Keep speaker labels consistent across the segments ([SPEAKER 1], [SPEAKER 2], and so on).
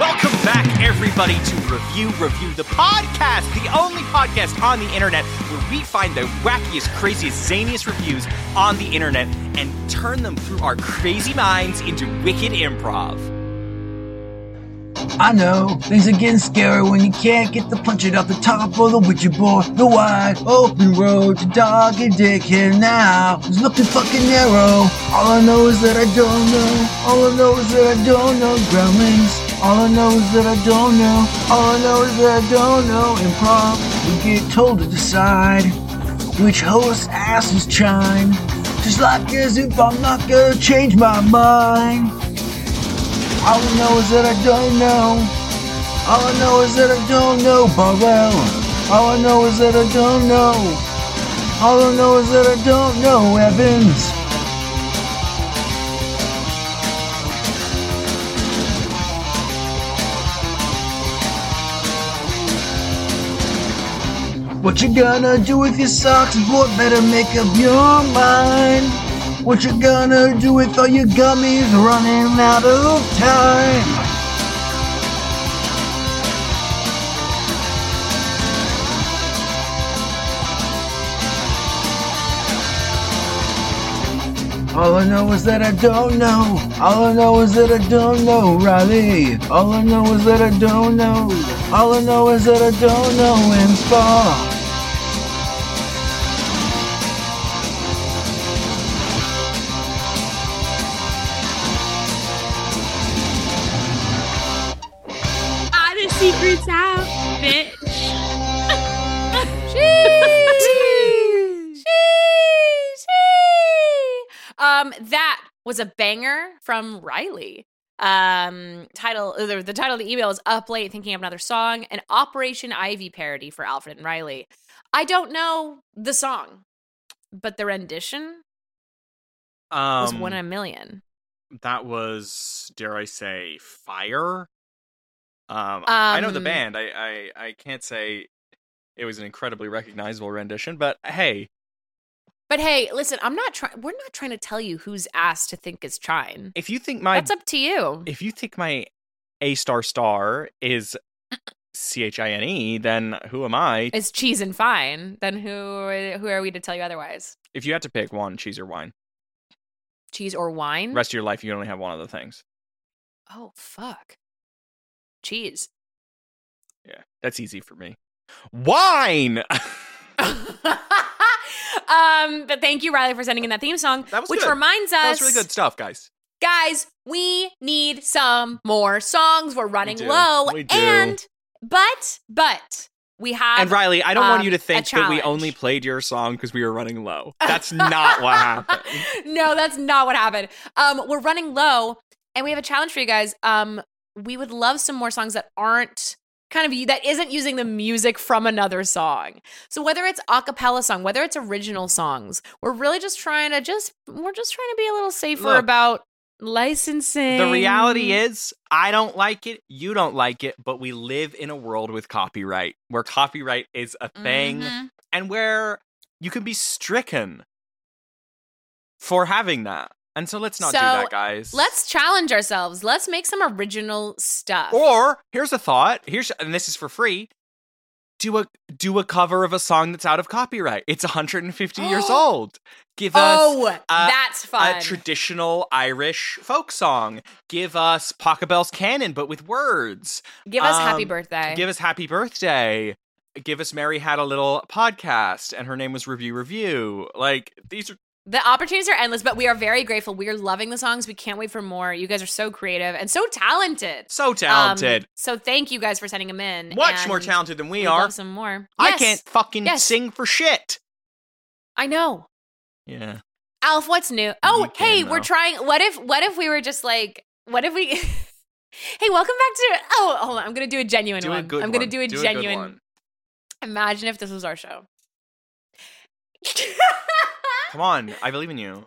[SPEAKER 1] Welcome back, everybody, to Review Review, the podcast, the only podcast on the internet where we find the wackiest, craziest, zaniest reviews on the internet and turn them through our crazy minds into wicked improv.
[SPEAKER 2] I know, things are getting scary when you can't get the punching off the top of the Witcher board. The wide open road to dog and dick here now is looking fucking narrow. All I know is that I don't know. All I know is that I don't know gremlins. All I know is that I don't know. All I know is that I don't know improv. We get told to decide which host ass is chime. Just like as if I'm not gonna change my mind. All I know is that I don't know. All I know is that I don't know Burrell. All I know is that I don't know. All I know is that I don't know Evans. What you gonna do with your socks? What better make up your mind? What you gonna do with all your gummies running out of time? All I know is that I don't know. All I know is that I don't know Riley. All I know is that I don't know. All I know is that I don't know and Spa.
[SPEAKER 3] Ah, the secret's out, bitch. Um, that was a banger from Riley. Um, title the, the title of the email is "Up Late Thinking of Another Song," an Operation Ivy parody for Alfred and Riley. I don't know the song, but the rendition
[SPEAKER 1] Um,
[SPEAKER 3] was one in a million.
[SPEAKER 1] that was, dare I say, fire. Um, I know the
[SPEAKER 3] Um,
[SPEAKER 1] band. I, I I can't say it was an incredibly recognizable rendition, but hey,
[SPEAKER 3] But hey, listen, I'm not trying. We're not trying to tell you who's ass to think is chine.
[SPEAKER 1] if you think my
[SPEAKER 3] That's up to you.
[SPEAKER 1] if you think my A star star is C H I N E, then who am I?
[SPEAKER 3] It's cheese and fine. Then who who are we to tell you otherwise?
[SPEAKER 1] If you had to pick one, cheese or wine,
[SPEAKER 3] Cheese or wine?
[SPEAKER 1] rest of your life you only have one of the things.
[SPEAKER 3] oh fuck. Cheese.
[SPEAKER 1] Yeah, that's easy for me. Wine.
[SPEAKER 3] um, but thank you, Riley, for sending in that theme song.
[SPEAKER 1] That was
[SPEAKER 3] which
[SPEAKER 1] good.
[SPEAKER 3] reminds us
[SPEAKER 1] That was really good stuff, guys.
[SPEAKER 3] guys, we need some more songs. We're running
[SPEAKER 1] do.
[SPEAKER 3] low.
[SPEAKER 1] We do.
[SPEAKER 3] And but but we have
[SPEAKER 1] And Riley, I don't want you
[SPEAKER 3] um,
[SPEAKER 1] to
[SPEAKER 3] a
[SPEAKER 1] think that we only
[SPEAKER 3] challenge.
[SPEAKER 1] played your song because we were running low. That's not what happened.
[SPEAKER 3] no, that's not what happened. Um, we're running low, and we have a challenge for you guys. Um, we would love some more songs that aren't kind of that isn't using the music from another song. So whether it's a cappella song, whether it's original songs, we're really just trying to just we're just trying to be a little safer
[SPEAKER 1] Look,
[SPEAKER 3] about licensing.
[SPEAKER 1] The reality is, I don't like it. You don't like it. But we live in a world with copyright where copyright is a thing.
[SPEAKER 3] Mhm.
[SPEAKER 1] and where you can be stricken for having that. And so let's not do
[SPEAKER 3] So,
[SPEAKER 1] that, guys.
[SPEAKER 3] Let's challenge ourselves. Let's make some original stuff.
[SPEAKER 1] Or here's a thought. Here's and this is for free. Do a do a cover of a song that's out of copyright. It's 150 years old. Give us
[SPEAKER 3] oh, that's
[SPEAKER 1] a
[SPEAKER 3] fun.
[SPEAKER 1] traditional Irish folk song. Give us Pachelbel's Canon, but with words.
[SPEAKER 3] give us happy
[SPEAKER 1] um,
[SPEAKER 3] birthday.
[SPEAKER 1] Give us Happy Birthday. Give us Mary had a little podcast, and her name was Review Review. Like these are
[SPEAKER 3] The opportunities are endless, but we are very grateful. We are loving the songs. We can't wait for more. You guys are so creative and so talented.
[SPEAKER 1] So
[SPEAKER 3] Um,
[SPEAKER 1] talented.
[SPEAKER 3] so thank you guys for sending them in.
[SPEAKER 1] Much
[SPEAKER 3] and
[SPEAKER 1] more talented than we,
[SPEAKER 3] we'd
[SPEAKER 1] are.
[SPEAKER 3] love some more.
[SPEAKER 1] I
[SPEAKER 3] Yes,
[SPEAKER 1] can't fucking
[SPEAKER 3] Yes.
[SPEAKER 1] sing for shit.
[SPEAKER 3] I know.
[SPEAKER 1] Yeah.
[SPEAKER 3] Alf, what's new? Oh,
[SPEAKER 1] can,
[SPEAKER 3] hey,
[SPEAKER 1] though.
[SPEAKER 3] we're trying. What if? What if we were just like? What if we? hey, welcome back to. Oh, hold on. I'm gonna do a genuine
[SPEAKER 1] Do
[SPEAKER 3] one.
[SPEAKER 1] a good
[SPEAKER 3] I'm gonna
[SPEAKER 1] one.
[SPEAKER 3] do a
[SPEAKER 1] Do a good
[SPEAKER 3] genuine.
[SPEAKER 1] one.
[SPEAKER 3] Imagine if this was our show.
[SPEAKER 1] Come on, I believe in you.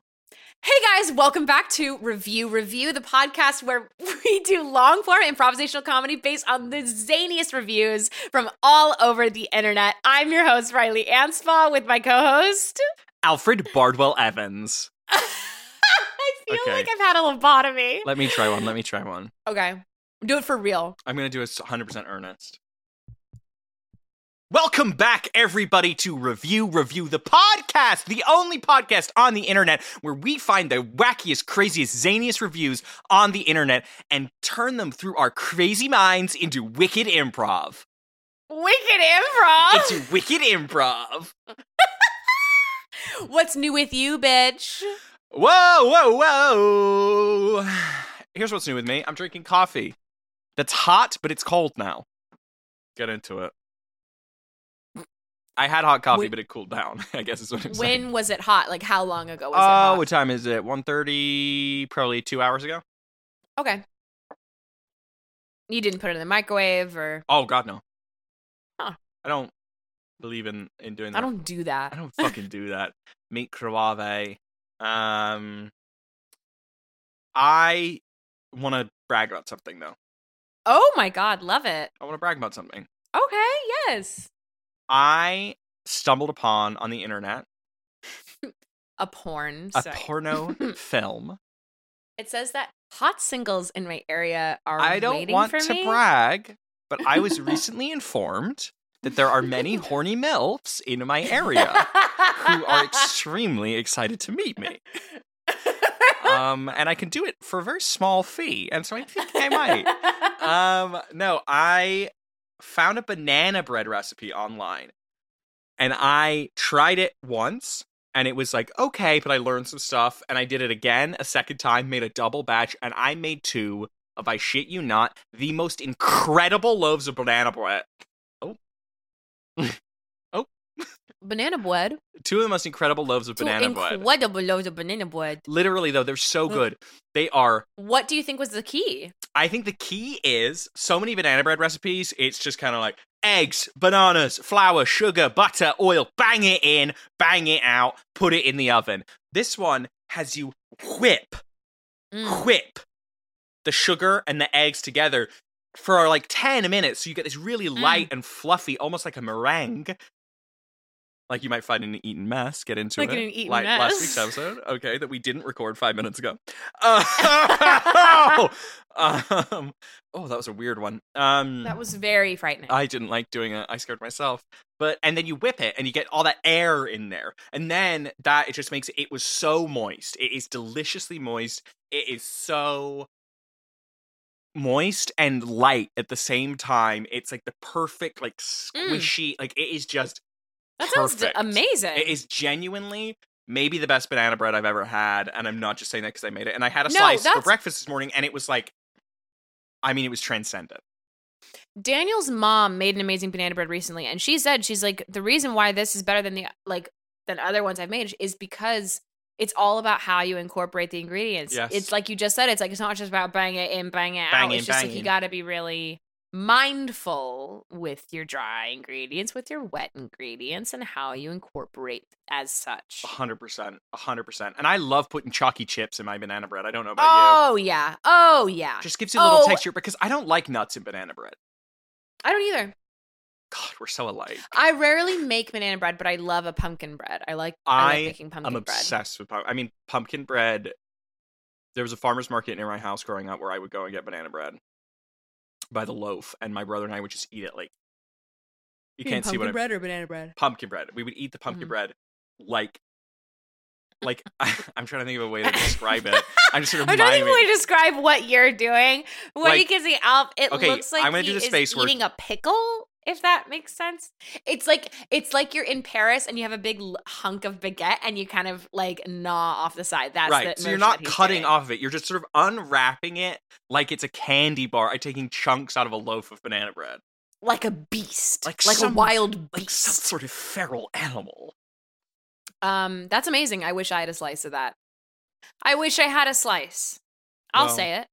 [SPEAKER 3] Hey guys, welcome back to Review Review, the podcast where we do long form improvisational comedy based on the zaniest reviews from all over the internet. I'm your host, Riley Anspaugh, with my co host.
[SPEAKER 1] Alfred Bardwell Evans.
[SPEAKER 3] I feel
[SPEAKER 1] Okay.
[SPEAKER 3] like I've had a lobotomy.
[SPEAKER 1] Let me try one. Let me try one.
[SPEAKER 3] Okay, do it for real.
[SPEAKER 1] I'm going to do it 100% earnest. Welcome back, everybody, to Review Review, the podcast, the only podcast on the internet where we find the wackiest, craziest, zaniest reviews on the internet and turn them through our crazy minds into wicked improv.
[SPEAKER 3] Wicked improv.
[SPEAKER 1] Into wicked improv.
[SPEAKER 3] What's new with you, bitch?
[SPEAKER 1] Whoa, whoa, whoa. Here's what's new with me I'm drinking coffee that's hot, but it's cold now. Get into it. I had hot coffee,
[SPEAKER 3] Wh-
[SPEAKER 1] but it cooled down. I guess is what I'm saying.
[SPEAKER 3] When was it hot? Like, how long ago was
[SPEAKER 1] Oh,
[SPEAKER 3] it hot?
[SPEAKER 1] what time is it? 1.30, probably two hours ago.
[SPEAKER 3] Okay. You didn't put it in the microwave or.
[SPEAKER 1] Oh God, no.
[SPEAKER 3] Huh.
[SPEAKER 1] I don't believe in in doing that.
[SPEAKER 3] I don't do that.
[SPEAKER 1] I don't fucking do that. Meat Krawave. Um, I want to brag about something though.
[SPEAKER 3] Oh my god, love it.
[SPEAKER 1] I want to brag about something.
[SPEAKER 3] Okay, yes.
[SPEAKER 1] I stumbled upon on the internet
[SPEAKER 3] A porn.
[SPEAKER 1] a
[SPEAKER 3] site.
[SPEAKER 1] porno film.
[SPEAKER 3] it says that hot singles in my area are
[SPEAKER 1] I don't
[SPEAKER 3] waiting
[SPEAKER 1] want
[SPEAKER 3] for
[SPEAKER 1] to
[SPEAKER 3] me.
[SPEAKER 1] brag, but I was recently informed that there are many horny MILFs in my area who are extremely excited to meet me. Um, and I can do it for a very small fee. And so I think I might. um no i found a banana bread recipe online and i tried it once and it was like okay but i learned some stuff and i did it again a second time made a double batch and i made two of i shit you not the most incredible loaves of banana bread
[SPEAKER 3] banana bread.
[SPEAKER 1] two of the most incredible loaves of
[SPEAKER 3] Two
[SPEAKER 1] banana bread
[SPEAKER 3] incredible loads of banana bread.
[SPEAKER 1] literally though they're so
[SPEAKER 3] Mm.
[SPEAKER 1] good they are
[SPEAKER 3] What do you think was the key?
[SPEAKER 1] I think the key is so many banana bread recipes, it's just kind of like eggs, bananas, flour, sugar, butter, oil, bang it in, bang it out, put it in the oven. This one has you whip,
[SPEAKER 3] Mm.
[SPEAKER 1] whip the sugar and the eggs together for like 10 minutes. So you get this really
[SPEAKER 3] Mm.
[SPEAKER 1] light and fluffy, almost like a meringue. Like you might find in an eaten mess, get into
[SPEAKER 3] Like
[SPEAKER 1] it.
[SPEAKER 3] in an Eat and
[SPEAKER 1] like last
[SPEAKER 3] Mess.
[SPEAKER 1] week's episode, okay, that we didn't record five minutes ago. Uh, um, oh, that was a weird one. Um,
[SPEAKER 3] That was very frightening.
[SPEAKER 1] I didn't like doing it. I scared myself. But and then you whip it and you get all that air in there. And then that it just makes it it was so moist. It is deliciously moist. It is so moist and light at the same time. It's like the perfect like
[SPEAKER 3] Mm.
[SPEAKER 1] squishy like it is just
[SPEAKER 3] that sounds d-
[SPEAKER 1] perfect.
[SPEAKER 3] amazing.
[SPEAKER 1] it is genuinely maybe the best banana bread I've ever had, and I'm not just saying that because I made it. And I had a
[SPEAKER 3] No,
[SPEAKER 1] slice for
[SPEAKER 3] that's-
[SPEAKER 1] breakfast this morning, and it was like, I mean, it was transcendent.
[SPEAKER 3] Daniel's mom made an amazing banana bread recently, and she said she's like the reason why this is better than the like than other ones I've made is because it's all about how you incorporate the ingredients.
[SPEAKER 1] Yes.
[SPEAKER 3] It's like you just said, it's like it's not just about bang it in, bang it
[SPEAKER 1] Bang
[SPEAKER 3] out.
[SPEAKER 1] in,
[SPEAKER 3] it's just
[SPEAKER 1] bang
[SPEAKER 3] like you
[SPEAKER 1] in.
[SPEAKER 3] got to be really mindful with your dry ingredients, with your wet ingredients, and how you incorporate as such.
[SPEAKER 1] A hundred percent, a hundred percent. And I love putting chalky chips in my banana bread. I don't know about
[SPEAKER 3] Oh yeah, oh yeah.
[SPEAKER 1] you. Just gives it a little
[SPEAKER 3] oh.
[SPEAKER 1] texture because I don't like nuts in banana bread.
[SPEAKER 3] I don't either.
[SPEAKER 1] God, we're so alike.
[SPEAKER 3] I rarely make banana bread, but I love a pumpkin bread. I like I,
[SPEAKER 1] I
[SPEAKER 3] like making pumpkin
[SPEAKER 1] I'm
[SPEAKER 3] bread.
[SPEAKER 1] obsessed with pumpkin. I mean, pumpkin bread. There was a farmer's market near my house growing up where I would go and get banana bread by the loaf, and my brother and I would just eat it like. You can't see what I'm
[SPEAKER 3] bread or banana bread.
[SPEAKER 1] pumpkin bread. We would eat the pumpkin
[SPEAKER 3] Mhm.
[SPEAKER 1] bread like like I, am trying to think of a way to describe it. I'm just sort of
[SPEAKER 3] I don't even
[SPEAKER 1] miming.
[SPEAKER 3] want to describe what you're doing. What
[SPEAKER 1] Like-
[SPEAKER 3] you can see, Alf, it
[SPEAKER 1] Okay,
[SPEAKER 3] looks like
[SPEAKER 1] I'm gonna do
[SPEAKER 3] he
[SPEAKER 1] the
[SPEAKER 3] is
[SPEAKER 1] space work.
[SPEAKER 3] eating a pickle if that makes sense. It's like it's like you're in Paris and you have a big l- hunk of baguette and you kind of like gnaw off the side. That's
[SPEAKER 1] right.
[SPEAKER 3] The
[SPEAKER 1] So you're
[SPEAKER 3] motion
[SPEAKER 1] not
[SPEAKER 3] that he's
[SPEAKER 1] cutting
[SPEAKER 3] doing.
[SPEAKER 1] off of it. You're just sort of unwrapping it like it's a candy bar by taking chunks out of a loaf of banana bread.
[SPEAKER 3] like a beast,
[SPEAKER 1] Like
[SPEAKER 3] like,
[SPEAKER 1] some-
[SPEAKER 3] a wild
[SPEAKER 1] Like some
[SPEAKER 3] beast.
[SPEAKER 1] sort of feral animal.
[SPEAKER 3] um, that's amazing. I wish I had a slice of that. I wish I had a slice. I'll
[SPEAKER 1] Well,
[SPEAKER 3] say it.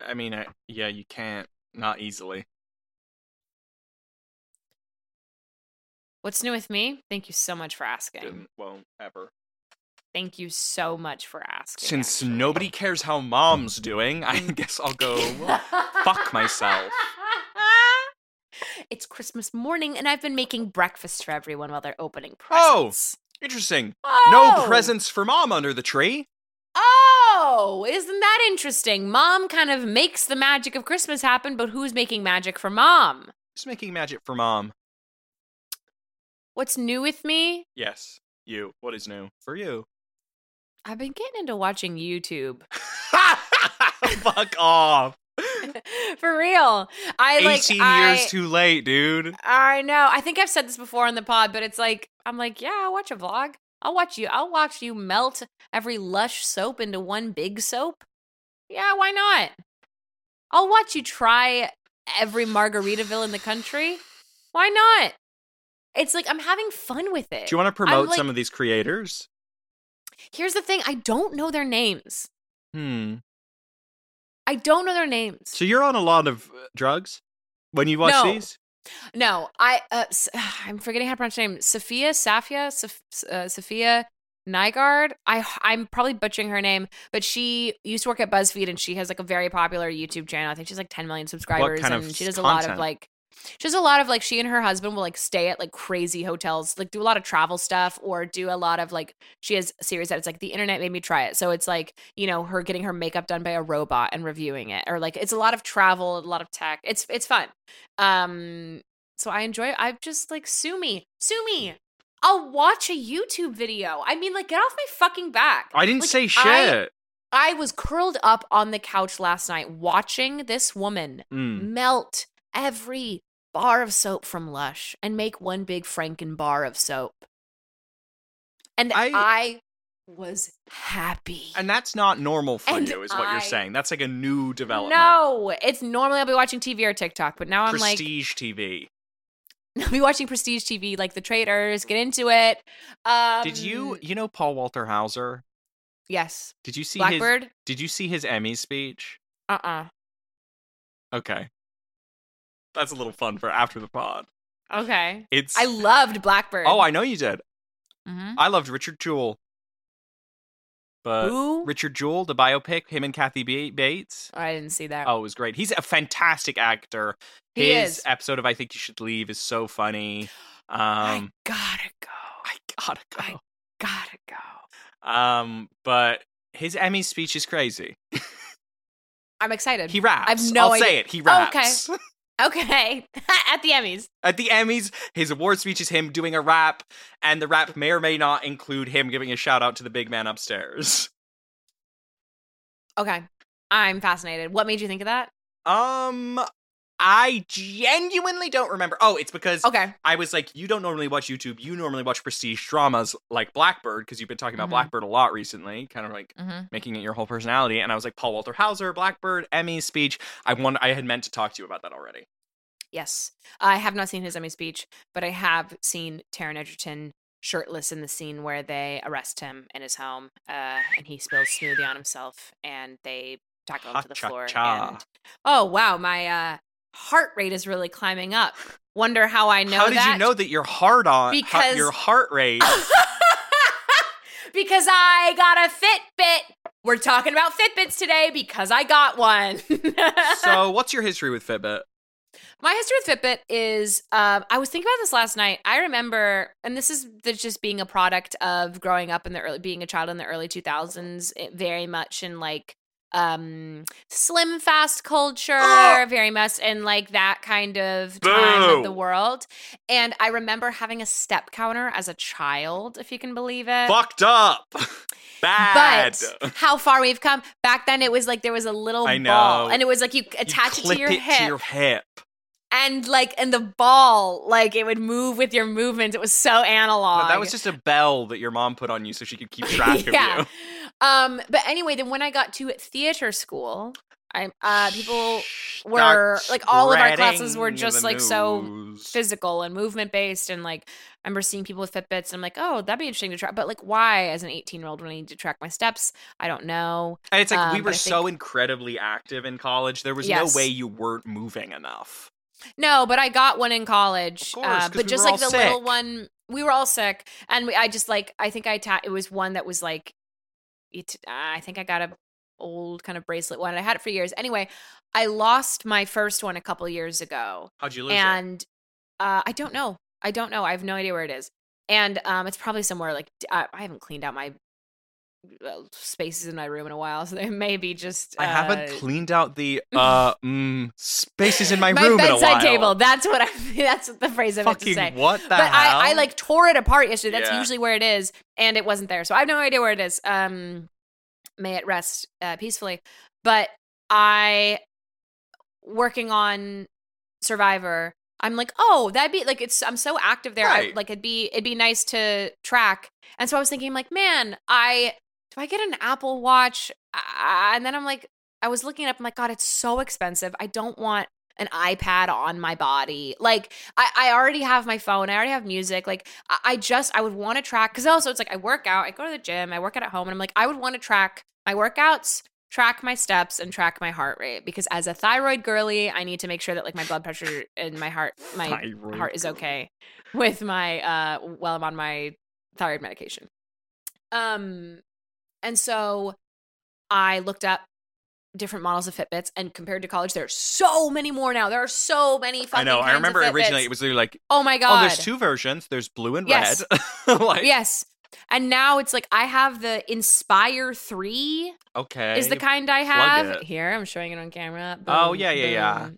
[SPEAKER 1] I mean, I, yeah, you can't. Not easily.
[SPEAKER 3] What's new with me? Thank you so much for asking.
[SPEAKER 1] Didn't, won't, ever.
[SPEAKER 3] Thank you so much for asking.
[SPEAKER 1] Since nobody cares how mom's doing, I guess I'll go. fuck myself.
[SPEAKER 3] It's Christmas morning, and I've been making breakfast for everyone while they're opening
[SPEAKER 1] Oh.
[SPEAKER 3] presents.
[SPEAKER 1] Interesting.
[SPEAKER 3] Oh,
[SPEAKER 1] No presents for mom under the tree.
[SPEAKER 3] Oh, isn't that interesting? Mom kind of makes the magic of Christmas happen, but who's making magic for mom?
[SPEAKER 1] Just making magic for mom.
[SPEAKER 3] What's new with me?
[SPEAKER 1] Yes, you. What is new for you?
[SPEAKER 3] I've been getting into watching YouTube.
[SPEAKER 1] Fuck off.
[SPEAKER 3] For real. I like
[SPEAKER 1] 18
[SPEAKER 3] I,
[SPEAKER 1] years too late, dude.
[SPEAKER 3] I know. I think I've said this before on the pod, but it's like I'm like, yeah, I'll watch a vlog. I'll watch you. I'll watch you melt every lush soap into one big soap. Yeah, why not? I'll watch you try every Margaritaville in the country. Why not? It's like I'm having fun with it.
[SPEAKER 1] Do you want to promote
[SPEAKER 3] like-
[SPEAKER 1] some of these creators?
[SPEAKER 3] Here's the thing, I don't know their names.
[SPEAKER 1] Hmm.
[SPEAKER 3] I don't know their names.
[SPEAKER 1] So you're on a lot of uh, drugs when you watch
[SPEAKER 3] No.
[SPEAKER 1] these?
[SPEAKER 3] No, I uh, S- I'm forgetting how to pronounce her name. Sophia Safia, Sof- uh, Sophia Nygaard. I I'm probably butchering her name, but she used to work at BuzzFeed and she has like a very popular YouTube channel. I think she's like 10 million subscribers
[SPEAKER 1] kind of
[SPEAKER 3] and she does a lot of
[SPEAKER 1] content?
[SPEAKER 3] like she does a lot of like she and her husband will like stay at like crazy hotels, like do a lot of travel stuff or do a lot of like she has a series that it's like the internet made me try it. So it's like, you know, her getting her makeup done by a robot and reviewing it. Or like it's a lot of travel, a lot of tech. It's it's fun. Um so I enjoy I've just like sue me. Sue me. I'll watch a YouTube video. I mean like get off my fucking back.
[SPEAKER 1] I didn't
[SPEAKER 3] Like,
[SPEAKER 1] say
[SPEAKER 3] I-
[SPEAKER 1] shit.
[SPEAKER 3] I was curled up on the couch last night watching this woman
[SPEAKER 1] Mm.
[SPEAKER 3] melt every bar of soap from Lush and make one big Franken bar of soap. And
[SPEAKER 1] I-
[SPEAKER 3] I, was happy.
[SPEAKER 1] And that's not normal for
[SPEAKER 3] And
[SPEAKER 1] you, is what you're
[SPEAKER 3] I-
[SPEAKER 1] saying. That's like a new development.
[SPEAKER 3] No, it's normally I'll be watching TV or TikTok, but now I'm like
[SPEAKER 1] Prestige TV.
[SPEAKER 3] I'll be watching prestige TV like The Traders. Get into it. Um,
[SPEAKER 1] Did you you know Paul Walter Hauser?
[SPEAKER 3] Yes,
[SPEAKER 1] Did you see his
[SPEAKER 3] Blackbird.
[SPEAKER 1] Did you see his Emmy speech?
[SPEAKER 3] Uh uh
[SPEAKER 1] Okay. That's a little fun for after the pod.
[SPEAKER 3] Okay.
[SPEAKER 1] It's
[SPEAKER 3] I loved Blackbird.
[SPEAKER 1] Oh, I know you did.
[SPEAKER 3] Mhm.
[SPEAKER 1] I loved Richard Jewell. But
[SPEAKER 3] Who?
[SPEAKER 1] Richard Jewell, the biopic, him and Kathy B- Bates.
[SPEAKER 3] I didn't see that.
[SPEAKER 1] Oh, it was great. He's a fantastic actor.
[SPEAKER 3] He
[SPEAKER 1] His
[SPEAKER 3] is.
[SPEAKER 1] episode of I Think You Should Leave is so funny.
[SPEAKER 3] I
[SPEAKER 1] Um
[SPEAKER 3] gotta go.
[SPEAKER 1] I gotta
[SPEAKER 3] I
[SPEAKER 1] go.
[SPEAKER 3] gotta go.
[SPEAKER 1] Um, but his Emmy speech is crazy.
[SPEAKER 3] I'm excited.
[SPEAKER 1] He raps.
[SPEAKER 3] no
[SPEAKER 1] I'll
[SPEAKER 3] idea-
[SPEAKER 1] say it. He
[SPEAKER 3] Oh, okay.
[SPEAKER 1] raps.
[SPEAKER 3] okay. At the Emmys.
[SPEAKER 1] At the Emmys, his award speech is him doing a rap, and the rap may or may not include him giving a shout out to the big man upstairs.
[SPEAKER 3] Okay. I'm fascinated. What made you think of that?
[SPEAKER 1] Um, I genuinely don't remember. Oh, it's because
[SPEAKER 3] Okay.
[SPEAKER 1] I was like, you don't normally watch YouTube. You normally watch prestige dramas like Blackbird, because you've been talking about
[SPEAKER 3] Mhm.
[SPEAKER 1] Blackbird a lot recently, kind of like
[SPEAKER 3] Mm-hmm.
[SPEAKER 1] making it your whole personality. And I was like, Paul Walter Hauser, Blackbird, Emmy speech. I won. I had meant to talk to you about that already.
[SPEAKER 3] Yes. I have not seen his Emmy speech, but I have seen Taryn Edgerton shirtless in the scene where they arrest him in his home uh, and he spills smoothie on himself and they tackle him to the floor.
[SPEAKER 1] Ha-cha-cha.
[SPEAKER 3] And, oh, wow. My uh, heart rate is really climbing up. Wonder how I know
[SPEAKER 1] How did
[SPEAKER 3] that.
[SPEAKER 1] you know that your heart on
[SPEAKER 3] Because-
[SPEAKER 1] your heart rate?
[SPEAKER 3] because I got a Fitbit. We're talking about Fitbits today because I got one.
[SPEAKER 1] so, what's your history with Fitbit?
[SPEAKER 3] My history with Fitbit is um, I was thinking about this last night. I remember, and this is the, just being a product of growing up in the early, being a child in the early 2000s, it very much in like um slim fast culture very much in like that kind of time
[SPEAKER 1] Boo.
[SPEAKER 3] of the world and i remember having a step counter as a child if you can believe it
[SPEAKER 1] fucked up. Bad.
[SPEAKER 3] Uh, but how far we've come back then it was like there was a little
[SPEAKER 1] I
[SPEAKER 3] ball
[SPEAKER 1] know.
[SPEAKER 3] and it was like you
[SPEAKER 1] You
[SPEAKER 3] attach it
[SPEAKER 1] clip
[SPEAKER 3] to your hip
[SPEAKER 1] hip.
[SPEAKER 3] and like and the ball like it would move with your movements. It was so analog.
[SPEAKER 1] No, that was just a bell that your mom put on you so she could keep track of you.
[SPEAKER 3] Um, but anyway, then when I got to theater school, I uh people
[SPEAKER 1] Start
[SPEAKER 3] were like all of our classes were
[SPEAKER 1] spreading
[SPEAKER 3] just
[SPEAKER 1] the
[SPEAKER 3] like so
[SPEAKER 1] news.
[SPEAKER 3] physical and movement based and like I remember seeing people with Fitbits and I'm like, oh, that'd be interesting to track. But like why as an 18 year old when I need to track my steps? I don't know.
[SPEAKER 1] And it's like we
[SPEAKER 3] um,
[SPEAKER 1] were
[SPEAKER 3] but I
[SPEAKER 1] so
[SPEAKER 3] think-
[SPEAKER 1] incredibly active in college. There was
[SPEAKER 3] Yes.
[SPEAKER 1] no way you weren't moving enough.
[SPEAKER 3] No, but I got one in college. uh,
[SPEAKER 1] Of course, 'cause
[SPEAKER 3] but
[SPEAKER 1] we
[SPEAKER 3] just
[SPEAKER 1] were
[SPEAKER 3] like
[SPEAKER 1] all
[SPEAKER 3] the little
[SPEAKER 1] sick.
[SPEAKER 3] one, we were all sick, and we, I just like I think I ta- it was one that was like, it, I think I got a old kind of bracelet one. and I had it for years. Anyway, I lost my first one a couple years ago,
[SPEAKER 1] How'd you lose it?
[SPEAKER 3] and uh, I don't know. I don't know. I have no idea where it is, and um, it's probably somewhere like d- I, I haven't cleaned out my uh, spaces in my room in a while, so they may be just.
[SPEAKER 1] I haven't
[SPEAKER 3] uh,
[SPEAKER 1] cleaned out the uh mm, spaces in my, room in a
[SPEAKER 3] bedside
[SPEAKER 1] while.
[SPEAKER 3] table. That's what I. That's the phrase I meant to
[SPEAKER 1] Fucking
[SPEAKER 3] say.
[SPEAKER 1] what the
[SPEAKER 3] but
[SPEAKER 1] hell?
[SPEAKER 3] I, I like tore it apart yesterday. That's
[SPEAKER 1] Yeah.
[SPEAKER 3] usually where it is, and it wasn't there. So I have no idea where it is. Um, may it rest uh, peacefully. But I, working on Survivor, I'm like, oh, that'd be like it's. I'm so active there. I,
[SPEAKER 1] Right.
[SPEAKER 3] like it'd be it'd be nice to track. And so I was thinking, like, man, I do I get an Apple Watch? Uh, and then I'm like, I was looking it up. I'm like, God, it's so expensive. I don't want an iPad on my body. Like, I, I already have my phone. I already have music. Like, I, I just, I would want to track. Cause also, it's like I work out, I go to the gym, I work out at home. And I'm like, I would want to track my workouts, track my steps, and track my heart rate. Because as a thyroid girly, I need to make sure that like my blood pressure and my heart, my
[SPEAKER 1] Thyroid
[SPEAKER 3] heart is
[SPEAKER 1] girl.
[SPEAKER 3] okay with my, uh, while I'm on my thyroid medication. Um, and so I looked up different models of Fitbits and compared to college, there are so many more now. There are so many fucking
[SPEAKER 1] I know. I
[SPEAKER 3] kinds
[SPEAKER 1] remember
[SPEAKER 3] of
[SPEAKER 1] originally
[SPEAKER 3] Fitbits.
[SPEAKER 1] it was literally like,
[SPEAKER 3] Oh my god.
[SPEAKER 1] oh, there's two versions. There's blue and
[SPEAKER 3] Yes.
[SPEAKER 1] red. like,
[SPEAKER 3] Yes. And now it's like I have the Inspire 3
[SPEAKER 1] okay.
[SPEAKER 3] is the kind I
[SPEAKER 1] plug
[SPEAKER 3] have.
[SPEAKER 1] it.
[SPEAKER 3] Here, I'm showing it on camera.
[SPEAKER 1] Oh,
[SPEAKER 3] Boom,
[SPEAKER 1] yeah, yeah, yeah.
[SPEAKER 3] boom.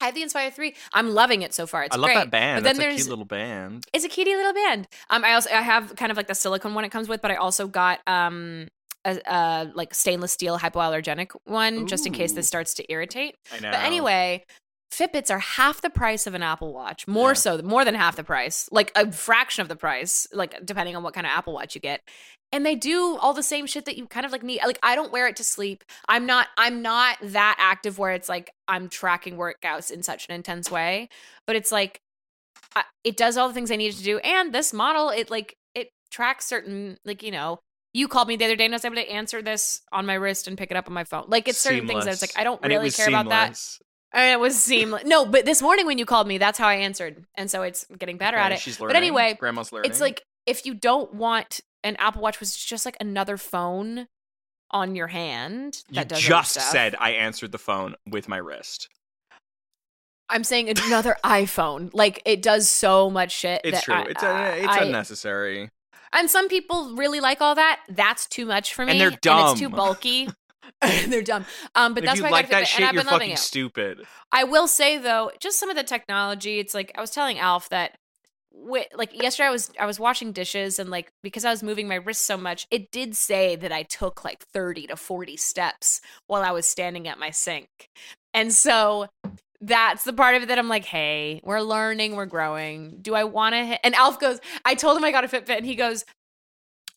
[SPEAKER 3] I have the Inspire 3. I'm loving it so far. It's
[SPEAKER 1] I love
[SPEAKER 3] great.
[SPEAKER 1] that band.
[SPEAKER 3] But then
[SPEAKER 1] That's a
[SPEAKER 3] there's
[SPEAKER 1] cute little band.
[SPEAKER 3] it's a cutie little band. Um, I also I have kind of like the silicone one it comes with, but I also got um a, a like stainless steel hypoallergenic one just in case
[SPEAKER 1] Ooh.
[SPEAKER 3] this starts to irritate.
[SPEAKER 1] I know.
[SPEAKER 3] But anyway, Fitbits are half the price of an Apple Watch, more
[SPEAKER 1] Yeah.
[SPEAKER 3] so, more than half the price, like a fraction of the price, like depending on what kind of Apple Watch you get. And they do all the same shit that you kind of like need. Like I don't wear it to sleep. I'm not I'm not that active where it's like I'm tracking workouts in such an intense way, but it's like I, it does all the things I needed to do. And this model, it like it tracks certain like you know. You called me the other day and I was able to answer this on my wrist and pick it up on my phone. Like it's certain things that it's like I don't really care about that. And it was seamless. No, but this morning when you called me, that's how I answered. And so it's getting better at it.
[SPEAKER 1] She's
[SPEAKER 3] But
[SPEAKER 1] learning.
[SPEAKER 3] anyway,
[SPEAKER 1] grandma's learning.
[SPEAKER 3] It's like if you don't want an Apple Watch, was just like another phone on your hand
[SPEAKER 1] you
[SPEAKER 3] that does other
[SPEAKER 1] just
[SPEAKER 3] stuff.
[SPEAKER 1] said I answered the phone with my wrist.
[SPEAKER 3] I'm saying another iPhone. Like it does so much shit.
[SPEAKER 1] It's
[SPEAKER 3] that
[SPEAKER 1] true.
[SPEAKER 3] I-
[SPEAKER 1] it's
[SPEAKER 3] I-
[SPEAKER 1] uh, it's
[SPEAKER 3] I-
[SPEAKER 1] unnecessary.
[SPEAKER 3] And some people really like all that. That's too much for me.
[SPEAKER 1] And they're
[SPEAKER 3] it's too
[SPEAKER 1] dumb.
[SPEAKER 3] bulky. they're dumb. Um, but
[SPEAKER 1] if
[SPEAKER 3] that's
[SPEAKER 1] you
[SPEAKER 3] why
[SPEAKER 1] like
[SPEAKER 3] I got
[SPEAKER 1] that
[SPEAKER 3] Fitbit,
[SPEAKER 1] shit,
[SPEAKER 3] and I've
[SPEAKER 1] you're
[SPEAKER 3] been loving
[SPEAKER 1] fucking
[SPEAKER 3] it.
[SPEAKER 1] stupid.
[SPEAKER 3] I will say though, just some of the technology. It's like I was telling Alf that, wi- like yesterday, I was I was washing dishes and like because I was moving my wrist so much, it did say that I took like thirty to forty steps while I was standing at my sink, and so that's the part of it that I'm like, hey, we're learning, we're growing. Do I want to? And Alf goes, I told him I got a Fitbit, and he goes,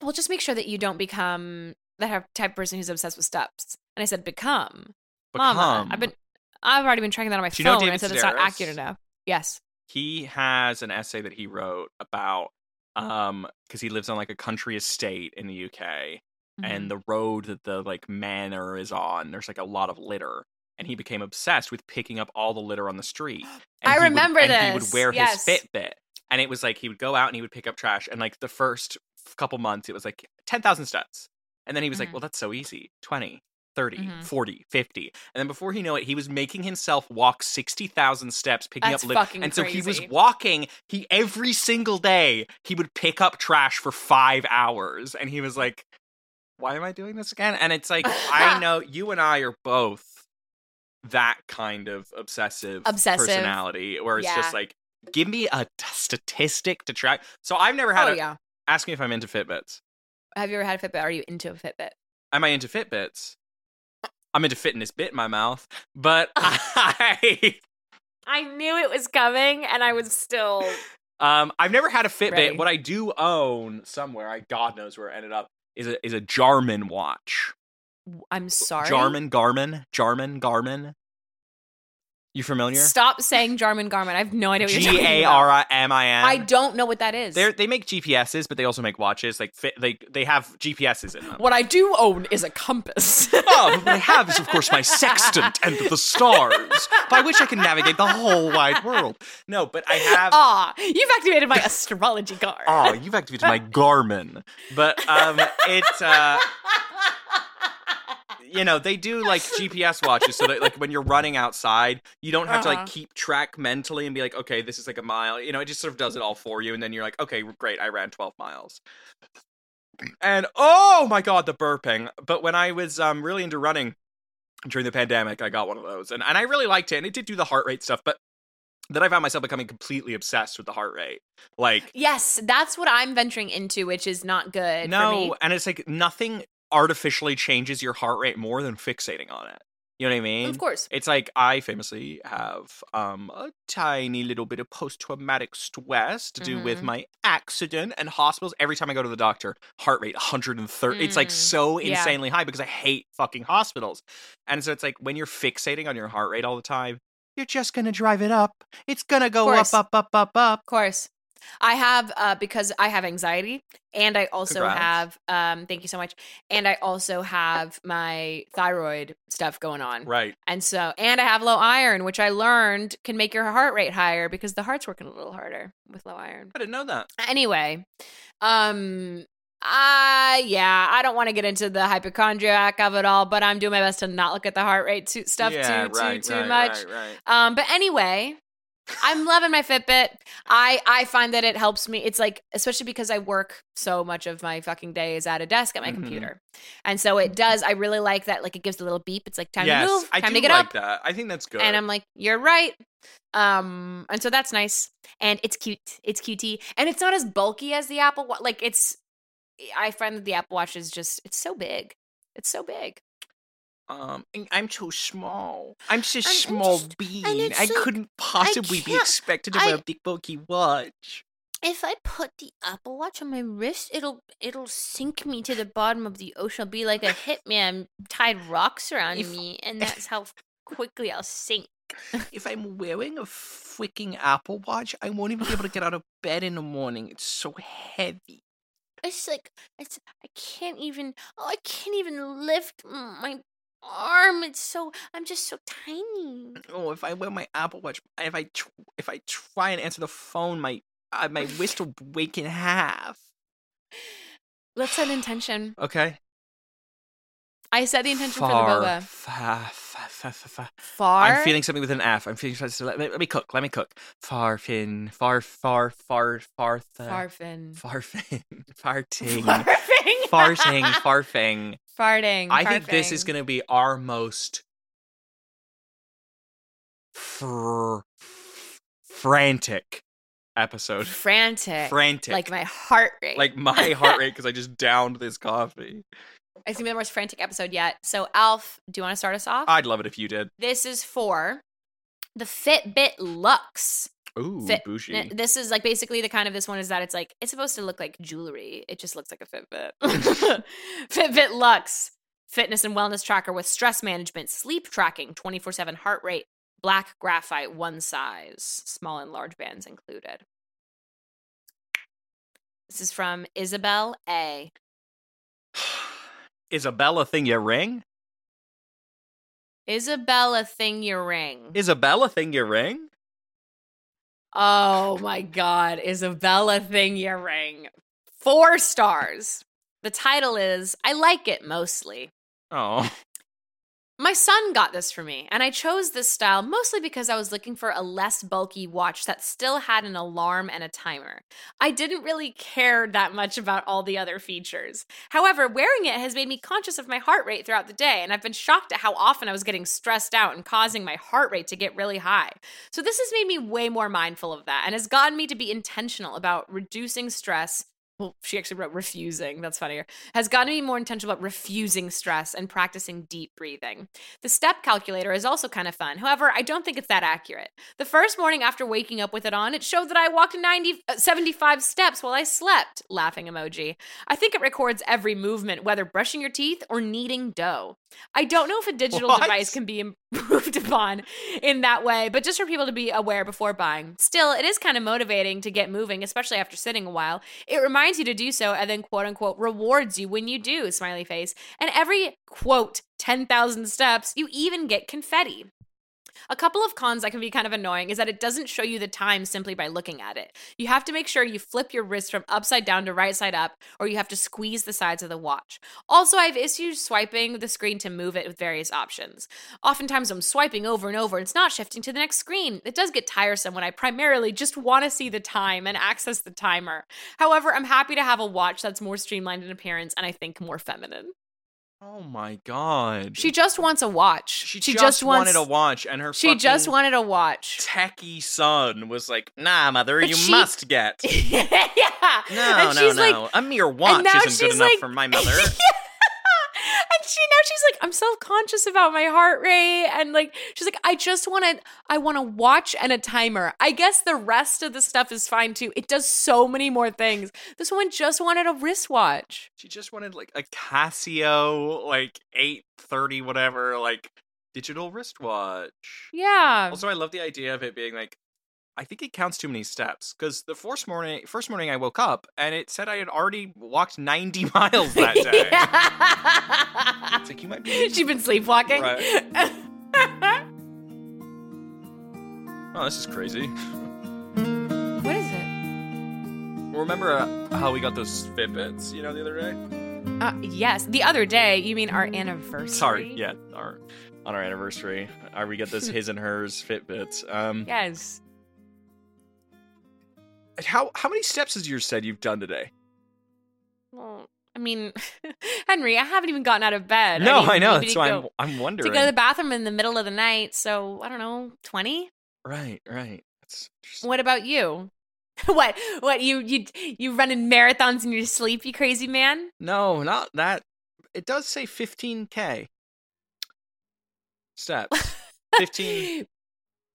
[SPEAKER 3] well, just make sure that you don't become that type- type of person who's obsessed with steps. And I said, become.
[SPEAKER 1] Become.
[SPEAKER 3] Mama, I've been I've already been tracking that on my
[SPEAKER 1] Do you know
[SPEAKER 3] phone. I
[SPEAKER 1] David
[SPEAKER 3] said it's not
[SPEAKER 1] Sedaris?
[SPEAKER 3] accurate enough. Yes.
[SPEAKER 1] he has an essay that he wrote about um because he lives on like a country estate in the uk
[SPEAKER 3] Mm-hmm.
[SPEAKER 1] and the road that the like manor is on there's like a lot of litter and he became obsessed with picking up all the litter on the street and
[SPEAKER 3] I
[SPEAKER 1] he would-
[SPEAKER 3] remember
[SPEAKER 1] and he
[SPEAKER 3] this.
[SPEAKER 1] would wear
[SPEAKER 3] Yes.
[SPEAKER 1] his fitbit and it was like he would go out and he would pick up trash and like the first f- couple months it was like 10000 steps and then he was like
[SPEAKER 3] Mhm.
[SPEAKER 1] well that's so easy 20 30
[SPEAKER 3] Mhm.
[SPEAKER 1] 40 50 and then before he knew it he was making himself walk 60000 steps picking
[SPEAKER 3] That's
[SPEAKER 1] up litter
[SPEAKER 3] fucking
[SPEAKER 1] and so he was
[SPEAKER 3] crazy.
[SPEAKER 1] walking he every single day he would pick up trash for five hours and he was like why am i doing this again and it's like i know you and i are both that kind of obsessive,
[SPEAKER 3] Obsessive.
[SPEAKER 1] personality where it's just
[SPEAKER 3] Yeah.
[SPEAKER 1] like give me a t- statistic to track so i've never had
[SPEAKER 3] Oh
[SPEAKER 1] a
[SPEAKER 3] yeah.
[SPEAKER 1] ask me if i'm into fitbits
[SPEAKER 3] Have you ever had a Fitbit? Are you into a Fitbit?
[SPEAKER 1] am i into fitbits i'm into fitness bit in my mouth but i
[SPEAKER 3] I knew it was coming, and I was still.
[SPEAKER 1] Um, I've never had a Fitbit.
[SPEAKER 3] Ready.
[SPEAKER 1] What I do own somewhere, I God knows where it ended up, is a is a Jarman watch.
[SPEAKER 3] I'm sorry.
[SPEAKER 1] Jarman Garmin. Jarman Garmin. You familiar?
[SPEAKER 3] Stop saying Jarman Garmin. I have no idea what you're
[SPEAKER 1] G
[SPEAKER 3] talking
[SPEAKER 1] A
[SPEAKER 3] about.
[SPEAKER 1] R I M I N.
[SPEAKER 3] I don't know what that is.
[SPEAKER 1] They're, they make GPSs, but they also make watches. Like fit, they they have GPSs in them.
[SPEAKER 3] What I do own is a compass.
[SPEAKER 1] Oh, but what I have is, of course, my sextant and the stars, by which I can navigate the whole wide world. No, but I have.
[SPEAKER 3] Ah, you've activated my astrology card.
[SPEAKER 1] Ah, you've activated my Garmin. But um, it's uh, you know they do like GPS watches, so that like when you're running outside, you don't have to
[SPEAKER 3] Uh-huh.
[SPEAKER 1] like keep track mentally and be like, okay, this is like a mile. You know, it just sort of does it all for you, and then you're like, okay, great, I ran 12 miles. And oh my god, the burping! But when I was um really into running during the pandemic, I got one of those, and and I really liked it, and it did do the heart rate stuff, but. Then I found myself becoming completely obsessed with the heart rate. Like,
[SPEAKER 3] Yes, that's what I'm venturing into, which is not good.
[SPEAKER 1] no,
[SPEAKER 3] for me.
[SPEAKER 1] and it's like nothing artificially changes your heart rate more than fixating on it. You know what I mean?
[SPEAKER 3] of course.
[SPEAKER 1] It's like I famously have um, a tiny little bit of post traumatic stress to do with
[SPEAKER 3] Mhm.
[SPEAKER 1] my accident and hospitals. Every time I go to the doctor, heart rate 130. It's like
[SPEAKER 3] Mm,
[SPEAKER 1] so
[SPEAKER 3] yeah.
[SPEAKER 1] insanely high because I hate fucking hospitals. And so it's like when you're fixating on your heart rate all the time, you're just going to drive it up. It's going to go up,
[SPEAKER 3] course.
[SPEAKER 1] up, up, up, up.
[SPEAKER 3] Of course. I have uh, because I have anxiety, and I also
[SPEAKER 1] Congrats.
[SPEAKER 3] have um, thank you so much, and I also have my thyroid stuff going on,
[SPEAKER 1] Right.
[SPEAKER 3] and so and I have low iron, which I learned can make your heart rate higher because the heart's working a little harder with low iron.
[SPEAKER 1] I didn't know that.
[SPEAKER 3] Anyway, um, I yeah, I don't want to get into the hypochondriac of it all, but I'm doing my best to not look at the heart rate too, stuff
[SPEAKER 1] Yeah,
[SPEAKER 3] too too
[SPEAKER 1] right,
[SPEAKER 3] too
[SPEAKER 1] right,
[SPEAKER 3] much.
[SPEAKER 1] right, right.
[SPEAKER 3] Um, but anyway, I'm loving my Fitbit. I I find that it helps me. It's like especially because I work so much of my fucking day is at a desk at my
[SPEAKER 1] Mhm.
[SPEAKER 3] computer, and so it does. I really like that. Like it gives a little beep. It's like time to move,
[SPEAKER 1] Mm-hmm. I
[SPEAKER 3] time
[SPEAKER 1] do
[SPEAKER 3] to get
[SPEAKER 1] like
[SPEAKER 3] up,
[SPEAKER 1] that. I think that's good.
[SPEAKER 3] and I'm like, you're right. Um, and so that's nice, and it's cute. It's cutie, and it's not as bulky as the Apple. Watch. Like it's, eh, I find that the Apple Watch is just it's so big. It's so big.
[SPEAKER 1] um, and I'm too small. I'm just a
[SPEAKER 3] I'm- I'm
[SPEAKER 1] small
[SPEAKER 3] just-
[SPEAKER 1] bean.
[SPEAKER 3] it's
[SPEAKER 1] I
[SPEAKER 3] like-
[SPEAKER 1] couldn't possibly be
[SPEAKER 3] can't-
[SPEAKER 1] expected to
[SPEAKER 3] I-
[SPEAKER 1] wear a big bulky watch.
[SPEAKER 3] If I put the Apple Watch on my wrist, it'll it'll sink me to the bottom of the ocean. It'll be like a hitman tied rocks around
[SPEAKER 1] If-
[SPEAKER 3] me, and that's how quickly I'll sink.
[SPEAKER 1] If I'm wearing a freaking Apple Watch, I won't even be able to get out of bed in the morning. It's so heavy.
[SPEAKER 3] It's like it's I can't even oh I can't even lift my arm. It's so I'm just so tiny.
[SPEAKER 1] Oh, if I wear my Apple Watch, if I tr- if I try and answer the phone, my uh, my wrist will break in half.
[SPEAKER 3] Let's set intention.
[SPEAKER 1] Okay.
[SPEAKER 3] I set the intention for
[SPEAKER 1] Far,
[SPEAKER 3] the boba.
[SPEAKER 1] fa- fa- fa- fa- fa-
[SPEAKER 3] Far.
[SPEAKER 1] I'm feeling something with an F. I'm feeling. so Let me, let me cook. Let me cook. Farfin. Far. Far. Far. Fartha.
[SPEAKER 3] farfin.
[SPEAKER 1] Farfin. Farting.
[SPEAKER 3] Farfing.
[SPEAKER 1] Farting. Farfing.
[SPEAKER 3] Farting.
[SPEAKER 1] I think this is
[SPEAKER 3] farfing.
[SPEAKER 1] going to be our most fr- frantic episode.
[SPEAKER 3] frantic.
[SPEAKER 1] Frantic.
[SPEAKER 3] Like my heart rate.
[SPEAKER 1] Like my heart rate because I just downed this coffee.
[SPEAKER 3] It's gonna be the most frantic episode yet. So, Alf, do you want to start us off?
[SPEAKER 1] I'd love it if you did.
[SPEAKER 3] this is for the Fitbit Lux.
[SPEAKER 1] Ooh,
[SPEAKER 3] Fit-
[SPEAKER 1] bougie.
[SPEAKER 3] N- This is like basically the kind of this one is that it's like it's supposed to look like jewelry. It just looks like a Fitbit. Fitbit Lux, fitness and wellness tracker with stress management, sleep tracking, twenty four seven heart rate, black graphite, one size, small and large bands included. This is from Isabel A.
[SPEAKER 1] Isabella thing you ring?
[SPEAKER 3] Isabella thing your ring.
[SPEAKER 1] Isabella thing you ring?
[SPEAKER 3] Oh my God, Isabella Thing you Ring. Four stars. The title is I Like It Mostly.
[SPEAKER 1] Oh.
[SPEAKER 3] My son got this for me, and I chose this style mostly because I was looking for a less bulky watch that still had an alarm and a timer. I didn't really care that much about all the other features. However, wearing it has made me conscious of my heart rate throughout the day, and I've been shocked at how often I was getting stressed out and causing my heart rate to get really high. So, this has made me way more mindful of that and has gotten me to be intentional about reducing stress well, she actually wrote refusing. That's funnier. Has gotten me more intentional about refusing stress and practicing deep breathing. The step calculator is also kind of fun. However, I don't think it's that accurate. The first morning after waking up with it on, it showed that I walked 90, uh, 75 steps while I slept. Laughing emoji. I think it records every movement, whether brushing your teeth or kneading dough. I don't know if a digital
[SPEAKER 1] What?
[SPEAKER 3] device can be improved upon in that way, but just for people to be aware before buying. Still, it is kind of motivating to get moving, especially after sitting a while. It reminds you to do so and then quote unquote rewards you when you do, smiley face. And every quote 10,000 steps, you even get confetti. A couple of cons that can be kind of annoying is that it doesn't show you the time simply by looking at it. You have to make sure you flip your wrist from upside down to right side up, or you have to squeeze the sides of the watch. Also, I have issues swiping the screen to move it with various options. Oftentimes, I'm swiping over and over, and it's not shifting to the next screen. It does get tiresome when I primarily just want to see the time and access the timer. However, I'm happy to have a watch that's more streamlined in appearance and I think more feminine.
[SPEAKER 1] Oh my god.
[SPEAKER 3] She just wants a watch.
[SPEAKER 1] she,
[SPEAKER 3] she
[SPEAKER 1] just,
[SPEAKER 3] wants-
[SPEAKER 1] wanted a watch, and her
[SPEAKER 3] She just
[SPEAKER 1] fucking
[SPEAKER 3] wanted a watch.
[SPEAKER 1] techie son was like, "Nah, mother,
[SPEAKER 3] But
[SPEAKER 1] you
[SPEAKER 3] she-
[SPEAKER 1] must get."
[SPEAKER 3] yeah.
[SPEAKER 1] No,
[SPEAKER 3] and
[SPEAKER 1] no,
[SPEAKER 3] she's
[SPEAKER 1] no. Uh
[SPEAKER 3] Like,
[SPEAKER 1] a mere watch
[SPEAKER 3] now
[SPEAKER 1] isn't good
[SPEAKER 3] she's
[SPEAKER 1] enough
[SPEAKER 3] like-
[SPEAKER 1] for my mother.
[SPEAKER 3] and she now she's like, I'm self conscious about my heart rate, and like she's like, I just want to, I want to watch and a timer. I guess the rest of the stuff is fine too. It does so many more things. This one just wanted a wristwatch.
[SPEAKER 1] she just wanted like a Casio, like eight thirty, whatever, like digital wristwatch.
[SPEAKER 3] Yeah.
[SPEAKER 1] Also, I love the idea of it being like, I think it counts too many steps because the first morning, first morning I woke up and it said I had already walked ninety miles that day. It's like you might be.
[SPEAKER 3] She's been sleepwalking.
[SPEAKER 1] Right. Oh, this is crazy.
[SPEAKER 3] what is it?
[SPEAKER 1] Remember uh, how we got those Fitbits? You know, the other day.
[SPEAKER 3] Uh, yes. The other day, you mean our anniversary?
[SPEAKER 1] Sorry, yeah, our on our anniversary, uh, we got those his and hers Fitbits. Um,
[SPEAKER 3] Yes.
[SPEAKER 1] how how many steps has yours said you've done today?
[SPEAKER 3] Well, I mean, Henry, I haven't even gotten out of bed.
[SPEAKER 1] no,
[SPEAKER 3] need-
[SPEAKER 1] I know
[SPEAKER 3] need
[SPEAKER 1] that's
[SPEAKER 3] to
[SPEAKER 1] why
[SPEAKER 3] go-
[SPEAKER 1] I'm I'm
[SPEAKER 3] to
[SPEAKER 1] wondering.
[SPEAKER 3] go to the bathroom in the middle of the night. So I don't know, twenty.
[SPEAKER 1] right, right. That's interesting.
[SPEAKER 3] What about you? what? What you you you running marathons in your sleep, you crazy man?
[SPEAKER 1] No, not that. It does say 15k steps. 15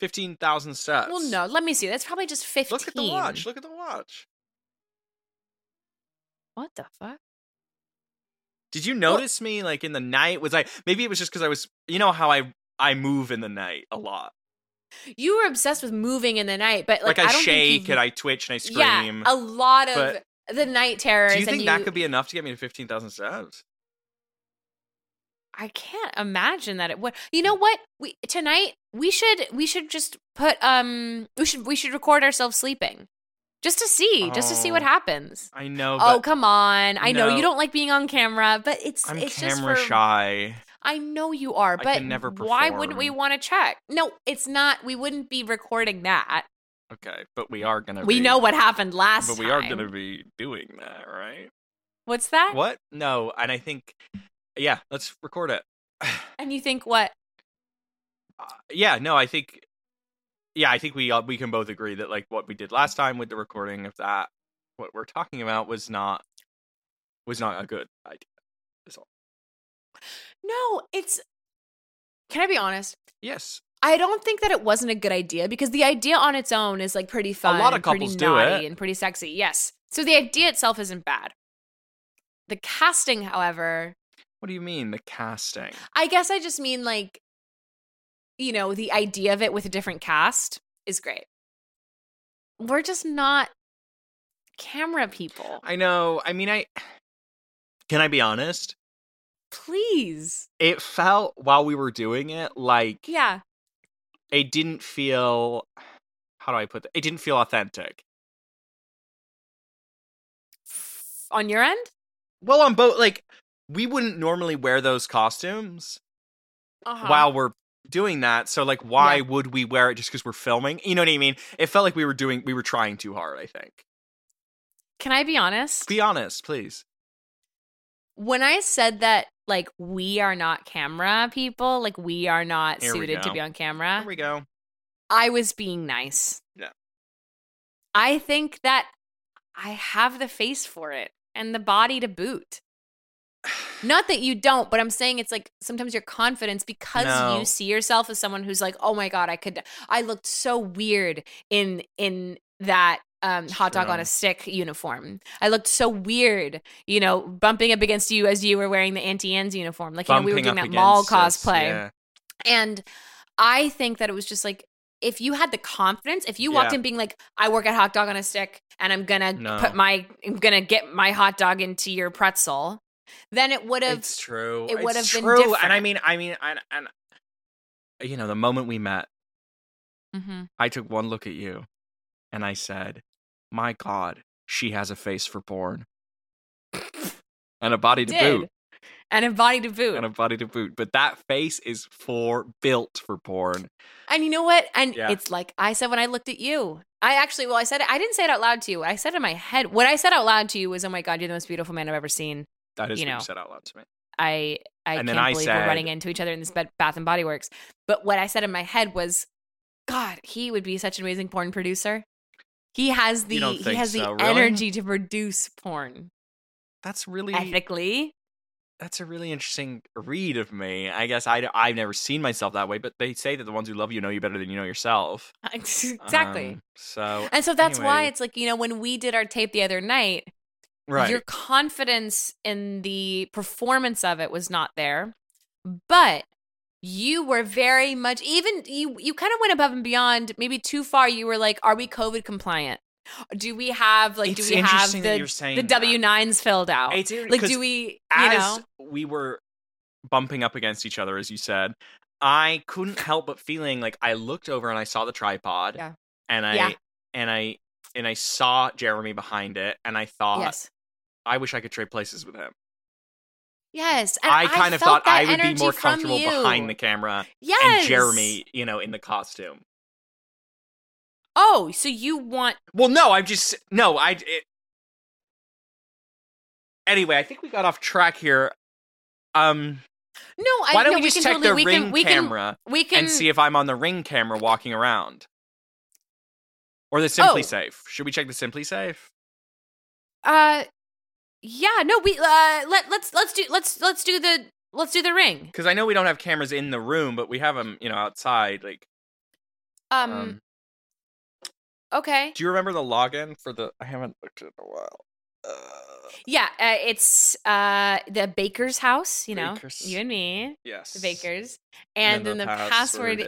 [SPEAKER 1] 15,000 steps.
[SPEAKER 3] well, no. Let me see. That's probably just fifteen.
[SPEAKER 1] Look at the watch. Look at the watch.
[SPEAKER 3] What the fuck?
[SPEAKER 1] Did you notice me like in the night was I maybe it was just cuz I was you know how I I move in the night a lot.
[SPEAKER 3] You were obsessed with moving in the night, but like,
[SPEAKER 1] Like, I,
[SPEAKER 3] don't
[SPEAKER 1] shake
[SPEAKER 3] think
[SPEAKER 1] and
[SPEAKER 3] you've-
[SPEAKER 1] I twitch and I scream.
[SPEAKER 3] Yeah, a lot of
[SPEAKER 1] but-
[SPEAKER 3] the night terrors.
[SPEAKER 1] Do you
[SPEAKER 3] and
[SPEAKER 1] think that could be enough to get me to 15,000 steps?
[SPEAKER 3] I can't imagine that it would. You know what? We tonight we should we should just put um we should we should record ourselves sleeping, just to see just to see what
[SPEAKER 1] Oh.
[SPEAKER 3] happens.
[SPEAKER 1] I know
[SPEAKER 3] Oh
[SPEAKER 1] but
[SPEAKER 3] come on! I know
[SPEAKER 1] No.
[SPEAKER 3] you don't like being on camera, but it's
[SPEAKER 1] I'm
[SPEAKER 3] it's just
[SPEAKER 1] camera
[SPEAKER 3] for,
[SPEAKER 1] shy.
[SPEAKER 3] I know you are,
[SPEAKER 1] I
[SPEAKER 3] but
[SPEAKER 1] can never
[SPEAKER 3] why wouldn't we
[SPEAKER 1] perform.
[SPEAKER 3] want to check? No, it's not. We wouldn't be recording that.
[SPEAKER 1] Okay, but we are going to
[SPEAKER 3] We know what happened last.
[SPEAKER 1] But we are
[SPEAKER 3] time.
[SPEAKER 1] going to be doing that, right?
[SPEAKER 3] What's that?
[SPEAKER 1] What? No, and I think, yeah, let's record it.
[SPEAKER 3] And you think what?
[SPEAKER 1] Uh, yeah, no, I think, yeah, I think we uh, we can both agree that like what we did last time with the recording of that, what we're talking about was not was not a good idea.
[SPEAKER 3] No, it's. Can I be honest?
[SPEAKER 1] Yes,
[SPEAKER 3] I don't think that it wasn't a good idea because the idea on its own is like pretty fun,
[SPEAKER 1] lot of
[SPEAKER 3] and pretty
[SPEAKER 1] couples do
[SPEAKER 3] naughty
[SPEAKER 1] it.
[SPEAKER 3] and pretty sexy. Yes, so the idea itself isn't bad. The casting, however,
[SPEAKER 1] what do you mean the casting?
[SPEAKER 3] I guess I just mean like, you know, the idea of it with a different cast is great. We're just not camera people.
[SPEAKER 1] I know. I mean, I can I be honest?
[SPEAKER 3] Please,
[SPEAKER 1] It felt while we were doing it like
[SPEAKER 3] yeah,
[SPEAKER 1] it didn't feel. How do I put that? It didn't feel authentic.
[SPEAKER 3] on your end,
[SPEAKER 1] Well, on both, like we wouldn't normally wear those costumes.
[SPEAKER 3] uh-huh.
[SPEAKER 1] while we're doing that. So like, why
[SPEAKER 3] Yeah.
[SPEAKER 1] would we wear it just because we're filming? You know what I mean? It felt like we were doing, we were trying too hard. I think.
[SPEAKER 3] Can I be honest?
[SPEAKER 1] Be honest, please.
[SPEAKER 3] when I said that, like, we are not camera people, like, we are not
[SPEAKER 1] Here we
[SPEAKER 3] suited to
[SPEAKER 1] go.
[SPEAKER 3] be on
[SPEAKER 1] Here
[SPEAKER 3] camera,
[SPEAKER 1] we go.
[SPEAKER 3] I was being nice.
[SPEAKER 1] Yeah.
[SPEAKER 3] I think that I have the face for it and the body to boot. Not that you don't, but I'm saying it's like sometimes your confidence because
[SPEAKER 1] No.
[SPEAKER 3] you see yourself as someone who's like, "Oh my god, I could I looked so weird in in that um, hot dog
[SPEAKER 1] True.
[SPEAKER 3] on a stick uniform. I looked so weird, you know, bumping up against you as you were wearing the Auntie Anne's uniform. Like you know, we were
[SPEAKER 1] Bumping
[SPEAKER 3] doing
[SPEAKER 1] up
[SPEAKER 3] that mall
[SPEAKER 1] against us,
[SPEAKER 3] cosplay.
[SPEAKER 1] yeah.
[SPEAKER 3] And I think that it was just like if you had the confidence, if you walked
[SPEAKER 1] Yeah.
[SPEAKER 3] in being like, I work at hot dog on a stick and I'm gonna
[SPEAKER 1] No.
[SPEAKER 3] put my I'm gonna get my hot dog into your pretzel, then it would have
[SPEAKER 1] It's true.
[SPEAKER 3] it would
[SPEAKER 1] It's
[SPEAKER 3] have been
[SPEAKER 1] true. And I
[SPEAKER 3] different.
[SPEAKER 1] mean, I mean, and, and you know, the moment we met,
[SPEAKER 3] Mhm.
[SPEAKER 1] I took one look at you, and I said, "My God, she has a face for porn, and a body to
[SPEAKER 3] did.
[SPEAKER 1] boot,
[SPEAKER 3] And a body to boot.
[SPEAKER 1] and a body to boot." But that face is for built for porn.
[SPEAKER 3] And you know what? And
[SPEAKER 1] Yeah.
[SPEAKER 3] it's like I said when I looked at you. I actually, well, I said it, I didn't say it out loud to you. I said it in my head. What I said out loud to you was, "Oh my God, you're the most beautiful man I've ever seen."
[SPEAKER 1] That is
[SPEAKER 3] You
[SPEAKER 1] what
[SPEAKER 3] know.
[SPEAKER 1] you said out loud to me.
[SPEAKER 3] I I
[SPEAKER 1] And then
[SPEAKER 3] can't
[SPEAKER 1] I
[SPEAKER 3] believe
[SPEAKER 1] said-
[SPEAKER 3] we're running into each other in this bed, Bath and Body Works. But what I said in my head was, God, he would be such an amazing porn producer. He has the
[SPEAKER 1] You don't
[SPEAKER 3] he
[SPEAKER 1] think
[SPEAKER 3] has
[SPEAKER 1] so,
[SPEAKER 3] the
[SPEAKER 1] really?
[SPEAKER 3] energy to produce porn
[SPEAKER 1] That's really
[SPEAKER 3] ethically.
[SPEAKER 1] that's a really interesting read of me. I guess I I've never seen myself that way, but they say that the ones who love you know you better than you know yourself.
[SPEAKER 3] exactly.
[SPEAKER 1] Um, so
[SPEAKER 3] and so that's why
[SPEAKER 1] anyway.
[SPEAKER 3] it's like you know when we did our tape the other night,
[SPEAKER 1] right.
[SPEAKER 3] your confidence in the performance of it was not there but you were very much even you you kind of went above and beyond maybe too far you were like are we covid compliant do we have like
[SPEAKER 1] It's
[SPEAKER 3] do we have
[SPEAKER 1] interesting that
[SPEAKER 3] the,
[SPEAKER 1] you're saying
[SPEAKER 3] the
[SPEAKER 1] that.
[SPEAKER 3] w9s filled out
[SPEAKER 1] It's weird
[SPEAKER 3] like
[SPEAKER 1] 'cause
[SPEAKER 3] do we you
[SPEAKER 1] as
[SPEAKER 3] know
[SPEAKER 1] we were bumping up against each other, as you said, I couldn't help but feeling like I looked over and I saw the tripod,
[SPEAKER 3] Yeah.
[SPEAKER 1] and I
[SPEAKER 3] Yeah.
[SPEAKER 1] and I and I saw Jeremy behind it, and I thought,
[SPEAKER 3] yes
[SPEAKER 1] I wish I could trade places with him.
[SPEAKER 3] yes and
[SPEAKER 1] I kind of
[SPEAKER 3] felt
[SPEAKER 1] thought I
[SPEAKER 3] that
[SPEAKER 1] would be
[SPEAKER 3] energy
[SPEAKER 1] more
[SPEAKER 3] from
[SPEAKER 1] comfortable
[SPEAKER 3] you.
[SPEAKER 1] behind the camera
[SPEAKER 3] yes
[SPEAKER 1] and Jeremy, you know, in the costume.
[SPEAKER 3] oh so you want
[SPEAKER 1] Well, no, I'm just no, I. It... Anyway, I think we got off track here. Um,
[SPEAKER 3] no I,
[SPEAKER 1] why don't
[SPEAKER 3] no,
[SPEAKER 1] we just
[SPEAKER 3] can
[SPEAKER 1] check
[SPEAKER 3] totally,
[SPEAKER 1] the
[SPEAKER 3] we
[SPEAKER 1] ring
[SPEAKER 3] can, we
[SPEAKER 1] camera?
[SPEAKER 3] can, we can
[SPEAKER 1] and see if I'm on the ring camera walking around. Or the Simply
[SPEAKER 3] Oh.
[SPEAKER 1] Safe. Should we check the Simply Safe?
[SPEAKER 3] Uh, yeah. No, we uh let let's let's do let's let's do the let's do the ring.
[SPEAKER 1] Because I know we don't have cameras in the room, but we have them, you know, outside. Like,
[SPEAKER 3] Um.
[SPEAKER 1] um,
[SPEAKER 3] okay.
[SPEAKER 1] do you remember the login for the? I haven't looked at it in a while. Uh,
[SPEAKER 3] Yeah. Uh, it's uh the baker's house. You know,
[SPEAKER 1] Baker's.
[SPEAKER 3] you and me,
[SPEAKER 1] yes,
[SPEAKER 3] the bakers, and, then the, password, is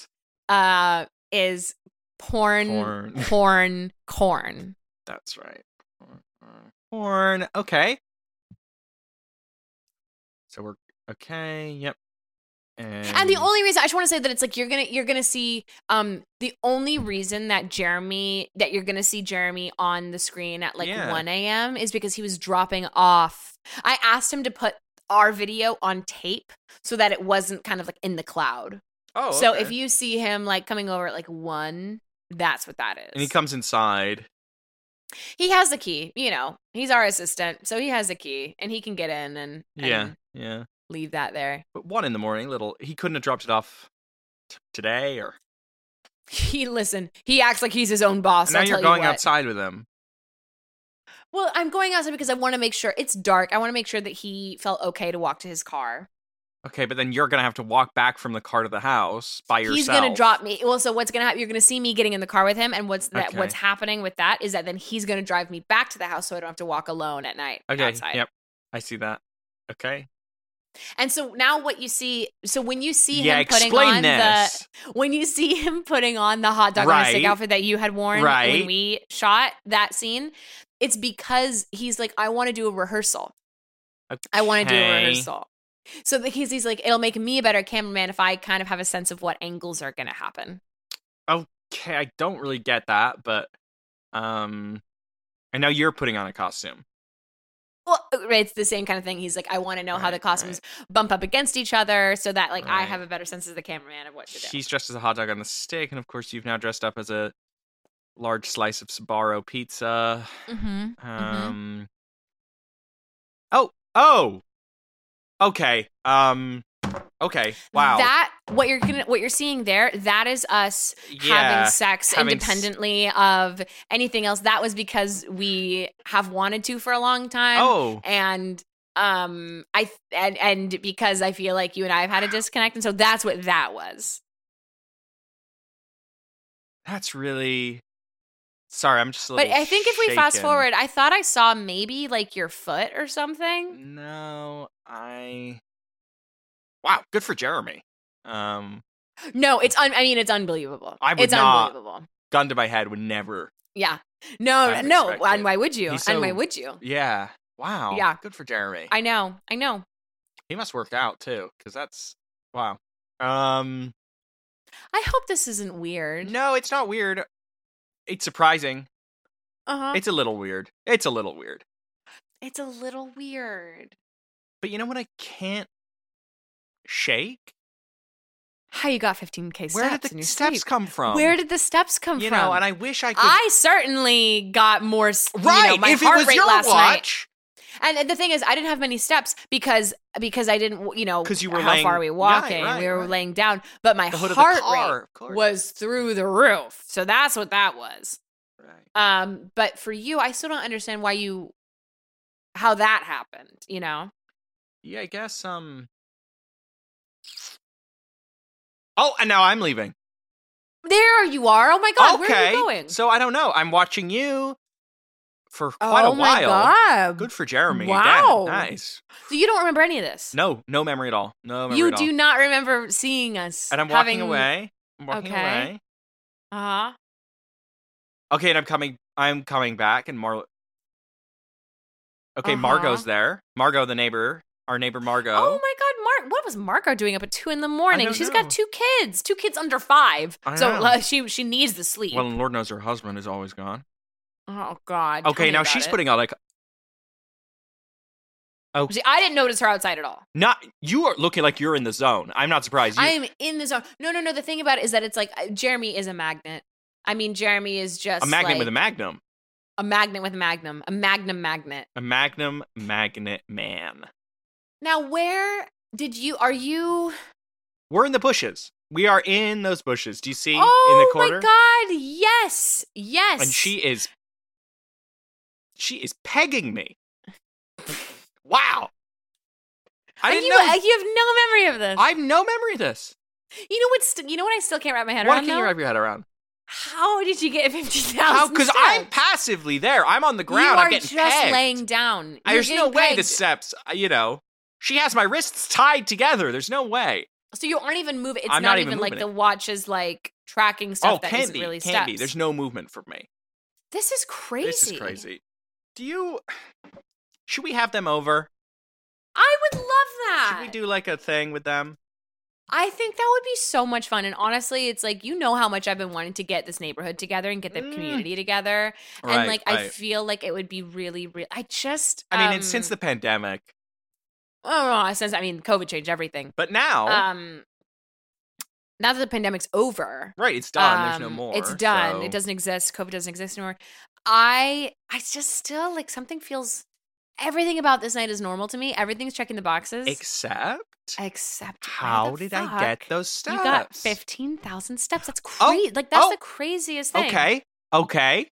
[SPEAKER 1] is-
[SPEAKER 3] uh is porn
[SPEAKER 1] Porn.
[SPEAKER 3] porn corn.
[SPEAKER 1] That's right. Porn, porn, Porn. Okay. So we're okay. Yep. And,
[SPEAKER 3] And the only reason I just want to say that it's like you're gonna you're gonna see um the only reason that Jeremy that you're gonna see Jeremy on the screen at like
[SPEAKER 1] Yeah.
[SPEAKER 3] one a.m. is because he was dropping off. I asked him to put our video on tape so that it wasn't kind of like in the cloud.
[SPEAKER 1] oh,
[SPEAKER 3] so
[SPEAKER 1] okay.
[SPEAKER 3] if you see him like coming over at like one, that's what that is.
[SPEAKER 1] and he comes inside.
[SPEAKER 3] He has the key. You know, he's our assistant, so he has the key and he can get in and,
[SPEAKER 1] Yeah,
[SPEAKER 3] and
[SPEAKER 1] yeah.
[SPEAKER 3] leave that there.
[SPEAKER 1] But one in the morning, little he couldn't have dropped it off t- today or.
[SPEAKER 3] He listen. He acts like he's his own boss.
[SPEAKER 1] And now
[SPEAKER 3] I'll
[SPEAKER 1] you're
[SPEAKER 3] tell
[SPEAKER 1] going
[SPEAKER 3] you what.
[SPEAKER 1] outside with him.
[SPEAKER 3] Well, I'm going outside because I want to make sure it's dark. I want to make sure that he felt okay to walk to his car.
[SPEAKER 1] Okay, but then you're gonna have to walk back from the car to the house by yourself.
[SPEAKER 3] He's gonna drop me. Well, so what's gonna happen? You're gonna see me getting in the car with him, and what's that?
[SPEAKER 1] Okay.
[SPEAKER 3] What's happening with that is that then he's gonna drive me back to the house, so I don't have to walk alone at night.
[SPEAKER 1] Okay.
[SPEAKER 3] outside.
[SPEAKER 1] Yep. I see that. Okay.
[SPEAKER 3] And so now what you see? So when you see
[SPEAKER 1] yeah.
[SPEAKER 3] him putting
[SPEAKER 1] Explain
[SPEAKER 3] on
[SPEAKER 1] this.
[SPEAKER 3] the when you see him putting on the hot dog on a stick
[SPEAKER 1] Right.
[SPEAKER 3] outfit that you had worn
[SPEAKER 1] Right.
[SPEAKER 3] when we shot that scene, it's because he's like, I want to do a rehearsal. I want to do a
[SPEAKER 1] Okay.
[SPEAKER 3] rehearsal. So the, he's, he's like, it'll make me a better cameraman if I kind of have a sense of what angles are going to happen.
[SPEAKER 1] Okay. I don't really get that, but um, and now you're putting on a costume.
[SPEAKER 3] Well, right, it's the same kind of thing. He's like, I want to know how
[SPEAKER 1] Right,
[SPEAKER 3] the costumes bump up against each other so that like I
[SPEAKER 1] Right.
[SPEAKER 3] have a better sense as the cameraman of what to do.
[SPEAKER 1] She's dressed as a hot dog on the stick, and of course you've now dressed up as a large slice of Sbarro pizza.
[SPEAKER 3] mm-hmm.
[SPEAKER 1] Um. Oh. Oh. Okay. Um. Okay. Wow.
[SPEAKER 3] That what you're gonna what you're seeing there that is us
[SPEAKER 1] Yeah,
[SPEAKER 3] having sex
[SPEAKER 1] having s-
[SPEAKER 3] independently of anything else that was because we have wanted to for a long time
[SPEAKER 1] Oh.
[SPEAKER 3] and um i th- and and because i feel like you and i have had a disconnect and so that's what that was
[SPEAKER 1] That's really. Sorry, I'm just. A
[SPEAKER 3] but
[SPEAKER 1] little
[SPEAKER 3] i think if we fast
[SPEAKER 1] shaken.
[SPEAKER 3] forward i thought i saw maybe like your foot or something
[SPEAKER 1] No, I. Wow, good for Jeremy. Um,
[SPEAKER 3] no it's un- i mean it's unbelievable
[SPEAKER 1] I would
[SPEAKER 3] it's
[SPEAKER 1] not.
[SPEAKER 3] unbelievable
[SPEAKER 1] gun to my head would never.
[SPEAKER 3] yeah no
[SPEAKER 1] I would
[SPEAKER 3] no
[SPEAKER 1] expect it.
[SPEAKER 3] and why would you
[SPEAKER 1] He's
[SPEAKER 3] and why
[SPEAKER 1] so-
[SPEAKER 3] would you
[SPEAKER 1] Yeah. Wow.
[SPEAKER 3] Yeah.
[SPEAKER 1] Good for Jeremy.
[SPEAKER 3] i know i know
[SPEAKER 1] he must work out too, because that's wow. Um,
[SPEAKER 3] i hope this isn't weird
[SPEAKER 1] no, it's not weird. It's surprising.
[SPEAKER 3] uh-huh
[SPEAKER 1] It's a little weird. It's a little weird.
[SPEAKER 3] It's a little weird.
[SPEAKER 1] But you know what? I can't shake.
[SPEAKER 3] How you got 15k
[SPEAKER 1] Where
[SPEAKER 3] steps
[SPEAKER 1] did
[SPEAKER 3] in
[SPEAKER 1] the
[SPEAKER 3] your
[SPEAKER 1] steps
[SPEAKER 3] sleep?
[SPEAKER 1] come from?
[SPEAKER 3] Where did the steps come
[SPEAKER 1] you
[SPEAKER 3] from?
[SPEAKER 1] know? And I wish I could.
[SPEAKER 3] I certainly got more. s- you know,
[SPEAKER 1] right.
[SPEAKER 3] my
[SPEAKER 1] if
[SPEAKER 3] heart
[SPEAKER 1] it was
[SPEAKER 3] rate
[SPEAKER 1] your
[SPEAKER 3] last night.
[SPEAKER 1] watch,
[SPEAKER 3] And and the thing is, I didn't have many steps because because I didn't, you know,
[SPEAKER 1] 'Cause you were
[SPEAKER 3] how
[SPEAKER 1] laying-
[SPEAKER 3] far we
[SPEAKER 1] right,
[SPEAKER 3] walking,
[SPEAKER 1] right,
[SPEAKER 3] we were
[SPEAKER 1] right.
[SPEAKER 3] laying down. But my
[SPEAKER 1] the hood of the
[SPEAKER 3] heart
[SPEAKER 1] car,
[SPEAKER 3] rate
[SPEAKER 1] of course.
[SPEAKER 3] was through the roof. So that's what that was.
[SPEAKER 1] Right.
[SPEAKER 3] Um, but for you, I still don't understand why you, how that happened. You know,
[SPEAKER 1] Yeah, I guess. Um. Oh, and now I'm leaving.
[SPEAKER 3] there you are. Oh my god,
[SPEAKER 1] okay.
[SPEAKER 3] where are you going?
[SPEAKER 1] So I don't know. I'm watching you for quite
[SPEAKER 3] oh
[SPEAKER 1] a while.
[SPEAKER 3] my god.
[SPEAKER 1] Good for Jeremy.
[SPEAKER 3] Wow.
[SPEAKER 1] Again. Nice.
[SPEAKER 3] So you don't remember any of this?
[SPEAKER 1] No, no memory at all. No memory
[SPEAKER 3] You
[SPEAKER 1] at all.
[SPEAKER 3] do not remember seeing us.
[SPEAKER 1] And I'm walking
[SPEAKER 3] having,
[SPEAKER 1] away. I'm walking
[SPEAKER 3] Okay.
[SPEAKER 1] away.
[SPEAKER 3] Uh-huh.
[SPEAKER 1] Okay, and I'm coming. I'm coming back, and Mar. Okay,
[SPEAKER 3] Uh-huh.
[SPEAKER 1] Margot's there. Margot, the neighbor, our neighbor Margot.
[SPEAKER 3] Oh my God, Mark! What was Marco doing up at two in the morning?
[SPEAKER 1] don't
[SPEAKER 3] She's
[SPEAKER 1] know.
[SPEAKER 3] got two kids, two kids under five.
[SPEAKER 1] I
[SPEAKER 3] so
[SPEAKER 1] know.
[SPEAKER 3] uh, she she needs the sleep.
[SPEAKER 1] Well, and Lord knows her husband is always gone.
[SPEAKER 3] oh God. tell
[SPEAKER 1] Okay,
[SPEAKER 3] me
[SPEAKER 1] now
[SPEAKER 3] about
[SPEAKER 1] she's
[SPEAKER 3] it.
[SPEAKER 1] putting out like Oh,
[SPEAKER 3] She- I didn't notice her outside at all.
[SPEAKER 1] not. You are looking like you're in the zone. I'm not surprised. You,
[SPEAKER 3] I am in the zone. No, no, no. The thing about it is that it's like uh, Jeremy is a magnet. I mean, Jeremy is just
[SPEAKER 1] a magnum with a
[SPEAKER 3] like
[SPEAKER 1] magnum,
[SPEAKER 3] a magnet with a magnum, a magnum magnet.
[SPEAKER 1] a magnum magnet man.
[SPEAKER 3] Now, where did you? Are you?
[SPEAKER 1] We're in the bushes. We are in those bushes. Do you see in
[SPEAKER 3] oh
[SPEAKER 1] the corner?
[SPEAKER 3] my God! Yes, yes.
[SPEAKER 1] and she is she is pegging me wow i
[SPEAKER 3] And
[SPEAKER 1] didn't
[SPEAKER 3] you,
[SPEAKER 1] know
[SPEAKER 3] uh, You have no memory of this.
[SPEAKER 1] i have no memory of this
[SPEAKER 3] you know what's you know what I still can't wrap my head
[SPEAKER 1] why
[SPEAKER 3] around.
[SPEAKER 1] can't you
[SPEAKER 3] though?
[SPEAKER 1] wrap your head around
[SPEAKER 3] How did you get fifty
[SPEAKER 1] how
[SPEAKER 3] thousand?
[SPEAKER 1] because i'm passively there i'm on the ground
[SPEAKER 3] You
[SPEAKER 1] i'm
[SPEAKER 3] are
[SPEAKER 1] getting
[SPEAKER 3] just
[SPEAKER 1] pegged.
[SPEAKER 3] laying down.
[SPEAKER 1] I-
[SPEAKER 3] You're
[SPEAKER 1] there's no
[SPEAKER 3] getting
[SPEAKER 1] way the
[SPEAKER 3] pegged.
[SPEAKER 1] steps uh, you know she has my wrists tied together there's no way
[SPEAKER 3] So you aren't even moving. It's
[SPEAKER 1] I'm
[SPEAKER 3] not,
[SPEAKER 1] not even
[SPEAKER 3] even, like
[SPEAKER 1] moving
[SPEAKER 3] the watch is like tracking stuff
[SPEAKER 1] oh
[SPEAKER 3] that
[SPEAKER 1] can
[SPEAKER 3] not
[SPEAKER 1] be
[SPEAKER 3] really
[SPEAKER 1] can
[SPEAKER 3] steps.
[SPEAKER 1] be there's no movement for me
[SPEAKER 3] This is crazy.
[SPEAKER 1] this is crazy do you should we have them over
[SPEAKER 3] I would love that.
[SPEAKER 1] should we do like a thing with them
[SPEAKER 3] I think that would be so much fun. And honestly, it's like you know how much I've been wanting to get this neighborhood together and get the
[SPEAKER 1] Mm.
[SPEAKER 3] community together.
[SPEAKER 1] Right,
[SPEAKER 3] and like I
[SPEAKER 1] right.
[SPEAKER 3] feel like it would be really, real. I just.
[SPEAKER 1] I mean, it's
[SPEAKER 3] um,
[SPEAKER 1] since the pandemic,
[SPEAKER 3] Oh, since I mean, COVID changed everything.
[SPEAKER 1] but now,
[SPEAKER 3] Um, now that the pandemic's over,
[SPEAKER 1] right? It's done. There's no
[SPEAKER 3] um,
[SPEAKER 1] more.
[SPEAKER 3] It's done.
[SPEAKER 1] so-
[SPEAKER 3] It doesn't exist. COVID doesn't exist anymore. I, I just still like something feels. Everything about this night is normal to me. Everything's checking the boxes,
[SPEAKER 1] Except,
[SPEAKER 3] except why
[SPEAKER 1] how
[SPEAKER 3] the
[SPEAKER 1] did I get
[SPEAKER 3] fuck
[SPEAKER 1] those steps?
[SPEAKER 3] You got fifteen thousand steps. That's
[SPEAKER 1] Oh,
[SPEAKER 3] crazy. like that's
[SPEAKER 1] oh,
[SPEAKER 3] the craziest thing.
[SPEAKER 1] Okay. Okay.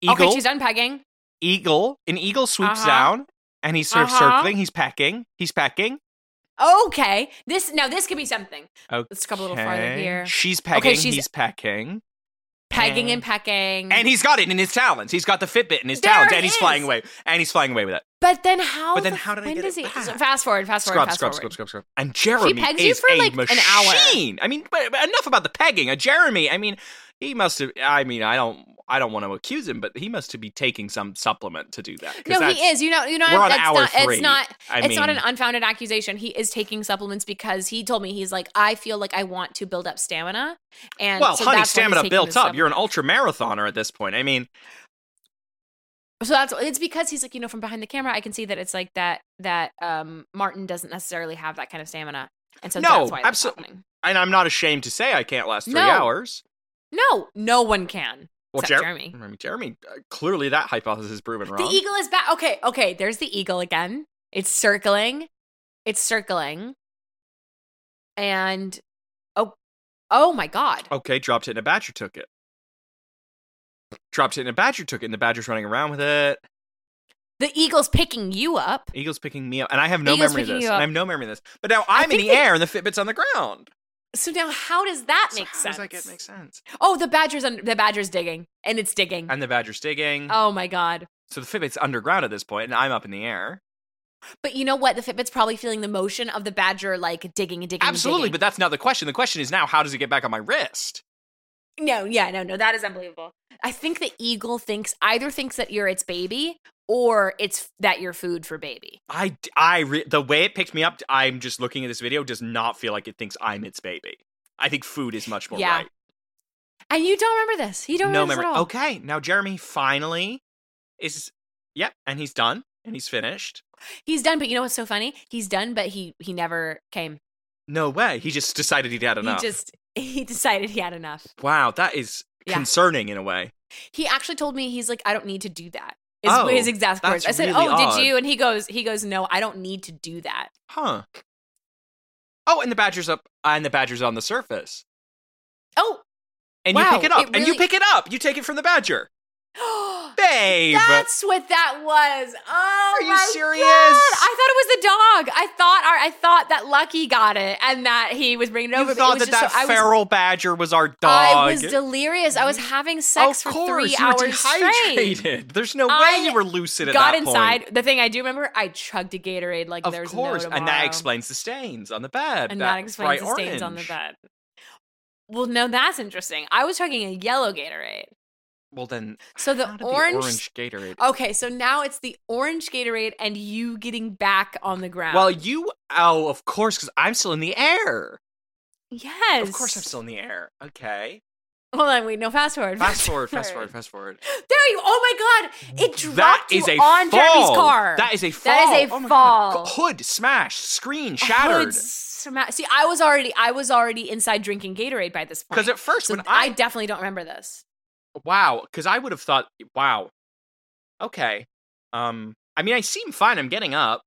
[SPEAKER 1] eagle.
[SPEAKER 3] Okay, she's unpegging.
[SPEAKER 1] Eagle. An eagle swoops
[SPEAKER 3] Uh-huh.
[SPEAKER 1] down, and he's sort of
[SPEAKER 3] Uh-huh.
[SPEAKER 1] circling. He's pecking. He's pecking.
[SPEAKER 3] Okay, this now this could be something.
[SPEAKER 1] Okay.
[SPEAKER 3] Let's come a little farther here.
[SPEAKER 1] She's pecking.
[SPEAKER 3] she's-
[SPEAKER 1] he's pecking.
[SPEAKER 3] Pegging and
[SPEAKER 1] And-
[SPEAKER 3] pecking.
[SPEAKER 1] And he's got it in his talons. He's got the Fitbit in his
[SPEAKER 3] There
[SPEAKER 1] talons,
[SPEAKER 3] it
[SPEAKER 1] and he's
[SPEAKER 3] is.
[SPEAKER 1] flying away. And he's flying away with it.
[SPEAKER 3] But then how?
[SPEAKER 1] But then
[SPEAKER 3] the-
[SPEAKER 1] how did I
[SPEAKER 3] when
[SPEAKER 1] get
[SPEAKER 3] does
[SPEAKER 1] it
[SPEAKER 3] he-
[SPEAKER 1] back?
[SPEAKER 3] Fast forward. Fast forward.
[SPEAKER 1] Scrub,
[SPEAKER 3] fast
[SPEAKER 1] scrub,
[SPEAKER 3] forward.
[SPEAKER 1] scrub, scrub, scrub. And Jeremy
[SPEAKER 3] pegs
[SPEAKER 1] is
[SPEAKER 3] you for,
[SPEAKER 1] a
[SPEAKER 3] like, an hour.
[SPEAKER 1] machine. I mean, but, but enough about the pegging. A Jeremy. I mean, he must have. I mean, I don't. I don't want to accuse him, but he must be taking some supplement to do that. 'cause
[SPEAKER 3] No, he
[SPEAKER 1] that's-
[SPEAKER 3] is. You know, you know,
[SPEAKER 1] We're on
[SPEAKER 3] that's
[SPEAKER 1] hour
[SPEAKER 3] not,
[SPEAKER 1] three.
[SPEAKER 3] it's not,
[SPEAKER 1] I
[SPEAKER 3] it's not an
[SPEAKER 1] mean-
[SPEAKER 3] unfounded accusation. He is taking supplements because he told me he's like, I feel like I want to build up stamina, and
[SPEAKER 1] Well,
[SPEAKER 3] so that's why
[SPEAKER 1] honey,
[SPEAKER 3] he's
[SPEAKER 1] stamina
[SPEAKER 3] taking
[SPEAKER 1] built
[SPEAKER 3] this
[SPEAKER 1] up. You're an
[SPEAKER 3] supplement.
[SPEAKER 1] ultra marathoner at this point. I mean,
[SPEAKER 3] So that's it's because he's like, you know, from behind the camera, I can see that it's like that that um Martin doesn't necessarily have that kind of stamina, and so
[SPEAKER 1] No,
[SPEAKER 3] that's why that's
[SPEAKER 1] abso-
[SPEAKER 3] happening.
[SPEAKER 1] and I'm not ashamed to say I can't last three
[SPEAKER 3] No.
[SPEAKER 1] hours.
[SPEAKER 3] No, no one can.
[SPEAKER 1] Well,
[SPEAKER 3] Except
[SPEAKER 1] Jer-
[SPEAKER 3] Jeremy.
[SPEAKER 1] I mean, Jeremy, uh, clearly that hypothesis is proven wrong.
[SPEAKER 3] The eagle is back. Okay, okay. There's the eagle again. It's circling. It's circling. and oh, oh my God.
[SPEAKER 1] Okay, dropped it and a badger took it. Dropped it and a badger took it, and the badger's running around with it.
[SPEAKER 3] The eagle's picking you up.
[SPEAKER 1] Eagle's picking me up, and I have no
[SPEAKER 3] Eagle's
[SPEAKER 1] memory of
[SPEAKER 3] picking
[SPEAKER 1] this.
[SPEAKER 3] you
[SPEAKER 1] and I
[SPEAKER 3] up.
[SPEAKER 1] have no memory of this. But now I'm in
[SPEAKER 3] think
[SPEAKER 1] the
[SPEAKER 3] they-
[SPEAKER 1] air, and the Fitbit's on the ground.
[SPEAKER 3] So now, how does that
[SPEAKER 1] So
[SPEAKER 3] make
[SPEAKER 1] how
[SPEAKER 3] sense?
[SPEAKER 1] Does that get- make sense?
[SPEAKER 3] oh, the badger's under, the badger's digging, and it's digging.
[SPEAKER 1] And the badger's digging.
[SPEAKER 3] Mm. oh my God.
[SPEAKER 1] So the Fitbit's underground at this point, and I'm up in the air.
[SPEAKER 3] But you know what? The Fitbit's probably feeling the motion of the badger like digging and digging. and
[SPEAKER 1] Absolutely,
[SPEAKER 3] digging.
[SPEAKER 1] but that's not the question. The question is now, how does it get back on my wrist?
[SPEAKER 3] No, yeah, no, no, that is unbelievable. I think the eagle thinks either thinks that you're its baby or it's that you're food for baby.
[SPEAKER 1] I, I re- the way it picked me up, I'm just looking at this video, does not feel like it thinks I'm its baby. I think food is much more
[SPEAKER 3] Yeah.
[SPEAKER 1] right.
[SPEAKER 3] And you don't remember this. You don't
[SPEAKER 1] no
[SPEAKER 3] remember
[SPEAKER 1] memory.
[SPEAKER 3] this at all.
[SPEAKER 1] Okay, now Jeremy finally is, yep, and he's done and he's finished.
[SPEAKER 3] He's done, but you know what's so funny? He's done, but he he never came.
[SPEAKER 1] No way. He just decided he'd had enough.
[SPEAKER 3] He just he decided he had enough.
[SPEAKER 1] wow, that is
[SPEAKER 3] Yeah.
[SPEAKER 1] concerning in a way.
[SPEAKER 3] He actually told me he's like, I don't need to do that. Is
[SPEAKER 1] Oh,
[SPEAKER 3] his exact words.
[SPEAKER 1] that's
[SPEAKER 3] I said,
[SPEAKER 1] really
[SPEAKER 3] Oh,
[SPEAKER 1] odd.
[SPEAKER 3] did you? And he goes, he goes, No, I don't need to do that.
[SPEAKER 1] Huh. Oh, and the badger's up, and the badger's on the surface.
[SPEAKER 3] Oh,
[SPEAKER 1] And you
[SPEAKER 3] Wow,
[SPEAKER 1] pick it up,
[SPEAKER 3] it
[SPEAKER 1] and you
[SPEAKER 3] really-
[SPEAKER 1] pick it up. You take it from the badger. Babe.
[SPEAKER 3] That's what that was. Oh,
[SPEAKER 1] Are you
[SPEAKER 3] my
[SPEAKER 1] serious?
[SPEAKER 3] God. I thought it was the dog. I thought our, I thought that Lucky got it and that he was bringing it
[SPEAKER 1] you
[SPEAKER 3] over. but
[SPEAKER 1] thought
[SPEAKER 3] it was
[SPEAKER 1] that
[SPEAKER 3] just
[SPEAKER 1] that
[SPEAKER 3] so- I was-
[SPEAKER 1] feral badger was our dog.
[SPEAKER 3] I was delirious. I was having sex for
[SPEAKER 1] of course,
[SPEAKER 3] three
[SPEAKER 1] you were
[SPEAKER 3] hours
[SPEAKER 1] dehydrated.
[SPEAKER 3] straight.
[SPEAKER 1] There's no way
[SPEAKER 3] I
[SPEAKER 1] you were lucid at
[SPEAKER 3] Got
[SPEAKER 1] that
[SPEAKER 3] inside.
[SPEAKER 1] point.
[SPEAKER 3] The thing I do remember, I chugged a Gatorade like
[SPEAKER 1] Of
[SPEAKER 3] there's
[SPEAKER 1] course,
[SPEAKER 3] no tomorrow.
[SPEAKER 1] and that explains the stains on the bed.
[SPEAKER 3] and that,
[SPEAKER 1] bright
[SPEAKER 3] explains the stains on the
[SPEAKER 1] orange.
[SPEAKER 3] bed. Well, no, that's interesting. I was chugging a yellow Gatorade.
[SPEAKER 1] Well, then
[SPEAKER 3] So the
[SPEAKER 1] how did
[SPEAKER 3] orange-
[SPEAKER 1] orange Gatorade.
[SPEAKER 3] Okay, so now it's the orange Gatorade and you getting back on the ground.
[SPEAKER 1] Well, you. Oh, of course, because I'm still in the air.
[SPEAKER 3] yes,
[SPEAKER 1] Of course, I'm still in the air. Okay.
[SPEAKER 3] Hold on, wait, no, fast forward.
[SPEAKER 1] Fast forward. Fast forward. Fast forward.
[SPEAKER 3] There you oh my god, it dropped
[SPEAKER 1] That
[SPEAKER 3] you
[SPEAKER 1] is a
[SPEAKER 3] on
[SPEAKER 1] fall.
[SPEAKER 3] Jeremy's car.
[SPEAKER 1] That is a fall.
[SPEAKER 3] That is a
[SPEAKER 1] Oh my God.
[SPEAKER 3] fall.
[SPEAKER 1] Hood smash, screen
[SPEAKER 3] A hood
[SPEAKER 1] shattered.
[SPEAKER 3] sma- See, I was already I was already inside drinking Gatorade by this point.
[SPEAKER 1] Because at first,
[SPEAKER 3] So
[SPEAKER 1] when
[SPEAKER 3] I
[SPEAKER 1] I
[SPEAKER 3] definitely don't remember this.
[SPEAKER 1] wow, because I would have thought, wow, okay, um, I mean, I seem fine. I'm getting up.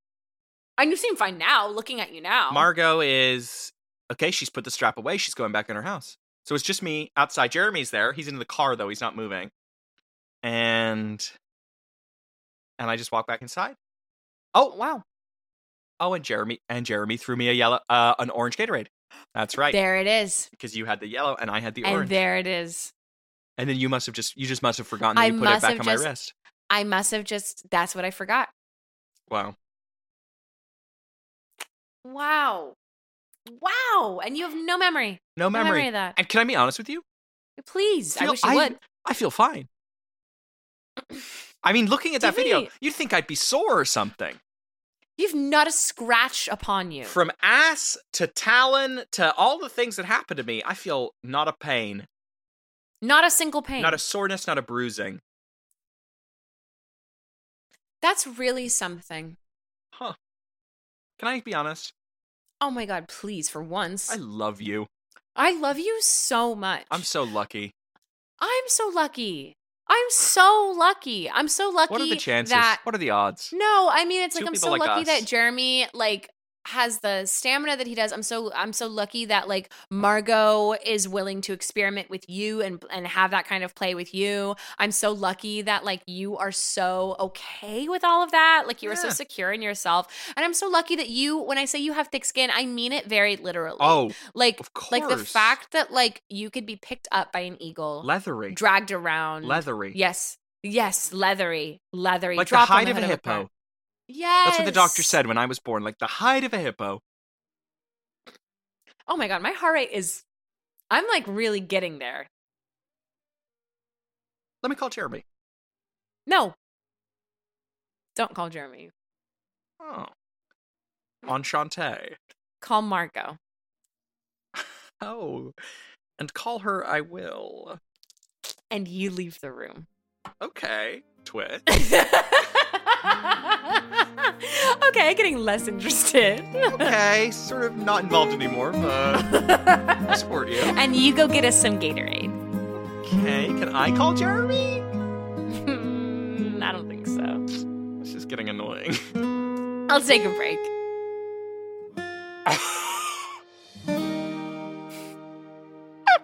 [SPEAKER 3] I you seem fine now, looking at you now.
[SPEAKER 1] Margot is okay. She's put the strap away. She's going back in her house. So it's just me outside. Jeremy's there. He's in the car though. He's not moving. And and I just walk back inside. Oh wow. Oh, and Jeremy and Jeremy threw me a yellow, uh, an orange Gatorade. That's right,
[SPEAKER 3] There it is.
[SPEAKER 1] because you had the yellow and I had the
[SPEAKER 3] and
[SPEAKER 1] orange.
[SPEAKER 3] there it is.
[SPEAKER 1] and then you must have just you just must have forgotten that
[SPEAKER 3] I
[SPEAKER 1] you put it
[SPEAKER 3] must
[SPEAKER 1] back
[SPEAKER 3] have
[SPEAKER 1] on
[SPEAKER 3] just-
[SPEAKER 1] my wrist.
[SPEAKER 3] I must have just that's what I forgot.
[SPEAKER 1] Wow.
[SPEAKER 3] Wow. Wow. And you have no memory.
[SPEAKER 1] No
[SPEAKER 3] No
[SPEAKER 1] memory.
[SPEAKER 3] memory of that.
[SPEAKER 1] And can I be honest with you?
[SPEAKER 3] Please. I
[SPEAKER 1] Feel-
[SPEAKER 3] wish you
[SPEAKER 1] I-
[SPEAKER 3] would.
[SPEAKER 1] I feel fine. I mean, looking at that
[SPEAKER 3] Didn't
[SPEAKER 1] video,
[SPEAKER 3] he-
[SPEAKER 1] you'd think I'd be sore or something.
[SPEAKER 3] You've not a scratch upon you.
[SPEAKER 1] From ass to talon to all the things that happened to me, I feel not a pain,
[SPEAKER 3] not a single pain.
[SPEAKER 1] not a soreness, not a bruising.
[SPEAKER 3] That's really something.
[SPEAKER 1] Huh. Can I be honest?
[SPEAKER 3] Oh my god, please, for once.
[SPEAKER 1] I
[SPEAKER 3] I,
[SPEAKER 1] love you.
[SPEAKER 3] love you so much.
[SPEAKER 1] I'm so lucky.
[SPEAKER 3] I'm so lucky. I'm so lucky. I'm so lucky
[SPEAKER 1] What are the chances?
[SPEAKER 3] that
[SPEAKER 1] What are the odds?
[SPEAKER 3] No, I mean it's
[SPEAKER 1] Two
[SPEAKER 3] like I'm
[SPEAKER 1] people
[SPEAKER 3] so
[SPEAKER 1] like
[SPEAKER 3] lucky
[SPEAKER 1] us.
[SPEAKER 3] that Jeremy like has the stamina that he does. I'm so I'm so lucky that like Margot is willing to experiment with you and and have that kind of play with you. I'm so lucky that like you are so okay with all of that. Like you are so
[SPEAKER 1] Yeah.
[SPEAKER 3] secure in yourself. And I'm so lucky that you when I say you have thick skin, I mean it very literally.
[SPEAKER 1] Oh,
[SPEAKER 3] like
[SPEAKER 1] of
[SPEAKER 3] like the
[SPEAKER 1] course.
[SPEAKER 3] fact that like you could be picked up by an eagle,
[SPEAKER 1] leathery.
[SPEAKER 3] dragged around.
[SPEAKER 1] Leathery.
[SPEAKER 3] Yes. Yes, leathery, leathery.
[SPEAKER 1] Like the
[SPEAKER 3] dropped on
[SPEAKER 1] hide of a
[SPEAKER 3] head
[SPEAKER 1] hippo.
[SPEAKER 3] bird. Yes.
[SPEAKER 1] That's what the doctor said when I was born. Like the hide of a hippo.
[SPEAKER 3] Oh my god, my heart rate is I'm like really getting there.
[SPEAKER 1] Let me call Jeremy.
[SPEAKER 3] No. Don't call Jeremy.
[SPEAKER 1] Oh. Enchante.
[SPEAKER 3] Call Marco.
[SPEAKER 1] Oh, and call her I will.
[SPEAKER 3] And you leave the room.
[SPEAKER 1] Okay, twit.
[SPEAKER 3] okay, getting less interested.
[SPEAKER 1] okay, sort of not involved anymore, but I support you.
[SPEAKER 3] and you go get us some Gatorade.
[SPEAKER 1] Okay, can I call Jeremy?
[SPEAKER 3] Mm, I don't think so.
[SPEAKER 1] This is getting annoying.
[SPEAKER 3] I'll take a break.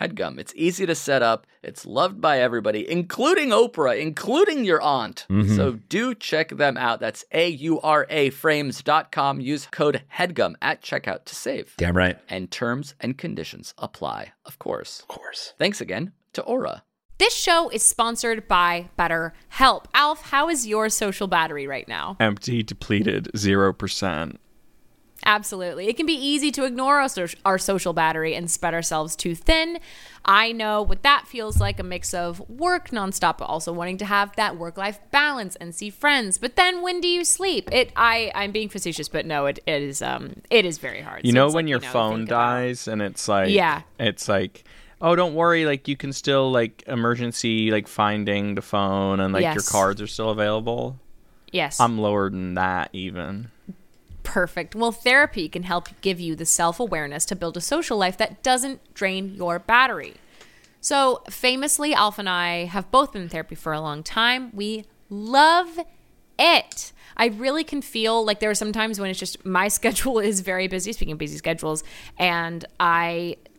[SPEAKER 4] HEADGUM. It's easy to set up, it's loved by everybody, including Oprah, including your aunt.
[SPEAKER 5] Mm-hmm.
[SPEAKER 4] So do check them out. That's A U R A frames.com. Use code HEADGUM at checkout to save.
[SPEAKER 5] Damn right.
[SPEAKER 4] And terms and conditions apply, of course.
[SPEAKER 5] Of course.
[SPEAKER 4] Thanks again to Aura.
[SPEAKER 3] This show is sponsored by BetterHelp. Alf, how is your social battery right now?
[SPEAKER 6] Empty, depleted, 0%.
[SPEAKER 3] Absolutely. It can be easy to ignore our, soc- our social battery and spread ourselves too thin. I know what that feels like a mix of work nonstop, but also wanting to have that work life balance and see friends. But then when do you sleep? It I, I'm being facetious, but no, it, it is um it is very hard.
[SPEAKER 6] You
[SPEAKER 3] So
[SPEAKER 6] know
[SPEAKER 3] it's
[SPEAKER 6] when
[SPEAKER 3] like,
[SPEAKER 6] your
[SPEAKER 3] you
[SPEAKER 6] phone
[SPEAKER 3] think about-
[SPEAKER 6] dies and it's like
[SPEAKER 3] Yeah.
[SPEAKER 6] it's like oh don't worry like you can still like emergency like finding the phone and like your
[SPEAKER 3] Yes.
[SPEAKER 6] cards are still available.
[SPEAKER 3] Yes.
[SPEAKER 6] I'm lower than that even.
[SPEAKER 3] Perfect. Well, therapy can help give you the self awareness to build a social life that doesn't drain your battery. So, famously, Alf and I have both been in therapy for a long time. We love it. I really can feel like there are some times when it's just my schedule is very busy, speaking of busy schedules, and I.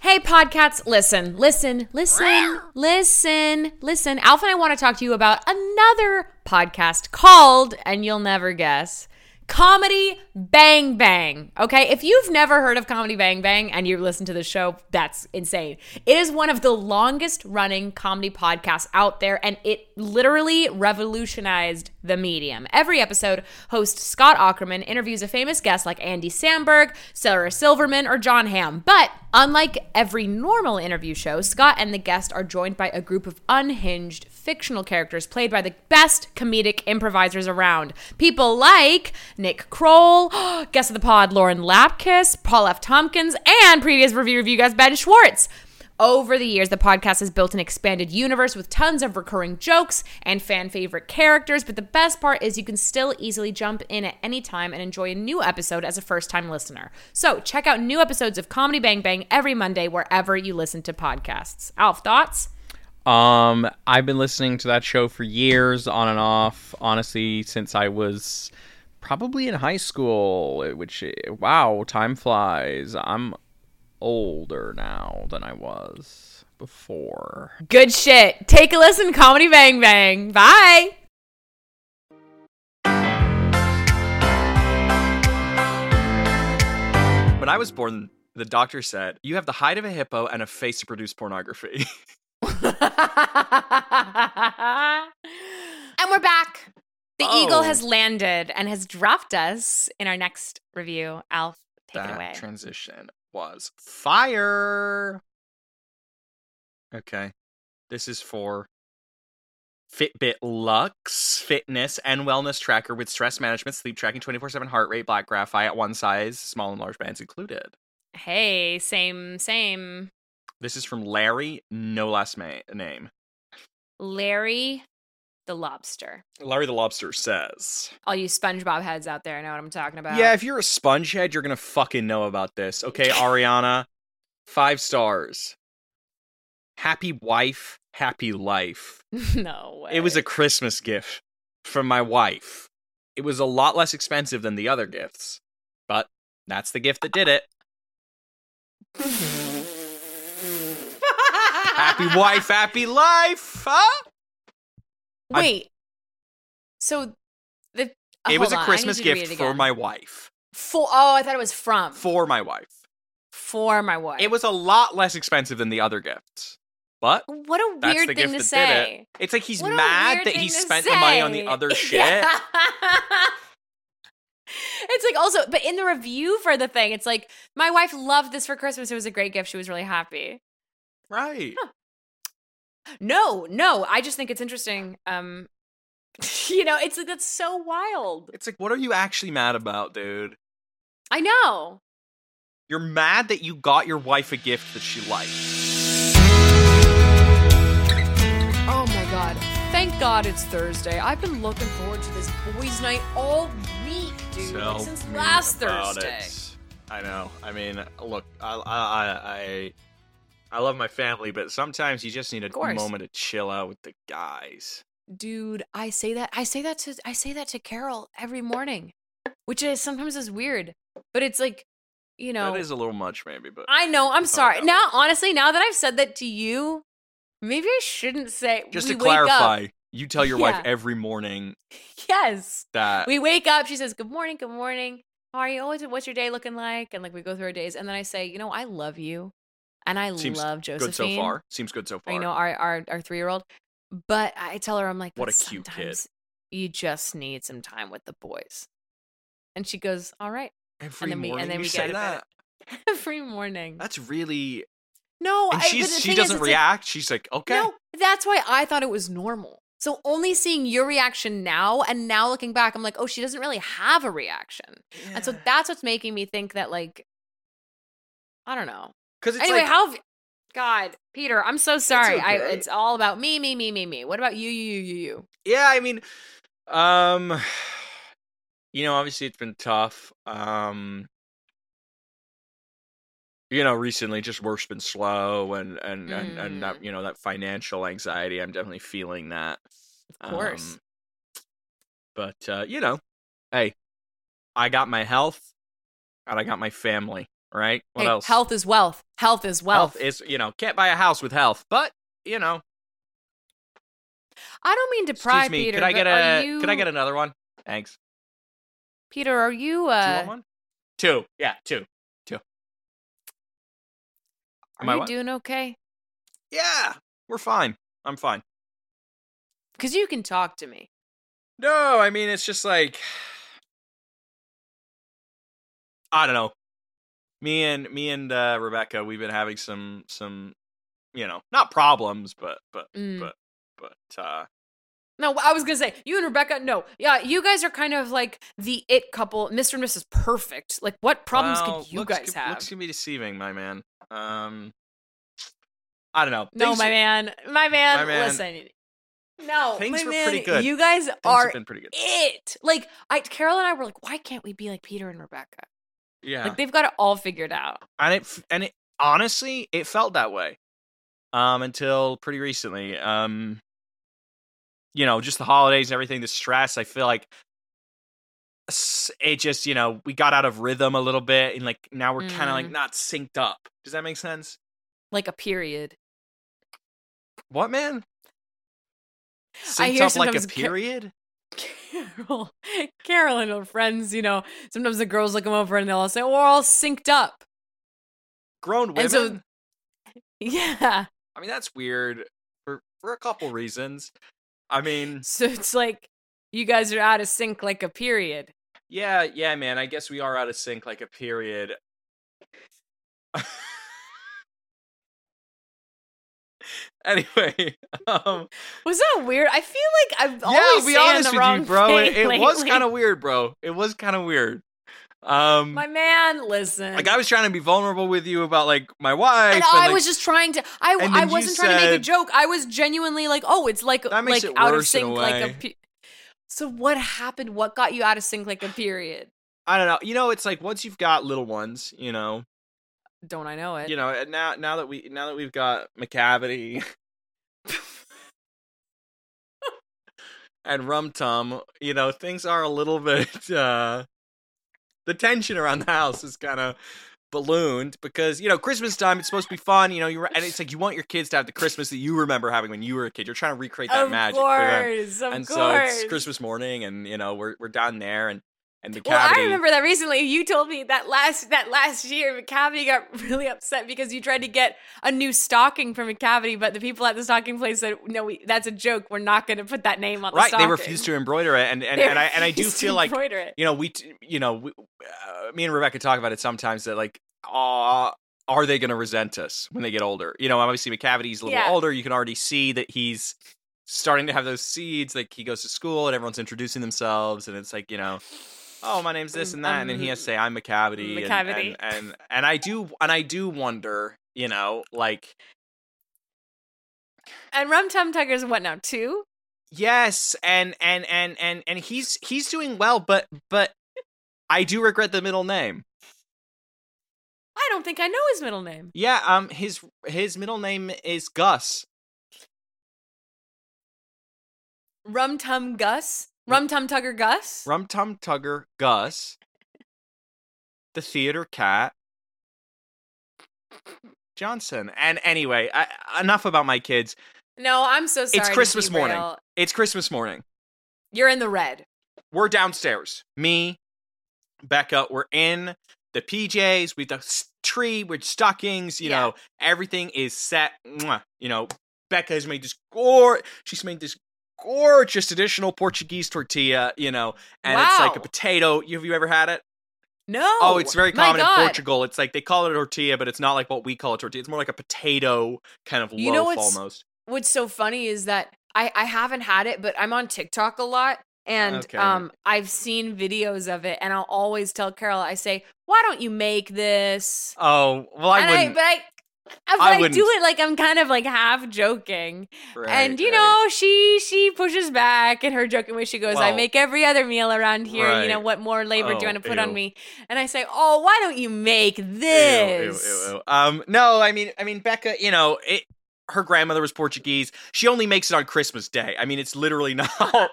[SPEAKER 3] Hey, podcasts, listen, listen, listen, listen, listen. Alf and I want to talk to you about another podcast called, and you'll never guess, Comedy Bang Bang. Okay, if you've never heard of Comedy Bang Bang and you listen to the show, that's insane. It is one of the longest running comedy podcasts out there, and it literally revolutionized the medium. Every episode, host Scott Ackerman interviews a famous guest like Andy Samberg, Sarah Silverman, or John Hamm. But unlike every normal interview show, Scott and the guest are joined by a group of unhinged fictional characters played by the best comedic improvisers around. People like Nick Kroll, guest of the pod Lauren Lapkus, Paul F. Tompkins, and previous review review guest Ben Schwartz. Over the years, the podcast has built an expanded universe with tons of recurring jokes and fan favorite characters. But the best part is you can still easily jump in at any time and enjoy a new episode as a first time listener. So check out new episodes of Comedy Bang Bang every Monday wherever you listen to podcasts. Alf, thoughts?
[SPEAKER 6] Um, I've been listening to that show for years, on and off. Honestly, since I was probably in high school. eh, Which, wow, time flies. I'm older now than I was before.
[SPEAKER 3] Good shit. Take a listen, Comedy Bang Bang. Bye.
[SPEAKER 1] When I was born, the doctor said, You have the height of a hippo and a face to produce pornography.
[SPEAKER 3] and we're back. The eagle
[SPEAKER 1] Oh.
[SPEAKER 3] has landed and has dropped us in our next review. Alf, take it away.
[SPEAKER 1] that transition was fire. Okay. This is for Fitbit Lux fitness and wellness tracker with stress management, sleep tracking, 24 7 heart rate, black graphite, one size, small and large bands included.
[SPEAKER 3] hey, same, same.
[SPEAKER 1] This is from Larry, no last ma- name.
[SPEAKER 3] Larry the lobster.
[SPEAKER 1] Larry the Lobster says.
[SPEAKER 3] All you SpongeBob heads out there know what I'm talking about.
[SPEAKER 1] Yeah, if you're a sponge head, you're gonna fucking know about this. Okay, Ariana, five stars. Happy wife, happy life.
[SPEAKER 3] no way.
[SPEAKER 1] It was a Christmas gift from my wife. It was a lot less expensive than the other gifts, but that's the gift that did it. Happy wife, happy life. Huh? I-
[SPEAKER 3] Wait. So the
[SPEAKER 1] It
[SPEAKER 3] hold
[SPEAKER 1] was
[SPEAKER 3] on,
[SPEAKER 1] a
[SPEAKER 3] I need
[SPEAKER 1] Christmas
[SPEAKER 3] you to read
[SPEAKER 1] gift
[SPEAKER 3] it
[SPEAKER 1] for
[SPEAKER 3] again.
[SPEAKER 1] my wife.
[SPEAKER 3] For oh, I thought it was from for,
[SPEAKER 1] For my wife.
[SPEAKER 3] my wife.
[SPEAKER 1] It was a lot less expensive than the other gifts, but
[SPEAKER 3] what a
[SPEAKER 1] That's
[SPEAKER 3] weird
[SPEAKER 1] the
[SPEAKER 3] thing
[SPEAKER 1] gift
[SPEAKER 3] to
[SPEAKER 1] that did it.
[SPEAKER 3] say.
[SPEAKER 1] It's like he's
[SPEAKER 3] What a
[SPEAKER 1] mad
[SPEAKER 3] weird
[SPEAKER 1] that
[SPEAKER 3] thing
[SPEAKER 1] he
[SPEAKER 3] to
[SPEAKER 1] spent the money on
[SPEAKER 3] say.
[SPEAKER 1] the other
[SPEAKER 3] Yeah.
[SPEAKER 1] shit.
[SPEAKER 3] it's like also, but in the review for the thing, it's like my wife loved this for Christmas. It was a great gift. She was really happy.
[SPEAKER 1] Right.
[SPEAKER 3] No, no, I just think it's interesting. Um, you know, it's like that's so wild.
[SPEAKER 1] It's like, what are you actually mad about, dude?
[SPEAKER 3] I know.
[SPEAKER 1] You're mad that you got your wife a gift that she liked.
[SPEAKER 3] Oh my god! Thank God it's Thursday. I've been looking forward to this boys' night all week, dude,
[SPEAKER 1] Tell
[SPEAKER 3] since
[SPEAKER 1] me
[SPEAKER 3] last
[SPEAKER 1] about
[SPEAKER 3] Thursday.
[SPEAKER 1] it. I know. I mean, look, I, I, I, I love my family, but sometimes you just need a
[SPEAKER 3] course.
[SPEAKER 1] moment to chill out with the guys.
[SPEAKER 3] dude i say that i say that to i say that to carol every morning which is sometimes is weird but it's like you know
[SPEAKER 1] That is a little much, maybe, but
[SPEAKER 3] i know i'm sorry
[SPEAKER 1] no.
[SPEAKER 3] now honestly now that i've said that to you maybe i shouldn't say
[SPEAKER 1] just
[SPEAKER 3] we
[SPEAKER 1] to
[SPEAKER 3] wake up-
[SPEAKER 1] clarify, you tell your wife
[SPEAKER 3] Yeah.
[SPEAKER 1] every morning
[SPEAKER 3] yes
[SPEAKER 1] that
[SPEAKER 3] we wake up she says good morning good morning how are you always what's your day looking like and like we go through our days and then i say you know i love you and i
[SPEAKER 1] Seems
[SPEAKER 3] love josephine
[SPEAKER 1] good so far. Seems good so
[SPEAKER 3] or,
[SPEAKER 1] far.
[SPEAKER 3] you know our our, our three year old but i tell her i'm like
[SPEAKER 1] What
[SPEAKER 3] "But
[SPEAKER 1] a cute kid."
[SPEAKER 3] sometimes you just need some time with the boys and she goes all right
[SPEAKER 1] every
[SPEAKER 3] then we- and
[SPEAKER 1] morning
[SPEAKER 3] then
[SPEAKER 1] you
[SPEAKER 3] we get
[SPEAKER 1] say
[SPEAKER 3] it
[SPEAKER 1] that.
[SPEAKER 3] back. every morning
[SPEAKER 1] That's really
[SPEAKER 3] no
[SPEAKER 1] and
[SPEAKER 3] I, but
[SPEAKER 1] she's
[SPEAKER 3] the
[SPEAKER 1] she
[SPEAKER 3] thing is,
[SPEAKER 1] doesn't
[SPEAKER 3] it's like-
[SPEAKER 1] react. she's like, okay,
[SPEAKER 3] no that's why i thought it was normal so only seeing your reaction now and now looking back i'm like oh she doesn't really have a reaction and so that's what's making me think that like i don't know
[SPEAKER 1] because it's
[SPEAKER 3] anyway,
[SPEAKER 1] like,
[SPEAKER 3] how? God, Peter, I'm so sorry. I,
[SPEAKER 1] okay.
[SPEAKER 3] it's all about me, me, me, me, me. What about you, you, you, you?
[SPEAKER 1] yeah, I mean, um, you know, obviously it's been tough. Um, you know, recently just work's been slow, and and and, and
[SPEAKER 3] Mm-hmm.
[SPEAKER 1] that you know that financial anxiety, I'm definitely feeling that.
[SPEAKER 3] Of course.
[SPEAKER 1] Um, but uh, you know, hey, I got my health, and I got my family. Right? What
[SPEAKER 3] Hey,
[SPEAKER 1] else?
[SPEAKER 3] Health is wealth. Health is wealth.
[SPEAKER 1] health is you know can't buy a house with health, but you know
[SPEAKER 3] I don't mean to pry,
[SPEAKER 1] Excuse me.
[SPEAKER 3] Peter.
[SPEAKER 1] could I
[SPEAKER 3] but
[SPEAKER 1] get
[SPEAKER 3] are
[SPEAKER 1] a?
[SPEAKER 3] You,
[SPEAKER 1] Could I get another one? Thanks.
[SPEAKER 3] Peter, are you?
[SPEAKER 1] Do you want
[SPEAKER 3] Uh,
[SPEAKER 1] one? Two. Yeah, two. Two. Am I
[SPEAKER 3] are you
[SPEAKER 1] what?
[SPEAKER 3] doing okay?
[SPEAKER 1] yeah, we're fine. I'm fine.
[SPEAKER 3] Because you can talk to me.
[SPEAKER 1] No, I mean it's just like I don't know. Me and me and uh, Rebecca, we've been having some some, you know, not problems, but but
[SPEAKER 3] Mm.
[SPEAKER 1] but but uh,
[SPEAKER 3] No, I was gonna say you and Rebecca. No, yeah, you guys are kind of like the it couple, Mr. and Mrs. Perfect. Like, what problems
[SPEAKER 1] well,
[SPEAKER 3] could you
[SPEAKER 1] looks
[SPEAKER 3] guys
[SPEAKER 1] could-
[SPEAKER 3] have?
[SPEAKER 1] Looks can be deceiving, my man. Um, I don't know.
[SPEAKER 3] no,
[SPEAKER 1] Things-
[SPEAKER 3] my man, my man,
[SPEAKER 1] My man.
[SPEAKER 3] Listen, no,
[SPEAKER 1] Things
[SPEAKER 3] my
[SPEAKER 1] were
[SPEAKER 3] man,
[SPEAKER 1] pretty good.
[SPEAKER 3] You guys
[SPEAKER 1] things
[SPEAKER 3] are
[SPEAKER 1] have been pretty good.
[SPEAKER 3] it. Like I Carol and I were like, why can't we be like Peter and Rebecca?
[SPEAKER 1] Yeah,
[SPEAKER 3] Like they've got it all figured out.
[SPEAKER 1] and it f- and it honestly, it felt that way. um, until pretty recently. Um, you know, just the holidays and everything, the stress. I feel like s- it just, you know, we got out of rhythm a little bit, and like now we're kind of like
[SPEAKER 3] Mm.
[SPEAKER 1] not synced up. Does that make sense?
[SPEAKER 3] Like a period.
[SPEAKER 1] What man?
[SPEAKER 3] I
[SPEAKER 1] Synced
[SPEAKER 3] hear
[SPEAKER 1] up like a
[SPEAKER 3] sometimes ca-
[SPEAKER 1] period.
[SPEAKER 3] Carol, Carol and her friends, you know, sometimes the girls look them over and they'll all say, we're all synced up.
[SPEAKER 1] Grown women.
[SPEAKER 3] And so- Yeah.
[SPEAKER 1] I mean, that's weird for for a couple reasons. I mean,
[SPEAKER 3] So it's like you guys are out of sync like a period.
[SPEAKER 1] Yeah, yeah, man. I guess we are out of sync, like a period. anyway, um,
[SPEAKER 3] Was that weird? I feel like I've
[SPEAKER 1] yeah,
[SPEAKER 3] always
[SPEAKER 1] I'll be
[SPEAKER 3] saying
[SPEAKER 1] honest
[SPEAKER 3] the
[SPEAKER 1] with
[SPEAKER 3] wrong
[SPEAKER 1] you, bro. It,
[SPEAKER 3] thing
[SPEAKER 1] it was
[SPEAKER 3] lately.
[SPEAKER 1] kind of weird, bro. It was kind of weird. Um,
[SPEAKER 3] my man. Listen,
[SPEAKER 1] like I was trying to be vulnerable with you about like my wife,
[SPEAKER 3] and
[SPEAKER 1] and,
[SPEAKER 3] I
[SPEAKER 1] like,
[SPEAKER 3] was just trying to. I
[SPEAKER 1] And
[SPEAKER 3] I
[SPEAKER 1] then you
[SPEAKER 3] wasn't trying to make a
[SPEAKER 1] said-
[SPEAKER 3] joke. I was genuinely like, oh, it's like
[SPEAKER 1] That
[SPEAKER 3] like
[SPEAKER 1] makes it
[SPEAKER 3] out of
[SPEAKER 1] worse in a
[SPEAKER 3] sync, like
[SPEAKER 1] way.
[SPEAKER 3] a. Pe- so what happened? What got you out of sync like a period?
[SPEAKER 1] I don't know. You know, it's like once you've got little ones, you know,
[SPEAKER 3] Don't I know it?
[SPEAKER 1] you know, and now now that we now that we've got McCavity and Rum Tum, you know, things are a little bit uh the tension around the house is kind of ballooned because you know Christmas time it's supposed to be fun, you know, you are and it's like you want your kids to have the Christmas that you remember having when you were a kid. You're trying to recreate that
[SPEAKER 3] of
[SPEAKER 1] magic for them.
[SPEAKER 3] course, of
[SPEAKER 1] and
[SPEAKER 3] course.
[SPEAKER 1] so it's Christmas morning and you know, we're we're down there and and McCavity
[SPEAKER 3] Well, I remember that recently. You told me that last that last year, McCavity got really upset because you tried to get a new stocking from McCavity, but the people at the stocking place said, "No, we, that's a joke. We're not going to put that name on the
[SPEAKER 1] right,
[SPEAKER 3] stocking."
[SPEAKER 1] they refuse to embroider it and and,
[SPEAKER 3] They
[SPEAKER 1] and I and I do
[SPEAKER 3] refused to
[SPEAKER 1] feel like
[SPEAKER 3] embroider it.
[SPEAKER 1] you know we t- you know we, uh, me and rebecca talk about it sometimes that like uh, are they going to resent us when they get older you know obviously mccavity's a little
[SPEAKER 3] Yeah.
[SPEAKER 1] older you can already see that he's starting to have those seeds like he goes to school and everyone's introducing themselves and it's like you know oh my name's
[SPEAKER 3] Mm,
[SPEAKER 1] this and that and then
[SPEAKER 3] um,
[SPEAKER 1] he has to say i'm mccavity, and-
[SPEAKER 3] McCavity.
[SPEAKER 1] And, and and i do and i do wonder you know like
[SPEAKER 3] And Rum Tum Tugger's what now? Two?
[SPEAKER 1] Yes, and and and and and he's he's doing well, but but I do regret the middle name.
[SPEAKER 3] I don't think I know his middle name.
[SPEAKER 1] Yeah, um, his his middle name is Gus.
[SPEAKER 3] Rum Tum Gus. Rum Tum Tugger Gus.
[SPEAKER 1] Rum Tum Tugger Gus, the theater cat Johnson. And anyway, I, enough about my kids.
[SPEAKER 3] No, I'm so sorry. to
[SPEAKER 1] Christmas
[SPEAKER 3] derail.
[SPEAKER 1] morning. It's Christmas morning.
[SPEAKER 3] You're in the red.
[SPEAKER 1] We're downstairs. Me, Becca, we're in the PJs. We've the s- tree. We're stockings. You
[SPEAKER 3] Yeah.
[SPEAKER 1] know, everything is set. Mwah. You know, Becca has made this gore. She's made this gorgeous traditional Portuguese tortilla. You know, and it's like a
[SPEAKER 3] Wow.
[SPEAKER 1] potato. You- Have you ever had it?
[SPEAKER 3] No.
[SPEAKER 1] Oh, it's very
[SPEAKER 3] my
[SPEAKER 1] common in
[SPEAKER 3] God.
[SPEAKER 1] Portugal. It's like they call it a tortilla, but it's not like what we call a tortilla. It's more like a potato kind of
[SPEAKER 3] You know
[SPEAKER 1] loaf
[SPEAKER 3] what's-
[SPEAKER 1] almost.
[SPEAKER 3] What's so funny is that I I haven't had it, but I'm on TikTok a lot. And
[SPEAKER 1] Okay.
[SPEAKER 3] um, I've seen videos of it, and I'll always tell Carol, I say, "Why don't you make this?"
[SPEAKER 1] Oh well, I
[SPEAKER 3] and
[SPEAKER 1] wouldn't.
[SPEAKER 3] I, but I, but
[SPEAKER 1] I
[SPEAKER 3] I,
[SPEAKER 1] wouldn't.
[SPEAKER 3] do it like I'm kind of like half joking. and
[SPEAKER 1] Right,
[SPEAKER 3] you
[SPEAKER 1] right.
[SPEAKER 3] know she she pushes back in her joking way she goes i
[SPEAKER 1] Well-
[SPEAKER 3] make every other meal around here you know
[SPEAKER 1] Right.
[SPEAKER 3] what more labor do
[SPEAKER 1] Oh,
[SPEAKER 3] you want to put on
[SPEAKER 1] ew.
[SPEAKER 3] me and i say oh why don't you make this
[SPEAKER 1] Ew, ew, ew, ew. Um, no, I mean, I mean, Becca, you know, it, her grandmother was Portuguese. She only makes it on Christmas Day. I mean, it's literally not.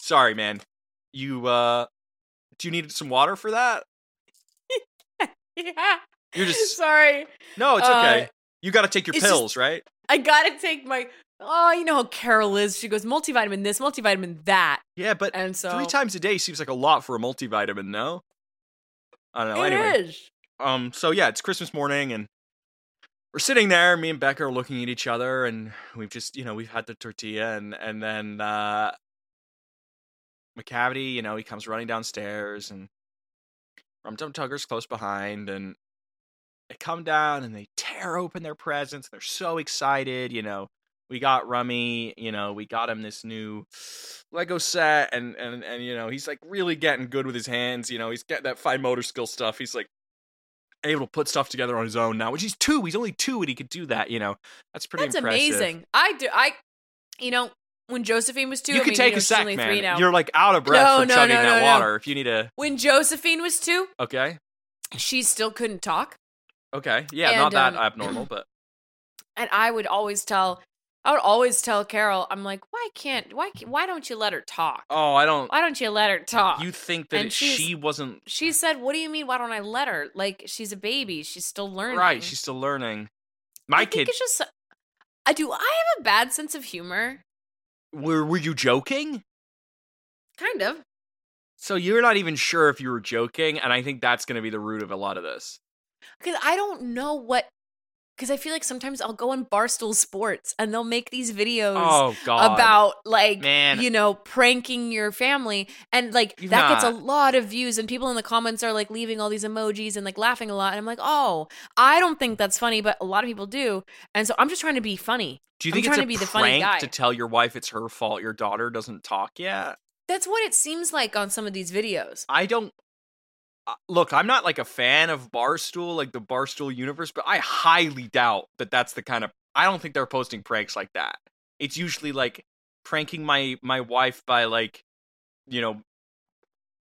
[SPEAKER 1] Sorry, man. You uh, do you need some water for that?
[SPEAKER 3] yeah
[SPEAKER 1] You're just
[SPEAKER 3] sorry
[SPEAKER 1] no, it's
[SPEAKER 3] uh,
[SPEAKER 1] okay. You got to take your
[SPEAKER 3] it's just-
[SPEAKER 1] pills, right?
[SPEAKER 3] i gotta take my oh you know how carol is she goes multivitamin this multivitamin that
[SPEAKER 1] Yeah, but
[SPEAKER 3] and so
[SPEAKER 1] three times a day seems like a lot for a multivitamin. No, I don't know.
[SPEAKER 3] It
[SPEAKER 1] anyway,
[SPEAKER 3] is.
[SPEAKER 1] um, so yeah, it's Christmas morning and. We're sitting there, me and Becca are looking at each other, and we've just, you know, we've had the tortilla, and and then uh, McCavity, you know, he comes running downstairs and Rum Tum Tugger's close behind and they come down and they tear open their presents. They're so excited, you know. We got Rummy, you know, we got him this new Lego set and and and you know, he's like really getting good with his hands, you know, he's got that fine motor skill stuff. He's like able to put stuff together on his own now, which he's two. He's only two and he could do that, you know. That's pretty
[SPEAKER 3] that's
[SPEAKER 1] impressive.
[SPEAKER 3] amazing i do i you know when josephine was two
[SPEAKER 1] You
[SPEAKER 3] I
[SPEAKER 1] could
[SPEAKER 3] mean,
[SPEAKER 1] take
[SPEAKER 3] know,
[SPEAKER 1] a
[SPEAKER 3] she's
[SPEAKER 1] sec,
[SPEAKER 3] only three now
[SPEAKER 1] man. You're like out of breath
[SPEAKER 3] No,
[SPEAKER 1] from
[SPEAKER 3] no,
[SPEAKER 1] chugging
[SPEAKER 3] no,
[SPEAKER 1] that
[SPEAKER 3] no, no.
[SPEAKER 1] water. If you need a
[SPEAKER 3] when josephine was two
[SPEAKER 1] okay,
[SPEAKER 3] she still couldn't talk
[SPEAKER 1] okay, yeah,
[SPEAKER 3] And,
[SPEAKER 1] not that
[SPEAKER 3] um,
[SPEAKER 1] abnormal, but
[SPEAKER 3] and I would always tell, I would always tell Carol, I'm like, why can't, why, ca- why don't you let her talk?
[SPEAKER 1] Oh, I don't.
[SPEAKER 3] Why don't you let her talk?
[SPEAKER 1] You think that
[SPEAKER 3] And
[SPEAKER 1] it-
[SPEAKER 3] she's-
[SPEAKER 1] she wasn't
[SPEAKER 3] she said, what do you mean? Why don't I let her? Like she's a baby. She's still learning.
[SPEAKER 1] right? She's still
[SPEAKER 3] I
[SPEAKER 1] learning. My
[SPEAKER 3] think
[SPEAKER 1] kid,
[SPEAKER 3] It's just, I do. I have a bad sense of humor.
[SPEAKER 1] were were you joking?
[SPEAKER 3] Kind of.
[SPEAKER 1] So you're not even sure if you were joking, and I think that's going to be the root of a lot of this.
[SPEAKER 3] Because I don't know what. Because I feel like sometimes I'll go on Barstool Sports and they'll make these videos
[SPEAKER 1] Oh God!
[SPEAKER 3] about like
[SPEAKER 1] Man.
[SPEAKER 3] you know pranking your family and like
[SPEAKER 1] You've
[SPEAKER 3] that gets a
[SPEAKER 1] not.
[SPEAKER 3] lot of views and people in the comments are like leaving all these emojis and like laughing a lot and I'm like oh I don't think that's funny but a lot of people do and so I'm just trying to be funny
[SPEAKER 1] do you
[SPEAKER 3] I'm
[SPEAKER 1] think it's
[SPEAKER 3] trying
[SPEAKER 1] a
[SPEAKER 3] to be the funny
[SPEAKER 1] prank
[SPEAKER 3] guy.
[SPEAKER 1] to tell your wife it's her fault your daughter doesn't talk yet?
[SPEAKER 3] that's what it seems like on some of these videos
[SPEAKER 1] I don't. uh, Look, I'm not like a fan of Barstool, like the Barstool universe, but I highly doubt that that's the kind of. I don't think they're posting pranks like that. It's usually like pranking my my wife by like, you know,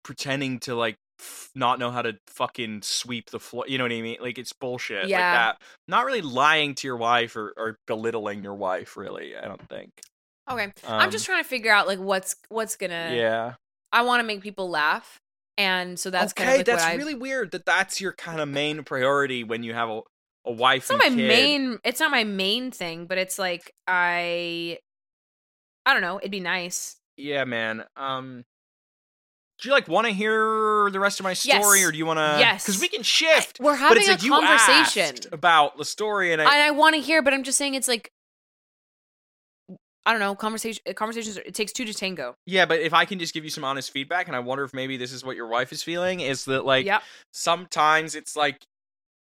[SPEAKER 1] pretending to like f- not know how to fucking sweep the floor. You know what I mean? Like it's bullshit like
[SPEAKER 3] Yeah.
[SPEAKER 1] that. Not really lying to your wife or, or belittling your wife. Really, I don't think.
[SPEAKER 3] okay
[SPEAKER 1] Um,
[SPEAKER 3] I'm just trying to figure out like what's what's gonna
[SPEAKER 1] Yeah.
[SPEAKER 3] I want to make people laugh and so that's
[SPEAKER 1] okay.
[SPEAKER 3] kind of like
[SPEAKER 1] that's
[SPEAKER 3] what I
[SPEAKER 1] really weird that that's your kind of main priority when you have a, a wife.
[SPEAKER 3] it's not my main it's not my main thing but it's like i i don't know it'd be nice
[SPEAKER 1] Yeah, man. Um, do you like want to hear the rest of my story,
[SPEAKER 3] Yes.
[SPEAKER 1] or do you want to?
[SPEAKER 3] Yes.
[SPEAKER 1] because we can shift.
[SPEAKER 3] we're
[SPEAKER 1] but
[SPEAKER 3] having
[SPEAKER 1] it's
[SPEAKER 3] a
[SPEAKER 1] like you
[SPEAKER 3] conversation
[SPEAKER 1] asked about the story, and I,
[SPEAKER 3] and i want to hear but i'm just saying it's like i don't know conversation conversations are- it takes two to tango
[SPEAKER 1] yeah, but if I can just give you some honest feedback, and I wonder if maybe this is what your wife is feeling, is that like
[SPEAKER 3] yeah
[SPEAKER 1] sometimes it's like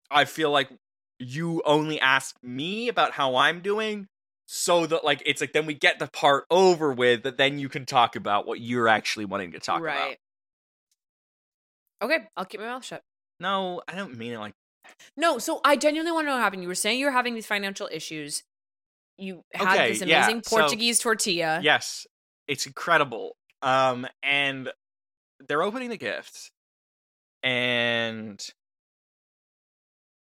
[SPEAKER 1] I feel like you only ask me about how I'm doing so that like it's like then we get the part over with that then you can talk about what you're actually wanting to talk about.
[SPEAKER 3] right okay i'll keep my mouth shut
[SPEAKER 1] No, I don't mean it like
[SPEAKER 3] no so i genuinely want to know what happened you were saying you were having these financial issues you had
[SPEAKER 1] Okay,
[SPEAKER 3] this
[SPEAKER 1] yeah,
[SPEAKER 3] amazing
[SPEAKER 1] so-
[SPEAKER 3] portuguese tortilla
[SPEAKER 1] yes. It's incredible. Um and they're opening the gifts and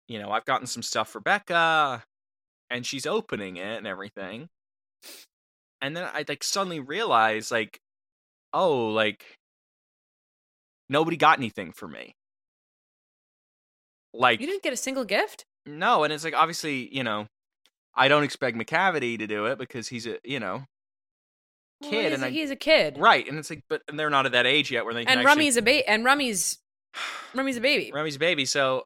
[SPEAKER 1] you know, I've gotten some stuff for Becca and she's opening it and everything. and then I like suddenly realized like, oh, like nobody got anything for me. Like
[SPEAKER 3] you didn't get a single gift
[SPEAKER 1] no, and it's like obviously you know, I don't expect McCavity to do it because he's a you know
[SPEAKER 3] Well,
[SPEAKER 1] kid
[SPEAKER 3] he's,
[SPEAKER 1] and
[SPEAKER 3] a,
[SPEAKER 1] I-
[SPEAKER 3] he's a kid
[SPEAKER 1] right, and it's like but and they're not at that age yet where they can
[SPEAKER 3] and
[SPEAKER 1] actually-
[SPEAKER 3] Rummy's a baby. And Rummy's Rummy's a baby.
[SPEAKER 1] Remy's a baby, so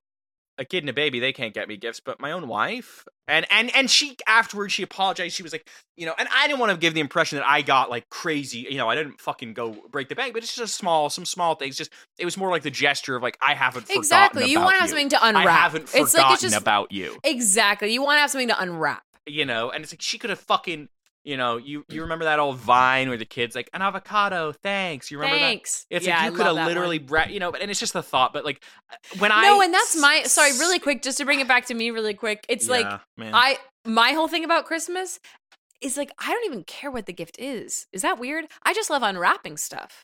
[SPEAKER 1] a kid and a baby, they can't get me gifts, but my own wife. And and and she afterwards she apologized. She was like, you know, and I didn't want to give the impression that I got like crazy, you know, I didn't fucking go break the bank, but it's just a small, some small things. Just it was more like the gesture of like I haven't forgotten
[SPEAKER 3] Exactly. You
[SPEAKER 1] want
[SPEAKER 3] want to have something to unwrap.
[SPEAKER 1] I haven't forgotten
[SPEAKER 3] it's like it's just
[SPEAKER 1] about you.
[SPEAKER 3] exactly. You want to have something to unwrap.
[SPEAKER 1] You know, and it's like she could have fucking you know, you you remember that old vine where the kids like an avocado, thanks. You remember
[SPEAKER 3] Thanks.
[SPEAKER 1] that? It's
[SPEAKER 3] yeah,
[SPEAKER 1] like
[SPEAKER 3] I
[SPEAKER 1] you could
[SPEAKER 3] love that
[SPEAKER 1] have literally,
[SPEAKER 3] one.
[SPEAKER 1] bra- you know, and it's just a thought. But like when I
[SPEAKER 3] No, and that's
[SPEAKER 1] s-
[SPEAKER 3] my sorry. Really quick, just to bring it back to me, really quick. It's like
[SPEAKER 1] Yeah, man.
[SPEAKER 3] I my whole thing about Christmas is like I don't even care what the gift is. Is that weird? I just love unwrapping stuff.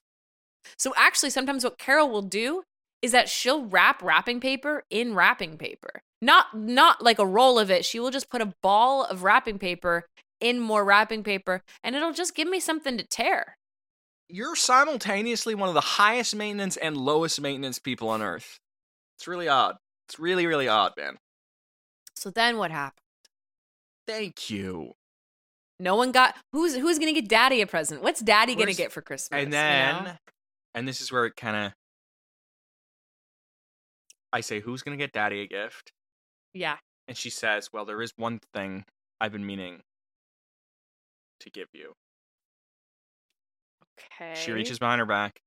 [SPEAKER 3] So actually sometimes what Carol will do is that she'll wrap wrapping paper in wrapping paper. Not not like a roll of it. She will just put a ball of wrapping paper in more wrapping paper and it'll just give me something to tear.
[SPEAKER 1] you're simultaneously one of the highest maintenance and lowest maintenance people on earth. It's really odd. It's really, really odd, man.
[SPEAKER 3] So then what happened?
[SPEAKER 1] Thank you.
[SPEAKER 3] No one got who's who's going to get daddy a present? What's daddy going to
[SPEAKER 1] Where's-
[SPEAKER 3] get for Christmas?
[SPEAKER 1] And
[SPEAKER 3] you know?
[SPEAKER 1] then, and this is where it kind of, I say, who's going to get daddy a gift?
[SPEAKER 3] yeah.
[SPEAKER 1] And she says, well, there is one thing I've been meaning to give you.
[SPEAKER 3] Okay.
[SPEAKER 1] She reaches behind her back.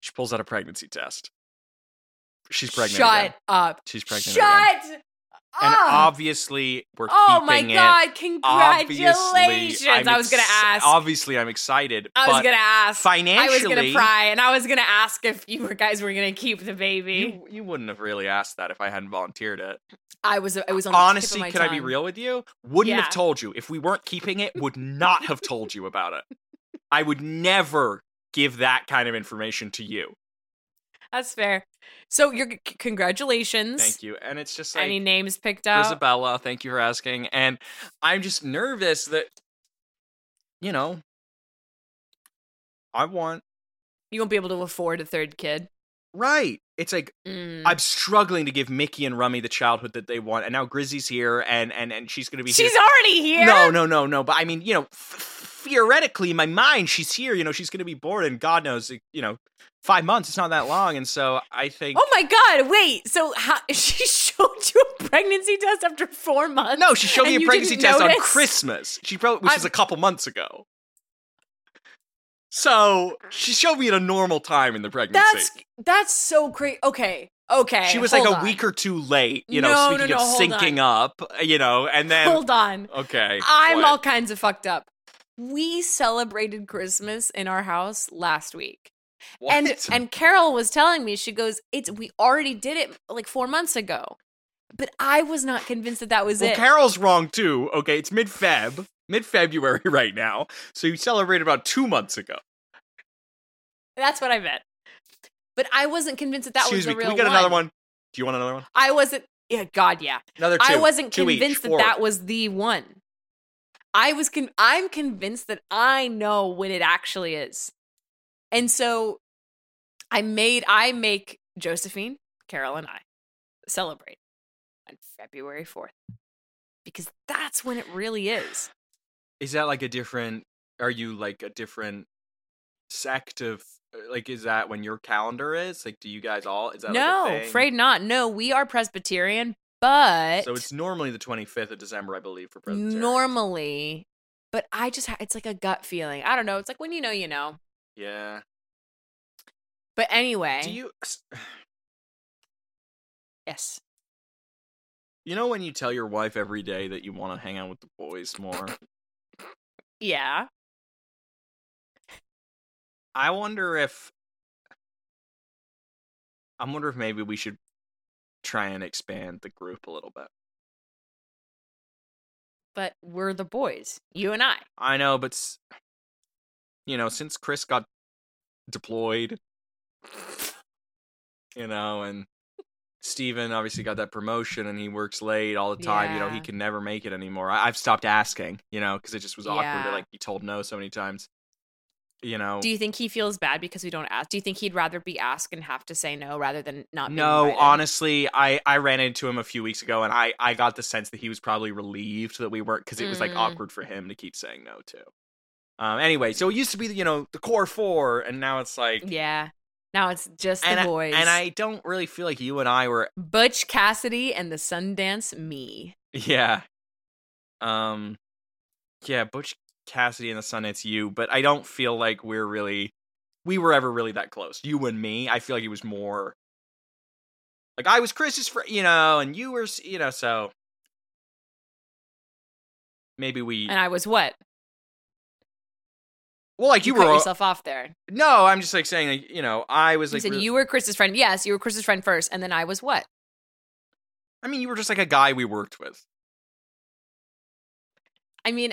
[SPEAKER 1] She pulls out a pregnancy test. She's pregnant.
[SPEAKER 3] Shut
[SPEAKER 1] again.
[SPEAKER 3] up.
[SPEAKER 1] She's pregnant.
[SPEAKER 3] Shut
[SPEAKER 1] again.
[SPEAKER 3] up.
[SPEAKER 1] And obviously, we're
[SPEAKER 3] oh my
[SPEAKER 1] keeping it.
[SPEAKER 3] god,
[SPEAKER 1] Obviously,
[SPEAKER 3] congratulations.
[SPEAKER 1] I'm
[SPEAKER 3] I was going to
[SPEAKER 1] ex-
[SPEAKER 3] ask.
[SPEAKER 1] Obviously, I'm excited.
[SPEAKER 3] I was
[SPEAKER 1] but
[SPEAKER 3] going to ask. I was
[SPEAKER 1] financially.
[SPEAKER 3] going to pry and I was going to ask if you were- guys were going to keep the baby.
[SPEAKER 1] You, you wouldn't have really asked that if I hadn't volunteered it.
[SPEAKER 3] I was I was on the tip of
[SPEAKER 1] Honestly,
[SPEAKER 3] my
[SPEAKER 1] can I be
[SPEAKER 3] tongue.
[SPEAKER 1] real with you? Wouldn't
[SPEAKER 3] Yeah.
[SPEAKER 1] have told you if we weren't keeping it. Would not have told you about it. I would never give that kind of information to you.
[SPEAKER 3] That's fair. So your c- congratulations.
[SPEAKER 1] Thank you. And it's just like
[SPEAKER 3] Any names picked out?
[SPEAKER 1] Isabella, thank you for asking. And I'm just nervous that you know I want
[SPEAKER 3] You won't be able to afford a third kid.
[SPEAKER 1] right. It's like
[SPEAKER 3] Mm.
[SPEAKER 1] I'm struggling to give Mickey and Rummy the childhood that they want, and now Grizzly's here, and and and she's gonna be.
[SPEAKER 3] She's
[SPEAKER 1] here.
[SPEAKER 3] already here.
[SPEAKER 1] No, no, no, no. But I mean, you know, f- theoretically, in my mind, she's here. You know, she's gonna be born, and God knows, like, you know, five months. It's not that long, and so I think.
[SPEAKER 3] Oh my god! Wait. So how, she showed you a pregnancy test after four months?
[SPEAKER 1] no, she showed me
[SPEAKER 3] Oh, and
[SPEAKER 1] a
[SPEAKER 3] you
[SPEAKER 1] pregnancy
[SPEAKER 3] didn't
[SPEAKER 1] test on
[SPEAKER 3] notice?
[SPEAKER 1] Christmas. She probably, which
[SPEAKER 3] I'm-
[SPEAKER 1] was a couple months ago. So she showed me at a normal time in the pregnancy.
[SPEAKER 3] That's that's so great. Okay. Okay.
[SPEAKER 1] she was like
[SPEAKER 3] hold
[SPEAKER 1] a
[SPEAKER 3] on.
[SPEAKER 1] week or two late. You
[SPEAKER 3] No, no,
[SPEAKER 1] know, speaking
[SPEAKER 3] no,
[SPEAKER 1] of
[SPEAKER 3] hold
[SPEAKER 1] syncing up. You know, and then
[SPEAKER 3] Hold on.
[SPEAKER 1] okay,
[SPEAKER 3] I'm
[SPEAKER 1] what?
[SPEAKER 3] all kinds of fucked up. We celebrated Christmas in our house last week. And
[SPEAKER 1] What?
[SPEAKER 3] and Carol was telling me she goes, "It's we already did it like 4 months ago." But I was not convinced that that was
[SPEAKER 1] Well,
[SPEAKER 3] it.
[SPEAKER 1] Carol's wrong too. Okay, it's mid Feb, mid February right now. So you celebrated about two months ago.
[SPEAKER 3] That's what I meant. But I wasn't convinced that that was
[SPEAKER 1] Excuse
[SPEAKER 3] the
[SPEAKER 1] me.
[SPEAKER 3] real
[SPEAKER 1] Can we get another one? Do you want another one?
[SPEAKER 3] I wasn't Yeah, god, yeah.
[SPEAKER 1] Another two.
[SPEAKER 3] I wasn't
[SPEAKER 1] Two each,
[SPEAKER 3] convinced that
[SPEAKER 1] four.
[SPEAKER 3] that was the one. I was con- I'm convinced that I know what it actually is. And so I made I make Josephine, Carol and I celebrate on February 4th because that's when it really is.
[SPEAKER 1] Is that like a different? Are you like a different sect of? uh, Like, is that when your calendar is? Like, do you guys all? Is that
[SPEAKER 3] no,
[SPEAKER 1] like a thing?
[SPEAKER 3] afraid not. No, we are Presbyterian, but
[SPEAKER 1] So it's normally the twenty fifth of December, I believe, for Presbyterian.
[SPEAKER 3] normally but I just ha- it's like a gut feeling. I don't know. It's like when you know you know.
[SPEAKER 1] Yeah.
[SPEAKER 3] But anyway,
[SPEAKER 1] Do you?
[SPEAKER 3] yes.
[SPEAKER 1] You know when you tell your wife every day that you want to hang out with the boys more.
[SPEAKER 3] Yeah.
[SPEAKER 1] I wonder if I wonder if maybe we should try and expand the group a little bit.
[SPEAKER 3] but we're the boys, you and I.
[SPEAKER 1] I know, but s- you know, since Chris got deployed, you know, and Steven obviously got that promotion and he works late all the time, you know, he
[SPEAKER 3] Yeah.
[SPEAKER 1] can never make it anymore. I- I've stopped asking, you know, because it just was awkward. that,
[SPEAKER 3] Yeah.
[SPEAKER 1] Like, he told no so many times, you know.
[SPEAKER 3] Do you think he feels bad because we don't ask? Do you think he'd rather be asked and have to say no rather than not?
[SPEAKER 1] No,
[SPEAKER 3] being invited?
[SPEAKER 1] honestly, I I ran into him a few weeks ago, and I I got the sense that he was probably relieved that we weren't because it was like
[SPEAKER 3] Mm.
[SPEAKER 1] awkward for him to keep saying no to. Um. Anyway, so it used to be you know the core four, and now it's like
[SPEAKER 3] Yeah. Now it's just
[SPEAKER 1] and
[SPEAKER 3] the
[SPEAKER 1] I,
[SPEAKER 3] boys.
[SPEAKER 1] and I don't really feel like you and I were
[SPEAKER 3] Butch Cassidy and the Sundance Me.
[SPEAKER 1] yeah, um, yeah Butch Cassidy and the Sun. It's you, but I don't feel like we're really we were ever really that close. You and me, I feel like it was more like I was Chris's friend, you know, and you were s- you know so. Maybe we
[SPEAKER 3] And I was what?
[SPEAKER 1] well, like you,
[SPEAKER 3] cut
[SPEAKER 1] were.
[SPEAKER 3] yourself off there.
[SPEAKER 1] No, I'm just like saying, like, you know, I was
[SPEAKER 3] You
[SPEAKER 1] like.
[SPEAKER 3] said
[SPEAKER 1] re-
[SPEAKER 3] you were Chris's friend. Yes, you were Chris's friend first, and then I was what?
[SPEAKER 1] I mean, you were just like a guy we worked with.
[SPEAKER 3] I mean,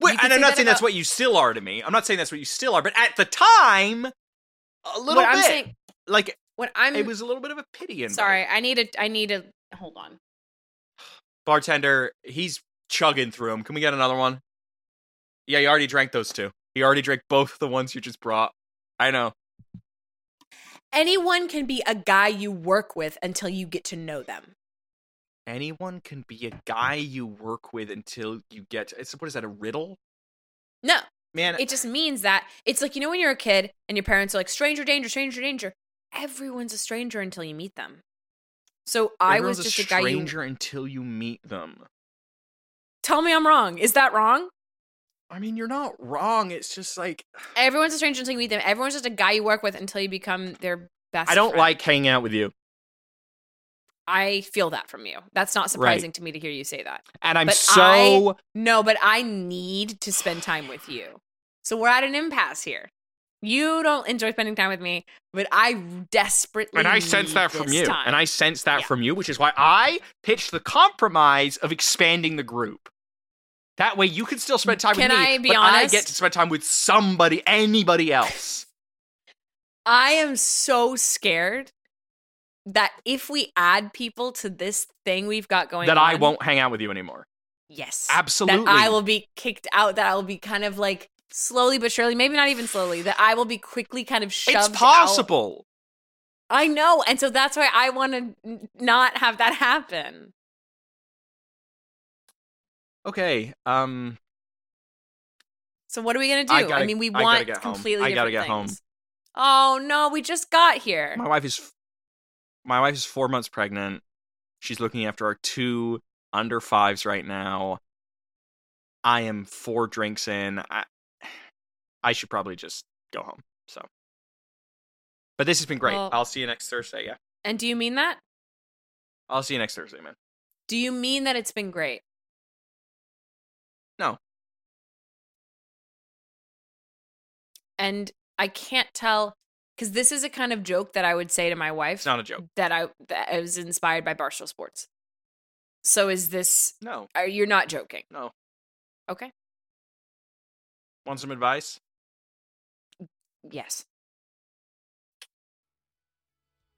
[SPEAKER 1] Wait,
[SPEAKER 3] could
[SPEAKER 1] and I'm
[SPEAKER 3] say
[SPEAKER 1] not
[SPEAKER 3] that
[SPEAKER 1] saying that's
[SPEAKER 3] about-
[SPEAKER 1] what you still are to me. I'm not saying that's what you still are, but at the time, a little
[SPEAKER 3] what
[SPEAKER 1] bit.
[SPEAKER 3] I'm saying,
[SPEAKER 1] like
[SPEAKER 3] what I'm
[SPEAKER 1] it was a little bit of a pity. Invite.
[SPEAKER 3] sorry, I need to, I need to hold on.
[SPEAKER 1] bartender, he's chugging through them. Can we get another one? Yeah, he already drank those two. He already drank both the ones you just brought. I know.
[SPEAKER 3] Anyone can be a guy you work with until you get to know them.
[SPEAKER 1] Anyone can be a guy you work with until you get. It's what is that? A riddle,
[SPEAKER 3] No,
[SPEAKER 1] man?
[SPEAKER 3] It just means that it's like, you know, when you're a kid and your parents are like, stranger danger, stranger danger. Everyone's a stranger until you meet them. So I was
[SPEAKER 1] Everyone's
[SPEAKER 3] just
[SPEAKER 1] a
[SPEAKER 3] a, guy. You,
[SPEAKER 1] stranger until you meet them.
[SPEAKER 3] tell me I'm wrong. Is that wrong?
[SPEAKER 1] I mean, you're not wrong. It's just like
[SPEAKER 3] Everyone's a stranger until you meet them. Everyone's just a guy you work with until you become their best.
[SPEAKER 1] I don't
[SPEAKER 3] friend.
[SPEAKER 1] like hanging out with you,
[SPEAKER 3] I feel that from you. That's not surprising to me to hear you say that.
[SPEAKER 1] and I'm
[SPEAKER 3] But
[SPEAKER 1] so.
[SPEAKER 3] No, but I need to spend time with you. So we're at an impasse here. You don't enjoy spending time with me, but I desperately
[SPEAKER 1] and I sense
[SPEAKER 3] need
[SPEAKER 1] that from
[SPEAKER 3] this
[SPEAKER 1] you,
[SPEAKER 3] time.
[SPEAKER 1] and I sense that
[SPEAKER 3] Yeah.
[SPEAKER 1] from you, which is why I pitched the compromise of expanding the group. That way, you can still spend time
[SPEAKER 3] Can
[SPEAKER 1] with me,
[SPEAKER 3] I be
[SPEAKER 1] but I
[SPEAKER 3] honest?
[SPEAKER 1] get to spend time with somebody, anybody else.
[SPEAKER 3] I am so scared that if we add people to this thing we've got going
[SPEAKER 1] that
[SPEAKER 3] on,
[SPEAKER 1] I won't hang out with you anymore.
[SPEAKER 3] Yes.
[SPEAKER 1] Absolutely.
[SPEAKER 3] That I will be kicked out, that I will be kind of like slowly but surely, maybe not even slowly, that I will be quickly kind of shoved
[SPEAKER 1] It's
[SPEAKER 3] out.
[SPEAKER 1] possible.
[SPEAKER 3] I know. And so that's why I want to not have that happen.
[SPEAKER 1] Okay. Um.
[SPEAKER 3] So what are we going to do?
[SPEAKER 1] I
[SPEAKER 3] I,
[SPEAKER 1] gotta-
[SPEAKER 3] mean, we
[SPEAKER 1] I gotta
[SPEAKER 3] want
[SPEAKER 1] get home.
[SPEAKER 3] completely
[SPEAKER 1] I gotta
[SPEAKER 3] different
[SPEAKER 1] get home.
[SPEAKER 3] things. Oh, no, we just got here.
[SPEAKER 1] My wife is my wife is four months pregnant. She's looking after our two under fives right now. I am four drinks in. I I should probably just go home. So, but this has been great.
[SPEAKER 3] Well-
[SPEAKER 1] I'll see you next Thursday. Yeah,
[SPEAKER 3] And do you mean that?
[SPEAKER 1] I'll see you next Thursday, man.
[SPEAKER 3] Do you mean that it's been great?
[SPEAKER 1] No.
[SPEAKER 3] And I can't tell because this is a kind of joke that I would say to my wife
[SPEAKER 1] It's not a joke.
[SPEAKER 3] that I that I was inspired by Barstool Sports. So is this?
[SPEAKER 1] No,
[SPEAKER 3] Are you're not joking?
[SPEAKER 1] no.
[SPEAKER 3] Okay.
[SPEAKER 1] Want some advice?
[SPEAKER 3] Yes.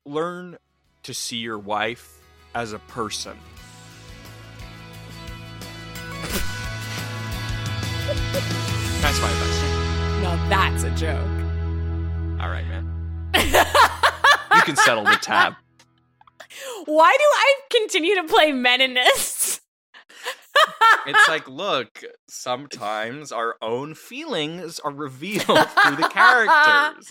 [SPEAKER 1] Learn to see your wife as a person. That's my advice.
[SPEAKER 3] Now that's a joke.
[SPEAKER 1] All right, man. You can settle the tab.
[SPEAKER 3] Why do I continue to play meninists?
[SPEAKER 1] It's like, look, sometimes our own feelings are revealed through the characters.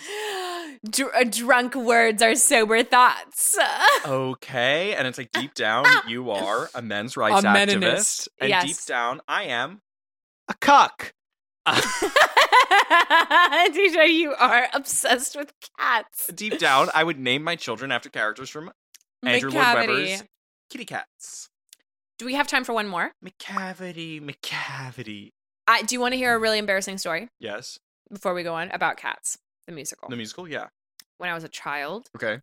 [SPEAKER 3] Dr- uh, drunk words are sober thoughts.
[SPEAKER 1] Okay, and it's like deep down, you are a men's rights
[SPEAKER 3] A
[SPEAKER 1] activist,
[SPEAKER 3] meninist,
[SPEAKER 1] and
[SPEAKER 3] yes.
[SPEAKER 1] deep down, I am a cuck.
[SPEAKER 3] Tisha, you are obsessed with cats.
[SPEAKER 1] Deep down, I would name my children after characters from Andrew Lloyd
[SPEAKER 3] McCavity.
[SPEAKER 1] Webber's Kitty Cats.
[SPEAKER 3] Do we have time for one more?
[SPEAKER 1] McCavity, McCavity.
[SPEAKER 3] I, do you want to hear a really embarrassing story
[SPEAKER 1] Yes,
[SPEAKER 3] before we go on about Cats, the musical?
[SPEAKER 1] the musical. Yeah.
[SPEAKER 3] When I was a child,
[SPEAKER 1] Okay.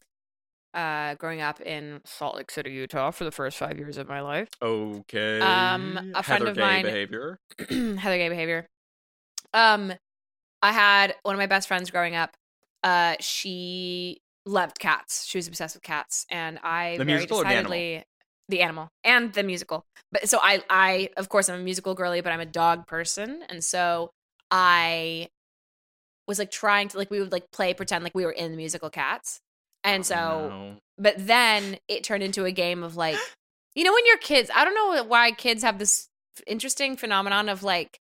[SPEAKER 3] uh, growing up in Salt Lake City, Utah, for the first five years of my life,
[SPEAKER 1] Okay.
[SPEAKER 3] Um, a friend
[SPEAKER 1] Heather
[SPEAKER 3] of
[SPEAKER 1] Gay
[SPEAKER 3] mine-
[SPEAKER 1] behavior.
[SPEAKER 3] Heather Gay behavior. Um, I had one of my best friends growing up. Uh, she loved cats. She was obsessed with cats, and I
[SPEAKER 1] The
[SPEAKER 3] very
[SPEAKER 1] musical or the animal?
[SPEAKER 3] decidedly the animal and the musical. But so I, I of course I'm a musical girly, but I'm a dog person, and so I was like trying to like we would like play pretend like we were in the musical Cats, and so
[SPEAKER 1] Oh, No.
[SPEAKER 3] but then it turned into a game of like you know when your kids i don't know why kids have this f- interesting phenomenon of like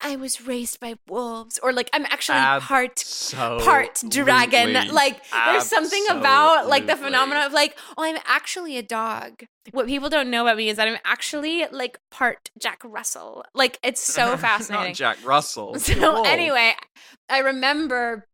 [SPEAKER 3] i was raised by wolves or like i'm actually part part dragon
[SPEAKER 1] Absolutely.
[SPEAKER 3] like there's something about like the
[SPEAKER 1] Absolutely.
[SPEAKER 3] phenomenon of like oh i'm actually a dog what people don't know about me is that i'm actually like part jack russell like it's so fascinating
[SPEAKER 1] Not Jack Russell.
[SPEAKER 3] so
[SPEAKER 1] Whoa.
[SPEAKER 3] anyway, I remember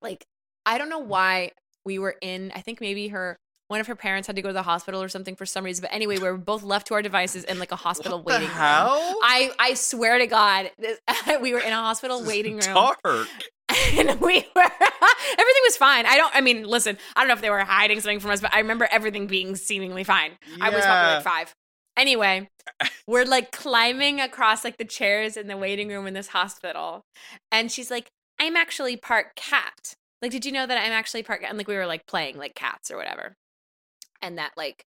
[SPEAKER 3] like I don't know why we were in I think maybe her one of her parents had to go to the hospital or something for some reason. But anyway, we were both left to our devices in like a hospital
[SPEAKER 1] What
[SPEAKER 3] waiting
[SPEAKER 1] the
[SPEAKER 3] room.
[SPEAKER 1] hell?
[SPEAKER 3] I, I swear to God, this- we were in a hospital
[SPEAKER 1] This is
[SPEAKER 3] waiting room
[SPEAKER 1] Dark.
[SPEAKER 3] and we were everything was fine. I don't. I mean, listen. I don't know if they were hiding something from us, but I remember everything being seemingly fine. I was probably
[SPEAKER 1] Yeah.
[SPEAKER 3] like five. Anyway, we're like climbing across like the chairs in the waiting room in this hospital, and she's like, "I'm actually part cat. Like, did you know that I'm actually part cat?" And like we were like playing like cats or whatever, and that like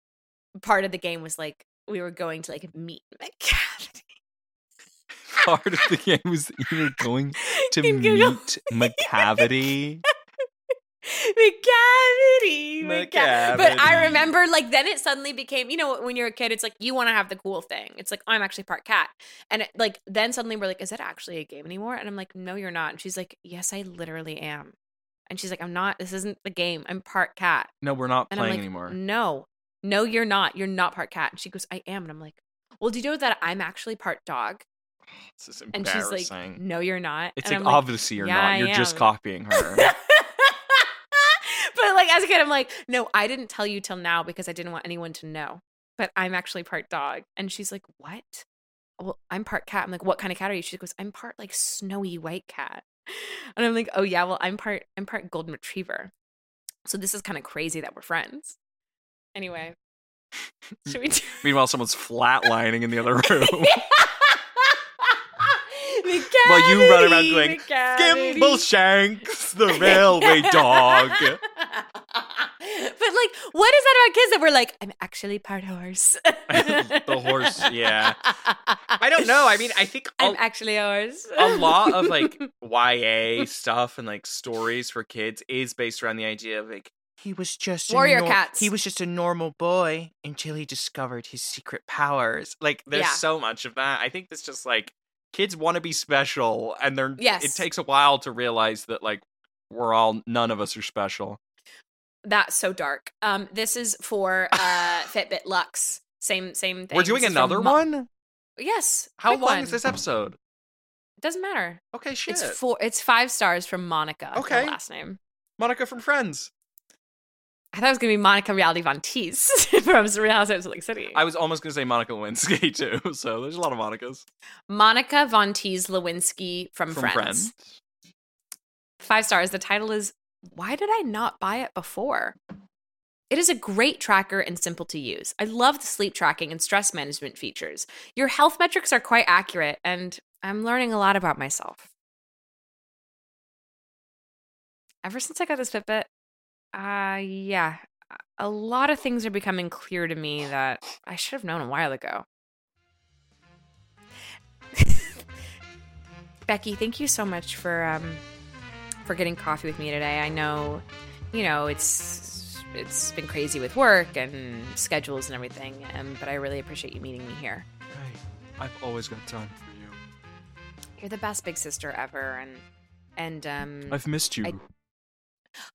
[SPEAKER 3] part of the game was like we were going to like meet my cat.
[SPEAKER 1] Part of the game was that you were going to
[SPEAKER 3] In Google.
[SPEAKER 1] meet McCavity.
[SPEAKER 3] McCavity, McCavity. But
[SPEAKER 1] McCavity.
[SPEAKER 3] I remember, like, then it suddenly became, you know, when you're a kid, it's like you want to have the cool thing. It's like I'm actually part cat, and it, like then suddenly we're like, is that actually a game anymore? And I'm like, no, you're not. And she's like, yes, I literally am. And she's like, I'm not. This isn't the game. I'm part cat.
[SPEAKER 1] No, we're not
[SPEAKER 3] And
[SPEAKER 1] playing
[SPEAKER 3] I'm like,
[SPEAKER 1] anymore.
[SPEAKER 3] no, no, you're not. You're not part cat. And she goes, I am. And I'm like, well, do you know that I'm actually part dog?
[SPEAKER 1] This is
[SPEAKER 3] And
[SPEAKER 1] embarrassing.
[SPEAKER 3] she's like, no, you're not.
[SPEAKER 1] it's
[SPEAKER 3] and
[SPEAKER 1] like,
[SPEAKER 3] I'm
[SPEAKER 1] obviously you're
[SPEAKER 3] yeah,
[SPEAKER 1] not.
[SPEAKER 3] I
[SPEAKER 1] You're just
[SPEAKER 3] am.
[SPEAKER 1] copying her.
[SPEAKER 3] but like as a kid, I'm like, no, I didn't tell you till now because I didn't want anyone to know. But I'm actually part dog. And she's like, what? Well, I'm part cat. I'm like, what kind of cat are you? She goes, I'm part like snowy white cat. And I'm like, oh yeah, well, I'm part I'm part golden retriever. So this is kind of crazy that we're friends. Anyway. Should we do
[SPEAKER 1] Meanwhile, someone's flatlining in the other room.
[SPEAKER 3] the
[SPEAKER 1] while you run around going,
[SPEAKER 3] Mechanic.
[SPEAKER 1] Gimble Shanks, the railway dog.
[SPEAKER 3] but like, what is that about kids that we're like, I'm actually part horse.
[SPEAKER 1] the horse, yeah. I don't know. I mean, I think
[SPEAKER 3] I'm
[SPEAKER 1] a,
[SPEAKER 3] actually a horse.
[SPEAKER 1] a lot of like YA stuff and like stories for kids is based around the idea of like, he was just a
[SPEAKER 3] Warrior
[SPEAKER 1] nor-
[SPEAKER 3] cats.
[SPEAKER 1] He was just a normal boy until he discovered his secret powers. Like, there's
[SPEAKER 3] Yeah.
[SPEAKER 1] so much of that. I think it's just like kids want to be special, and they're
[SPEAKER 3] Yes.
[SPEAKER 1] It takes a while to realize that like we're all none of us are special.
[SPEAKER 3] That's so dark. Um, this is for uh Fitbit Lux. Same, same thing.
[SPEAKER 1] We're doing
[SPEAKER 3] This is for
[SPEAKER 1] another
[SPEAKER 3] mo-
[SPEAKER 1] one.
[SPEAKER 3] Yes.
[SPEAKER 1] How
[SPEAKER 3] quick
[SPEAKER 1] long
[SPEAKER 3] one.
[SPEAKER 1] is this episode?
[SPEAKER 3] Doesn't matter.
[SPEAKER 1] Okay, shit.
[SPEAKER 3] It's four. It's five stars from Monica. her
[SPEAKER 1] Okay.
[SPEAKER 3] last name.
[SPEAKER 1] Monica from Friends.
[SPEAKER 3] I thought it was gonna be Monica Reality Von Teese from Real Housewives of Lake City.
[SPEAKER 1] I was almost gonna say Monica Lewinsky too. So there's a lot of Monicas
[SPEAKER 3] Monica Von Teese Lewinsky from,
[SPEAKER 1] from
[SPEAKER 3] Friends.
[SPEAKER 1] Friends.
[SPEAKER 3] Five stars. The title is Why Did I Not Buy It Before? It is a great tracker and simple to use. I love the sleep tracking and stress management features. Your health metrics are quite accurate, and I'm learning a lot about myself. Ever since I got this Fitbit, uh, yeah, a lot of things are becoming clear to me that I should have known a while ago. Becky, thank you so much for um, for getting coffee with me today. I know, you know, it's it's been crazy with work and schedules and everything, um, but I really appreciate you meeting me here.
[SPEAKER 1] Hey, I've always got time for you.
[SPEAKER 3] You're the best big sister ever, and and um,
[SPEAKER 1] I've missed you.
[SPEAKER 3] I-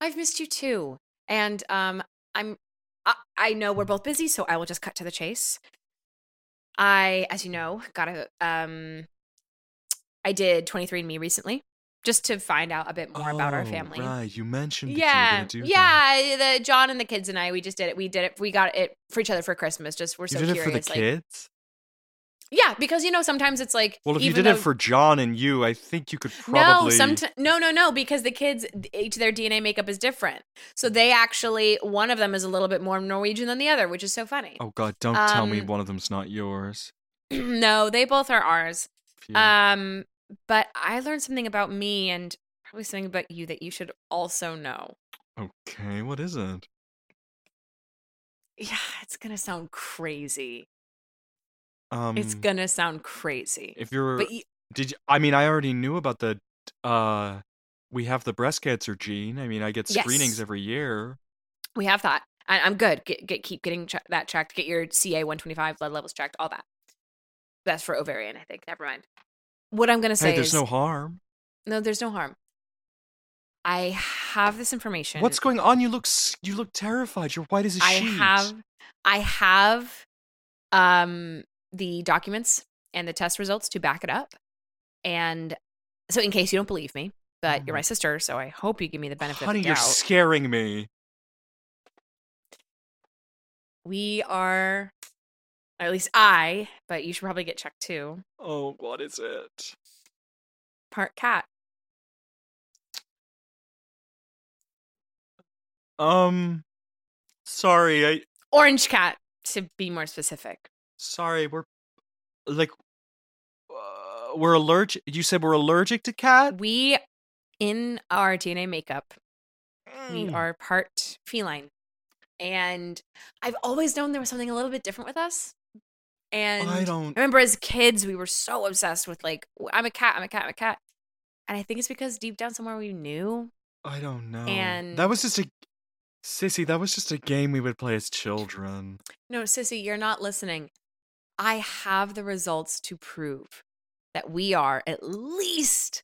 [SPEAKER 3] I've missed you too. And um, I'm I, I know we're both busy, so I will just cut to the chase. I, as you know, got a um, I did 23andMe recently just to find out a bit more about our
[SPEAKER 7] Oh,
[SPEAKER 3] family.
[SPEAKER 1] Oh, you mentioned
[SPEAKER 3] Yeah, yeah. The John and the kids and I, we just did it. We did it. We got it for each other for Christmas. Just we're so curious. like,
[SPEAKER 1] kids?
[SPEAKER 3] yeah, because you know sometimes it's like
[SPEAKER 1] Well, if you
[SPEAKER 3] even
[SPEAKER 1] did it
[SPEAKER 3] though-
[SPEAKER 1] for John and you, I think you could
[SPEAKER 3] no,
[SPEAKER 1] probably.
[SPEAKER 3] sometimes no, no, no, because the kids each their DNA makeup is different. So they actually one of them is a little bit more Norwegian than the other, which is so funny.
[SPEAKER 1] Oh God! Don't tell me
[SPEAKER 3] Um,
[SPEAKER 1] one of them's not yours.
[SPEAKER 3] no, they both are ours.
[SPEAKER 1] Phew.
[SPEAKER 3] Um, but I learned something about me and probably something about you that you should also know.
[SPEAKER 1] okay, what is it?
[SPEAKER 3] Yeah, it's gonna sound crazy.
[SPEAKER 1] Um,
[SPEAKER 3] it's gonna sound crazy.
[SPEAKER 1] If you're,
[SPEAKER 3] but y-
[SPEAKER 1] did you, I mean? I already knew about the. Uh, we have the breast cancer gene. I mean, I get
[SPEAKER 3] Yes.
[SPEAKER 1] screenings every year.
[SPEAKER 3] we have that. I, I'm good. Get, get keep getting che- that checked. Get your CA 125 blood levels checked. All that. That's for ovarian, I think. Never mind. What I'm gonna say
[SPEAKER 1] Hey, there's
[SPEAKER 3] is
[SPEAKER 1] no harm.
[SPEAKER 3] no, there's no harm. I have this information.
[SPEAKER 1] What's going on? You look, s- you look terrified. You're white as a
[SPEAKER 3] I
[SPEAKER 1] sheet.
[SPEAKER 3] have I have um the documents and the test results to back it up. And so in case you don't believe me, but you're my sister, so I hope you give me the benefit
[SPEAKER 1] Mm-hmm. Honey,
[SPEAKER 3] of the
[SPEAKER 1] you're
[SPEAKER 3] doubt.
[SPEAKER 1] scaring me.
[SPEAKER 3] we are or at least I, but you should probably get checked too.
[SPEAKER 1] Oh, what is it?
[SPEAKER 3] Part cat.
[SPEAKER 1] Um, sorry. I
[SPEAKER 3] Orange cat to be more specific.
[SPEAKER 1] sorry. We're like, uh, we're allergic. You said we're allergic to cat.
[SPEAKER 3] We in our DNA makeup We
[SPEAKER 1] Mm.
[SPEAKER 3] are part feline. And I've always known there was something a little bit different with us. And
[SPEAKER 1] I don't.
[SPEAKER 3] I remember as kids, we were so obsessed with like, "W- I'm a cat, I'm a cat, I'm a cat. And I think it's because deep down somewhere we knew.
[SPEAKER 1] I don't know.
[SPEAKER 3] and-
[SPEAKER 1] that was just a sissy. That was just a game we would play as children.
[SPEAKER 3] No, Sissy, you're not listening. I have the results to prove that we are at least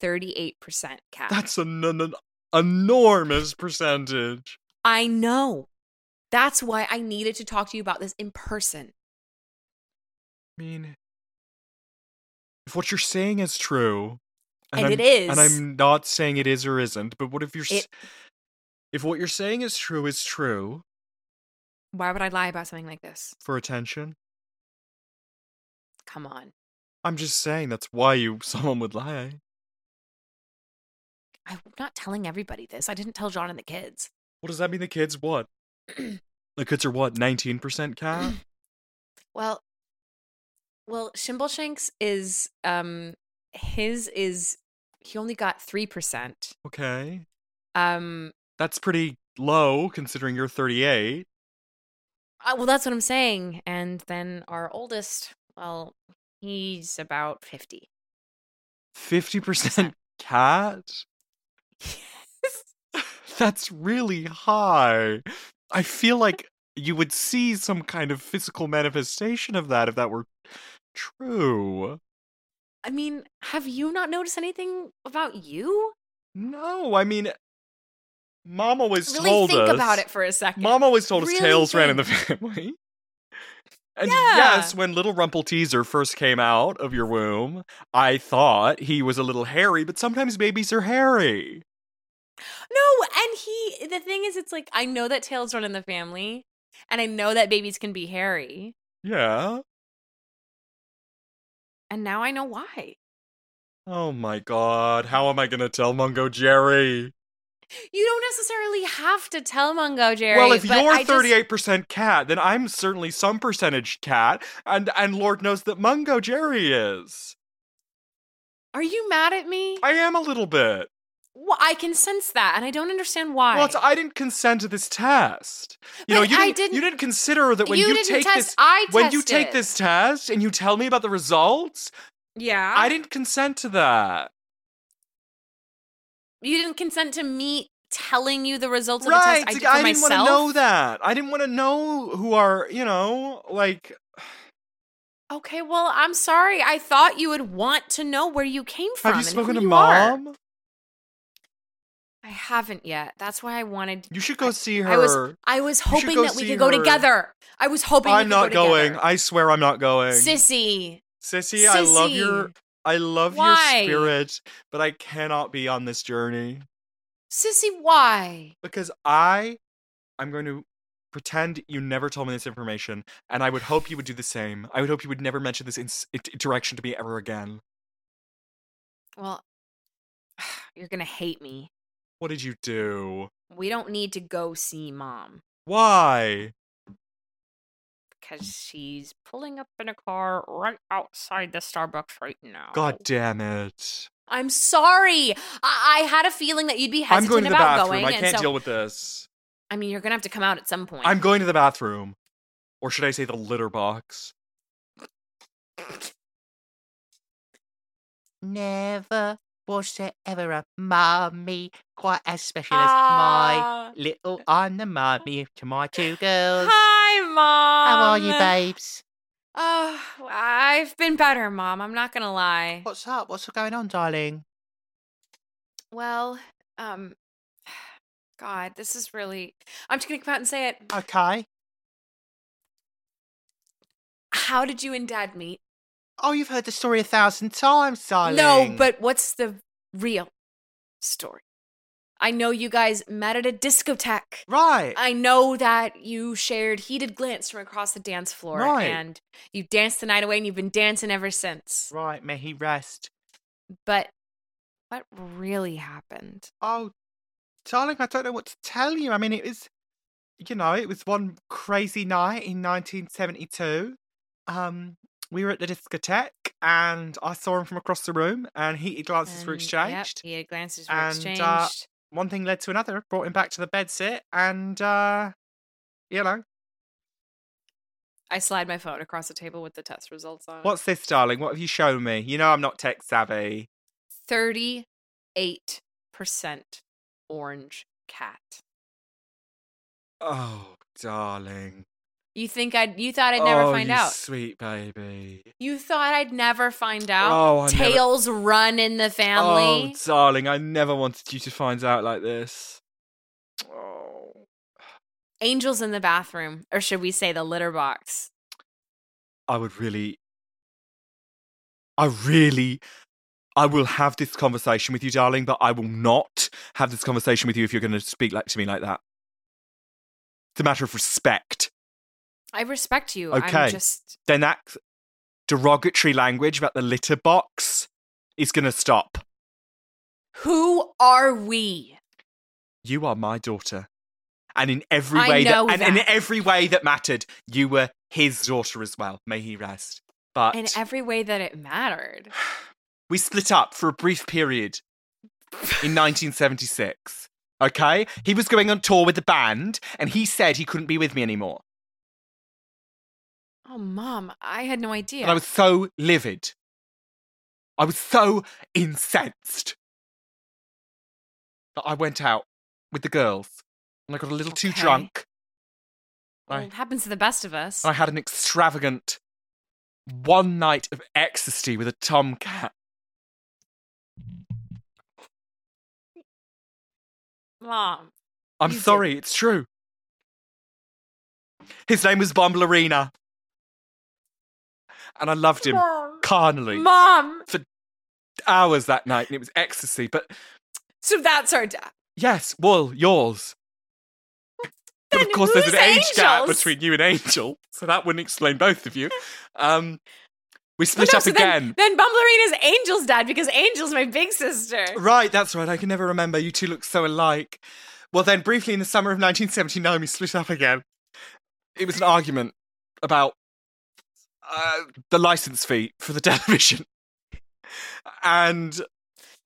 [SPEAKER 3] 38% cat.
[SPEAKER 1] That's an, an, an enormous percentage.
[SPEAKER 3] I know. That's why I needed to talk to you about this in person.
[SPEAKER 1] I mean, if what you're saying is true,
[SPEAKER 3] And it
[SPEAKER 1] I'm-
[SPEAKER 3] is.
[SPEAKER 1] and I'm not saying it is or isn't, but what if you're, s
[SPEAKER 3] It-
[SPEAKER 1] if what you're saying is true is true
[SPEAKER 3] Why would I lie about something like this?
[SPEAKER 1] for attention?
[SPEAKER 3] Come on.
[SPEAKER 1] I'm just saying that's why you someone would lie.
[SPEAKER 3] I'm not telling everybody this. I didn't tell John and the kids.
[SPEAKER 1] Well, does that mean the kids what? the kids are what? Nineteen percent cat.
[SPEAKER 3] Well, well, Shimbleshanks is um his is he only got three percent.
[SPEAKER 7] Okay.
[SPEAKER 3] Um,
[SPEAKER 7] That's pretty low considering you're 38.
[SPEAKER 3] uh, well, that's what I'm saying. And then our oldest, well, he's about fifty.
[SPEAKER 7] 50% cat? That's really high. I feel like you would see some kind of physical manifestation of that if that were true.
[SPEAKER 3] I mean, have you not noticed anything about you?
[SPEAKER 1] Oh,
[SPEAKER 7] No, I mean, mom always
[SPEAKER 3] Really
[SPEAKER 7] told
[SPEAKER 3] think
[SPEAKER 7] us.
[SPEAKER 3] about it for a second.
[SPEAKER 7] Mom always told us
[SPEAKER 3] Really
[SPEAKER 7] tails ran in the
[SPEAKER 3] think.
[SPEAKER 7] family. And
[SPEAKER 3] Yeah.
[SPEAKER 7] yes, when little Rumple Teaser first came out of your womb, I thought he was a little hairy, but sometimes babies are hairy.
[SPEAKER 3] No, and he the thing is it's like I know that tails run in the family and I know that babies can be hairy
[SPEAKER 7] Yeah.
[SPEAKER 3] and now I know why.
[SPEAKER 7] Oh my god, how am I gonna tell Mungo Jerry?
[SPEAKER 3] You don't necessarily have to tell Mungo Jerry.
[SPEAKER 7] well, if
[SPEAKER 3] but
[SPEAKER 7] you're
[SPEAKER 3] I just-
[SPEAKER 7] 38% cat, then I'm certainly some percentage cat, and and Lord knows that Mungo Jerry is.
[SPEAKER 3] are you mad at me? I,
[SPEAKER 7] I am a little bit.
[SPEAKER 3] well, I can sense that and I don't understand why.
[SPEAKER 7] Well, it's, I didn't consent to this test. You know,
[SPEAKER 3] But
[SPEAKER 7] you
[SPEAKER 3] I
[SPEAKER 7] didn't, you
[SPEAKER 3] didn't-
[SPEAKER 7] didn't consider that when you,
[SPEAKER 3] You didn't
[SPEAKER 7] take
[SPEAKER 3] test-
[SPEAKER 7] this
[SPEAKER 3] I
[SPEAKER 7] when you take
[SPEAKER 3] tested.
[SPEAKER 7] this test and you tell me about the results,
[SPEAKER 3] yeah.
[SPEAKER 7] I didn't consent to that.
[SPEAKER 3] you didn't consent to me telling you the results of
[SPEAKER 7] right?
[SPEAKER 3] the test. I did
[SPEAKER 7] like,
[SPEAKER 3] for
[SPEAKER 7] didn't
[SPEAKER 3] myself.
[SPEAKER 7] want to know that. I didn't want to know who are you know like
[SPEAKER 3] Okay, well, I'm sorry. I thought you would want to know where you came from.
[SPEAKER 7] Have you
[SPEAKER 3] and
[SPEAKER 7] spoken
[SPEAKER 3] who
[SPEAKER 7] to
[SPEAKER 3] you are.
[SPEAKER 7] mom?
[SPEAKER 3] I haven't yet. That's why I wanted
[SPEAKER 7] You should go see her.
[SPEAKER 3] I was I was
[SPEAKER 7] You should
[SPEAKER 3] hoping
[SPEAKER 7] go
[SPEAKER 3] that we
[SPEAKER 7] see
[SPEAKER 3] could go
[SPEAKER 7] her.
[SPEAKER 3] together. I was hoping
[SPEAKER 7] I'm
[SPEAKER 3] we could
[SPEAKER 7] not
[SPEAKER 3] go
[SPEAKER 7] going.
[SPEAKER 3] together.
[SPEAKER 7] I swear I'm not going.
[SPEAKER 3] Sissy.
[SPEAKER 7] Sissy, I love your
[SPEAKER 3] Sissy.
[SPEAKER 7] I love
[SPEAKER 3] Why?
[SPEAKER 7] your spirit, but I cannot be on this journey
[SPEAKER 3] Sissy, why?
[SPEAKER 7] because I I'm going to pretend you never told me this information and I would hope you would do the same. I would hope you would never mention this in- interaction to me ever again.
[SPEAKER 3] Well, you're going to hate me.
[SPEAKER 7] What did you do?
[SPEAKER 3] We don't need to go see mom
[SPEAKER 7] Why?
[SPEAKER 3] because she's pulling up in a car right outside the Starbucks right now.
[SPEAKER 7] God damn it.
[SPEAKER 3] I'm sorry. I, I had a feeling that you'd be
[SPEAKER 7] I'm
[SPEAKER 3] hesitant
[SPEAKER 7] going to the
[SPEAKER 3] about
[SPEAKER 7] bathroom.
[SPEAKER 3] going.
[SPEAKER 7] I
[SPEAKER 3] and
[SPEAKER 7] can't
[SPEAKER 3] so,
[SPEAKER 7] deal with this.
[SPEAKER 3] I mean, you're going to have to come out at some point.
[SPEAKER 7] I'm going to the bathroom. Or should I say the litter box?
[SPEAKER 8] Never was there ever a mommy quite as special as my
[SPEAKER 3] Ah.
[SPEAKER 8] little I'm the mommy to my two girls.
[SPEAKER 3] Hi, mom.
[SPEAKER 8] How are you, babes?
[SPEAKER 3] Oh, I've been better, Mom. Um, I'm not gonna lie.
[SPEAKER 8] What's up? What's going on, darling?
[SPEAKER 3] Well, um, God, this is really. I'm just gonna come out and say it.
[SPEAKER 8] Okay.
[SPEAKER 3] How did you and Dad meet?
[SPEAKER 8] Oh, you've heard the story a thousand times, darling.
[SPEAKER 3] No, but what's the real story? I know you guys met at a discotheque.
[SPEAKER 8] Right.
[SPEAKER 3] I know that you shared heated glance from across the dance floor,
[SPEAKER 8] Right.
[SPEAKER 3] and you danced the night away, and you've been dancing ever since.
[SPEAKER 8] Right, may he rest.
[SPEAKER 3] But what really happened?
[SPEAKER 8] Oh, darling, I don't know what to tell you. I mean, it was, you know, it was one crazy night in 1972. Um, we were at the discotheque, and I saw him from across the room, and heated glances were
[SPEAKER 3] And- yep,
[SPEAKER 8] exchanged.
[SPEAKER 3] heated glances were
[SPEAKER 8] And,
[SPEAKER 3] exchanged.
[SPEAKER 8] uh, One thing led to another, brought him back to the bedsit, and uh, you know,
[SPEAKER 3] I slide my phone across the table with the test results on.
[SPEAKER 8] what's this, darling? What have you shown me? You know, I'm not tech savvy.
[SPEAKER 3] Thirty-eight percent orange cat.
[SPEAKER 7] Oh, darling.
[SPEAKER 3] You think I'd? You thought I'd never
[SPEAKER 7] oh,
[SPEAKER 3] find
[SPEAKER 7] you
[SPEAKER 3] out.
[SPEAKER 7] Sweet baby.
[SPEAKER 3] You thought I'd never find out.
[SPEAKER 7] Oh, I never-
[SPEAKER 3] Tails run in the family.
[SPEAKER 7] Oh, darling, I never wanted you to find out like this. Oh.
[SPEAKER 3] Angels in the bathroom, or should we say the litter box?
[SPEAKER 7] I would really. I really. I will have this conversation with you, darling, but I will not have this conversation with you if you're going to speak like to me like that. It's a matter of respect.
[SPEAKER 3] I respect you.
[SPEAKER 7] Okay.
[SPEAKER 3] I'm just.
[SPEAKER 7] Then that derogatory language about the litter box is going to stop.
[SPEAKER 3] Who are we?
[SPEAKER 7] You are my daughter, and in every
[SPEAKER 3] I
[SPEAKER 7] way
[SPEAKER 3] know
[SPEAKER 7] and in
[SPEAKER 3] that.
[SPEAKER 7] every way that mattered, you
[SPEAKER 8] uh,
[SPEAKER 7] were his daughter as well. May he rest. But
[SPEAKER 3] In every way that it mattered.
[SPEAKER 8] We split up for a brief period in 1976. Okay? He was going on tour with the band and he said he couldn't be with me anymore.
[SPEAKER 3] Oh, mom, I had no idea.
[SPEAKER 8] And I was so livid. I was so incensed that I went out with the girls and I got a little too
[SPEAKER 3] Okay.
[SPEAKER 8] drunk.
[SPEAKER 3] Well, it happens to the best of us.
[SPEAKER 8] I had an extravagant one night of ecstasy with a tomcat.
[SPEAKER 3] Mom,
[SPEAKER 8] I'm
[SPEAKER 3] You did.
[SPEAKER 8] sorry, it's true. His name was Bomblerina. And I loved him
[SPEAKER 3] mom,
[SPEAKER 8] carnally.
[SPEAKER 3] mom.
[SPEAKER 8] Hours that night, and it was ecstasy. But
[SPEAKER 3] So that's our dad.
[SPEAKER 8] yes, well, yours. But of
[SPEAKER 3] Then
[SPEAKER 8] course, there's an
[SPEAKER 3] who's
[SPEAKER 8] age gap
[SPEAKER 3] Angels?
[SPEAKER 8] between you and Angel, so that wouldn't explain both of you. Um, we split
[SPEAKER 3] Well, no,
[SPEAKER 8] up
[SPEAKER 3] so
[SPEAKER 8] again.
[SPEAKER 3] Then, then Bumblerina's Angel's dad because Angel's my big sister.
[SPEAKER 8] Right, that's right. I can never remember. You two look so alike. Well, then, briefly in the summer of 1979, we split up again. It was an argument about uh, the license fee for the television. And,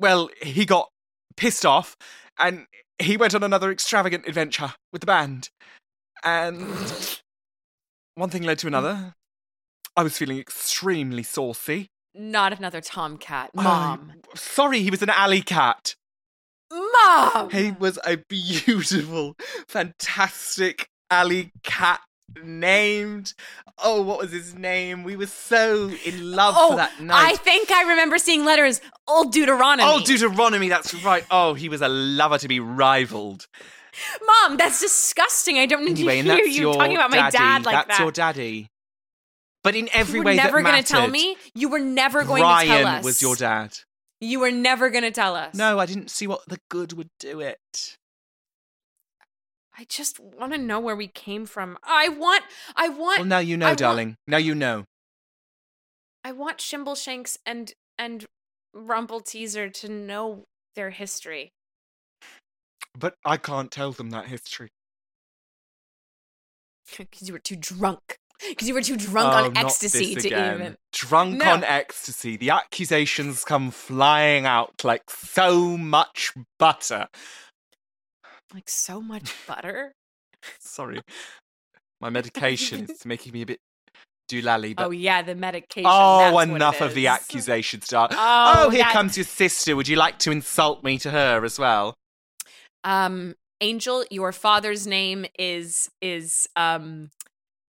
[SPEAKER 8] well, he got pissed off and he went on another extravagant adventure with the band. And one thing led to another. I was feeling extremely saucy.
[SPEAKER 3] Not another Tomcat.
[SPEAKER 8] I-
[SPEAKER 3] Mom.
[SPEAKER 8] Um, sorry, he was an alley cat.
[SPEAKER 3] Mom!
[SPEAKER 8] He was a beautiful, fantastic alley cat named. Oh, what was his name? We were so in love for
[SPEAKER 3] oh,
[SPEAKER 8] that
[SPEAKER 3] I
[SPEAKER 8] night.
[SPEAKER 3] think I remember seeing letters. Old Deuteronomy.
[SPEAKER 8] Oh, Deuteronomy, that's right. Oh, he was a lover to be rivaled.
[SPEAKER 3] Mom, that's disgusting. I don't need
[SPEAKER 8] Anyway, and
[SPEAKER 3] to hear
[SPEAKER 8] that's
[SPEAKER 3] you
[SPEAKER 8] your
[SPEAKER 3] talking about my
[SPEAKER 8] daddy.
[SPEAKER 3] dad like
[SPEAKER 8] that's
[SPEAKER 3] that.
[SPEAKER 8] your daddy. But in every
[SPEAKER 3] you were
[SPEAKER 8] way
[SPEAKER 3] never
[SPEAKER 8] that
[SPEAKER 3] gonna
[SPEAKER 8] mattered,
[SPEAKER 3] tell me. You were never going
[SPEAKER 8] Brian
[SPEAKER 3] to tell us.
[SPEAKER 8] was your dad.
[SPEAKER 3] You were never going to tell us.
[SPEAKER 8] No, I didn't see what the good would do it.
[SPEAKER 3] I just want to know where we came from. I want, I want,
[SPEAKER 8] Well, now you know,
[SPEAKER 3] I want-
[SPEAKER 8] darling. now you know.
[SPEAKER 3] I want Shimbleshanks and and Rumble Teaser to know their history.
[SPEAKER 8] But I can't tell them that history.
[SPEAKER 3] Because you were too drunk. Because you were too drunk
[SPEAKER 8] Oh,
[SPEAKER 3] on
[SPEAKER 8] not
[SPEAKER 3] ecstasy
[SPEAKER 8] this
[SPEAKER 3] to
[SPEAKER 8] again.
[SPEAKER 3] even.
[SPEAKER 8] Drunk
[SPEAKER 3] No.
[SPEAKER 8] on ecstasy. The accusations come flying out like so much butter.
[SPEAKER 3] Like so much butter.
[SPEAKER 8] Sorry. My medication is making me a bit doolally, but
[SPEAKER 3] oh yeah, the medication.
[SPEAKER 8] Oh,
[SPEAKER 3] that's what it
[SPEAKER 8] enough of the
[SPEAKER 3] is.
[SPEAKER 8] accusations, dark.
[SPEAKER 3] Oh,
[SPEAKER 8] here
[SPEAKER 3] that-
[SPEAKER 8] comes your sister. Would you like to insult me to her as well?
[SPEAKER 3] Um, Angel, your father's name is is um,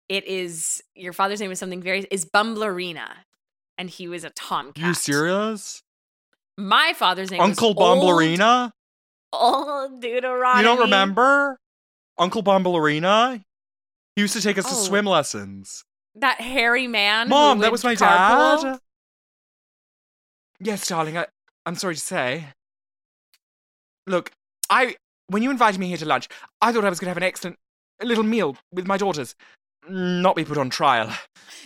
[SPEAKER 3] it is your father's name is something very is Bumblerina, and he was a tomcat.
[SPEAKER 8] serious?
[SPEAKER 3] My father's name, was
[SPEAKER 8] Uncle
[SPEAKER 3] Old-
[SPEAKER 8] Bomblerina?
[SPEAKER 3] Old Deuteronomy.
[SPEAKER 8] You don't remember? Uncle Bomblerina? He used to take us to
[SPEAKER 3] Oh.
[SPEAKER 8] swim lessons.
[SPEAKER 3] that hairy man? who
[SPEAKER 8] Mom, that
[SPEAKER 3] lived
[SPEAKER 8] was my
[SPEAKER 3] carpool?
[SPEAKER 8] dad. Yes, darling. I, I'm sorry to say. Look, I when you invited me here to lunch, I thought I was going to have an excellent little meal with my daughters, not be put on trial.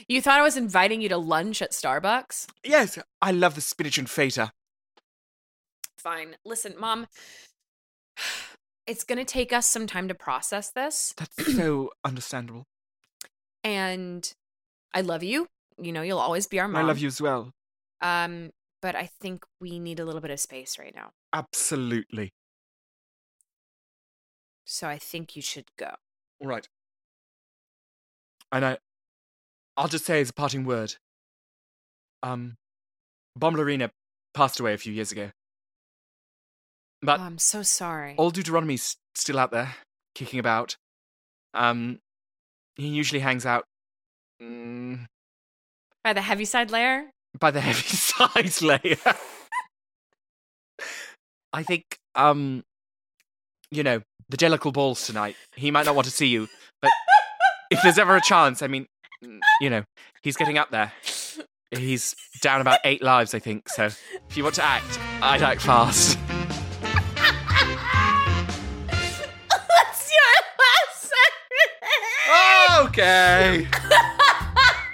[SPEAKER 3] You thought I was inviting you to lunch at Starbucks?
[SPEAKER 8] Yes, I love the spinach and feta.
[SPEAKER 3] Fine. Listen, mom, it's going to take us some time to process this.
[SPEAKER 8] That's so understandable.
[SPEAKER 3] And I love you. You know, you'll always be our
[SPEAKER 8] And
[SPEAKER 3] mom.
[SPEAKER 8] I love you as well.
[SPEAKER 3] Um, but I think we need a little bit of space right now.
[SPEAKER 8] Absolutely.
[SPEAKER 3] So I think you should go.
[SPEAKER 8] All right. And I, I'll just say as a parting word. Um, Bomblerina passed away a few years ago. But
[SPEAKER 3] oh, I'm so sorry.
[SPEAKER 8] Old Deuteronomy's still out there, kicking about. Um, he usually hangs out mm,
[SPEAKER 3] By the Heaviside Layer?
[SPEAKER 8] by the heavy side layer. I think, um, you know, the Jellicle balls tonight. He might not want to see you, but if there's ever a chance, I mean, mm, you know, he's getting up there. He's down about eight lives, I think. So if you want to act, I'd act fast.
[SPEAKER 3] That's your
[SPEAKER 8] Okay.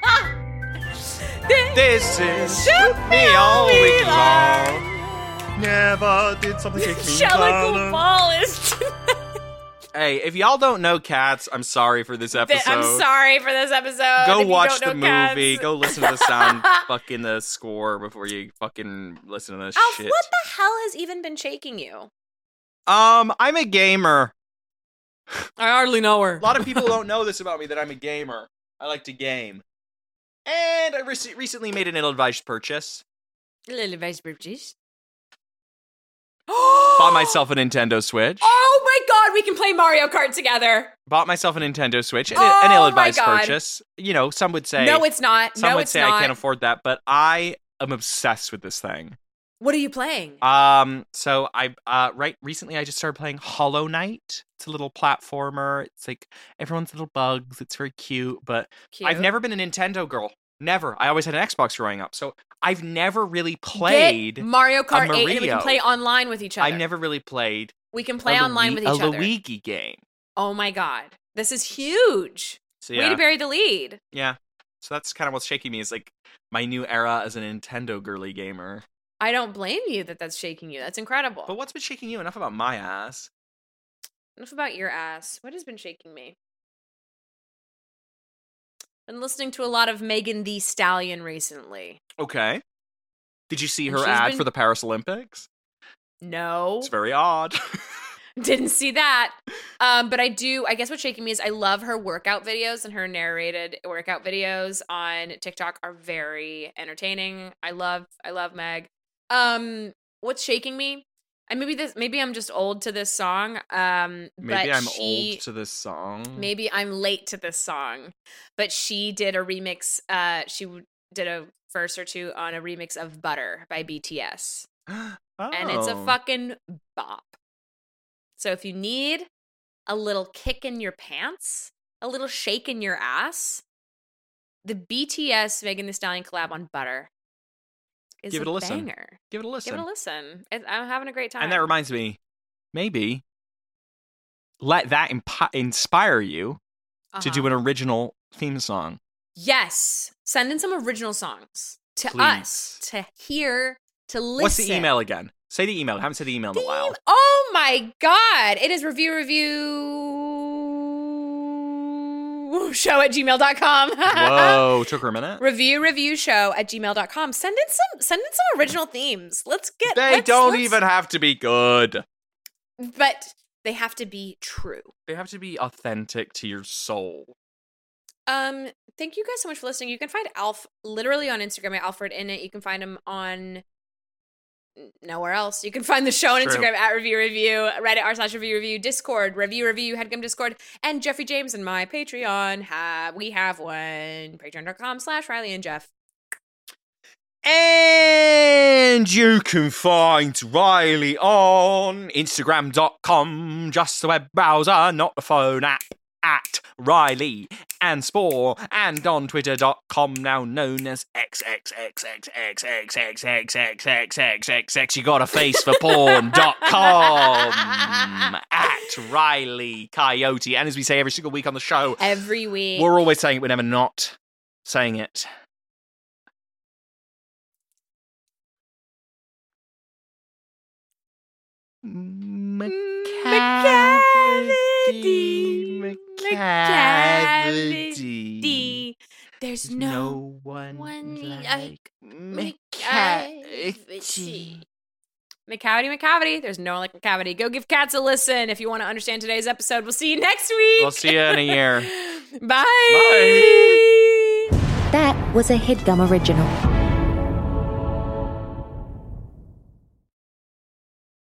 [SPEAKER 3] lesson!
[SPEAKER 8] This is Shoot Me All Week Long. Never did something
[SPEAKER 3] Jellicle Ball is
[SPEAKER 1] Hey, if y'all don't know Cats, I'm sorry for this episode.
[SPEAKER 3] Th- I'm sorry for this episode.
[SPEAKER 1] Go
[SPEAKER 3] If you
[SPEAKER 1] watch the
[SPEAKER 3] don't know cats-
[SPEAKER 1] movie. Go listen to the sound, fucking the score before you fucking listen to this
[SPEAKER 3] Alf,
[SPEAKER 1] shit.
[SPEAKER 3] what the hell has even been shaking you?
[SPEAKER 1] Um, I'm a gamer.
[SPEAKER 3] I hardly know her.
[SPEAKER 1] A lot of people don't know this about me that I'm a gamer. I like to game. And I rec- recently made an ill-advised purchase.
[SPEAKER 3] Little vice British.
[SPEAKER 1] Bought myself a Nintendo Switch.
[SPEAKER 3] Oh my god, we can play Mario Kart together.
[SPEAKER 1] Bought myself a Nintendo Switch. An,
[SPEAKER 3] Oh
[SPEAKER 1] an
[SPEAKER 3] my
[SPEAKER 1] ill-advised
[SPEAKER 3] God.
[SPEAKER 1] purchase. You know, some would say
[SPEAKER 3] no, it's not.
[SPEAKER 1] some
[SPEAKER 3] no,
[SPEAKER 1] would
[SPEAKER 3] it's
[SPEAKER 1] say
[SPEAKER 3] not.
[SPEAKER 1] I can't afford that, but I am obsessed with this thing.
[SPEAKER 3] what are you playing?
[SPEAKER 1] Um, so I uh right recently I just started playing Hollow Knight. It's a little platformer. It's like everyone's little bugs. It's very cute, but
[SPEAKER 3] Cute.
[SPEAKER 1] I've never been a Nintendo girl. Never. I always had an Xbox growing up. So I've never really played.
[SPEAKER 3] Get Mario Kart 8 and we
[SPEAKER 1] Mario.
[SPEAKER 3] can play online with each other.
[SPEAKER 1] I've never really played
[SPEAKER 3] we can play
[SPEAKER 1] a
[SPEAKER 3] online
[SPEAKER 1] Lui-
[SPEAKER 3] with each
[SPEAKER 1] a
[SPEAKER 3] other.
[SPEAKER 1] Luigi game.
[SPEAKER 3] Oh my god. This is huge.
[SPEAKER 1] So
[SPEAKER 3] Way
[SPEAKER 1] yeah,
[SPEAKER 3] to bury the lead.
[SPEAKER 1] yeah. So that's kind of what's shaking me is like my new era as a Nintendo girly gamer.
[SPEAKER 3] I don't blame you that that's shaking you. That's incredible.
[SPEAKER 1] But what's been shaking you? Enough about my ass.
[SPEAKER 3] Enough about your ass. What has been shaking me? Been listening to a lot of Megan the Stallion recently.
[SPEAKER 1] Okay. Did you see
[SPEAKER 3] And
[SPEAKER 1] her
[SPEAKER 3] she's
[SPEAKER 1] ad
[SPEAKER 3] been-
[SPEAKER 1] for the Paris Olympics?
[SPEAKER 3] No,
[SPEAKER 1] It's very odd.
[SPEAKER 3] didn't see that. Um, but I do. I guess what's shaking me is I love her workout videos and her narrated workout videos on TikTok are very entertaining. I love, I love Meg. Um, what's shaking me? And maybe this, maybe I'm just old to this song. Um,
[SPEAKER 1] Maybe
[SPEAKER 3] but
[SPEAKER 1] I'm
[SPEAKER 3] she-
[SPEAKER 1] old to this song.
[SPEAKER 3] maybe I'm late to this song, but she did a remix. Uh, she w- did a verse or two on a remix of Butter by BTS, and it's a
[SPEAKER 1] Oh.
[SPEAKER 3] fucking bop. So if you need a little kick in your pants, a little shake in your ass, the BTS Megan Thee Stallion collab on Butter is
[SPEAKER 1] Give it a listen.
[SPEAKER 3] banger.
[SPEAKER 1] Give it a listen.
[SPEAKER 3] Give it a listen. It, I'm having a great time.
[SPEAKER 1] And that reminds me, maybe let that impi- inspire you to
[SPEAKER 3] Uh-huh.
[SPEAKER 1] do an original theme song.
[SPEAKER 3] Yes. Send in some original songs to
[SPEAKER 1] Please.
[SPEAKER 3] us to hear, to listen.
[SPEAKER 1] What's the email again? Say the email. I haven't said the email in
[SPEAKER 3] The
[SPEAKER 1] a while.
[SPEAKER 3] em- oh my God. It is review review show at gmail.com.
[SPEAKER 1] Whoa, took her a minute.
[SPEAKER 3] review review show at gmail.com. Send in some send in some original themes. Let's get
[SPEAKER 1] They
[SPEAKER 3] let's-
[SPEAKER 1] don't
[SPEAKER 3] let's-
[SPEAKER 1] even have to be good.
[SPEAKER 3] but they have to be true.
[SPEAKER 1] They have to be authentic to your soul.
[SPEAKER 3] Um, thank you guys so much for listening. You can find Alf literally on Instagram at Alfred in it. You can find him on nowhere else. You can find the show on
[SPEAKER 1] True.
[SPEAKER 3] Instagram at review review, Reddit r slash review review, Discord review review, Headgum Discord, and Jeffrey James and my Patreon. Have we have one patreon.com slash Riley and Jeff.
[SPEAKER 1] And you can find Riley on Instagram.com, just the web browser, not the phone app, at Riley and Spore, and on Twitter.com, now known as XXXXXXXXXXXXXXXXXXXXXXXXXXXXXXXXXXXXXXXXXXXXXXXXXXXXXXXXXXXXporn.com at Riley Coyote. And as we say every single week on the show,
[SPEAKER 3] Every week.
[SPEAKER 1] we're always saying it, we're never not saying it.
[SPEAKER 3] Macavity.
[SPEAKER 1] Macavity.
[SPEAKER 3] D. There's no,
[SPEAKER 1] one,
[SPEAKER 3] one
[SPEAKER 1] like
[SPEAKER 3] McCavity. McCavity, McCavity. There's no one like McCavity. Go give cats a listen if you want to understand today's episode. We'll see you next week.
[SPEAKER 1] We'll see you in a year.
[SPEAKER 3] Bye.
[SPEAKER 1] Bye.
[SPEAKER 7] That was a headgum original.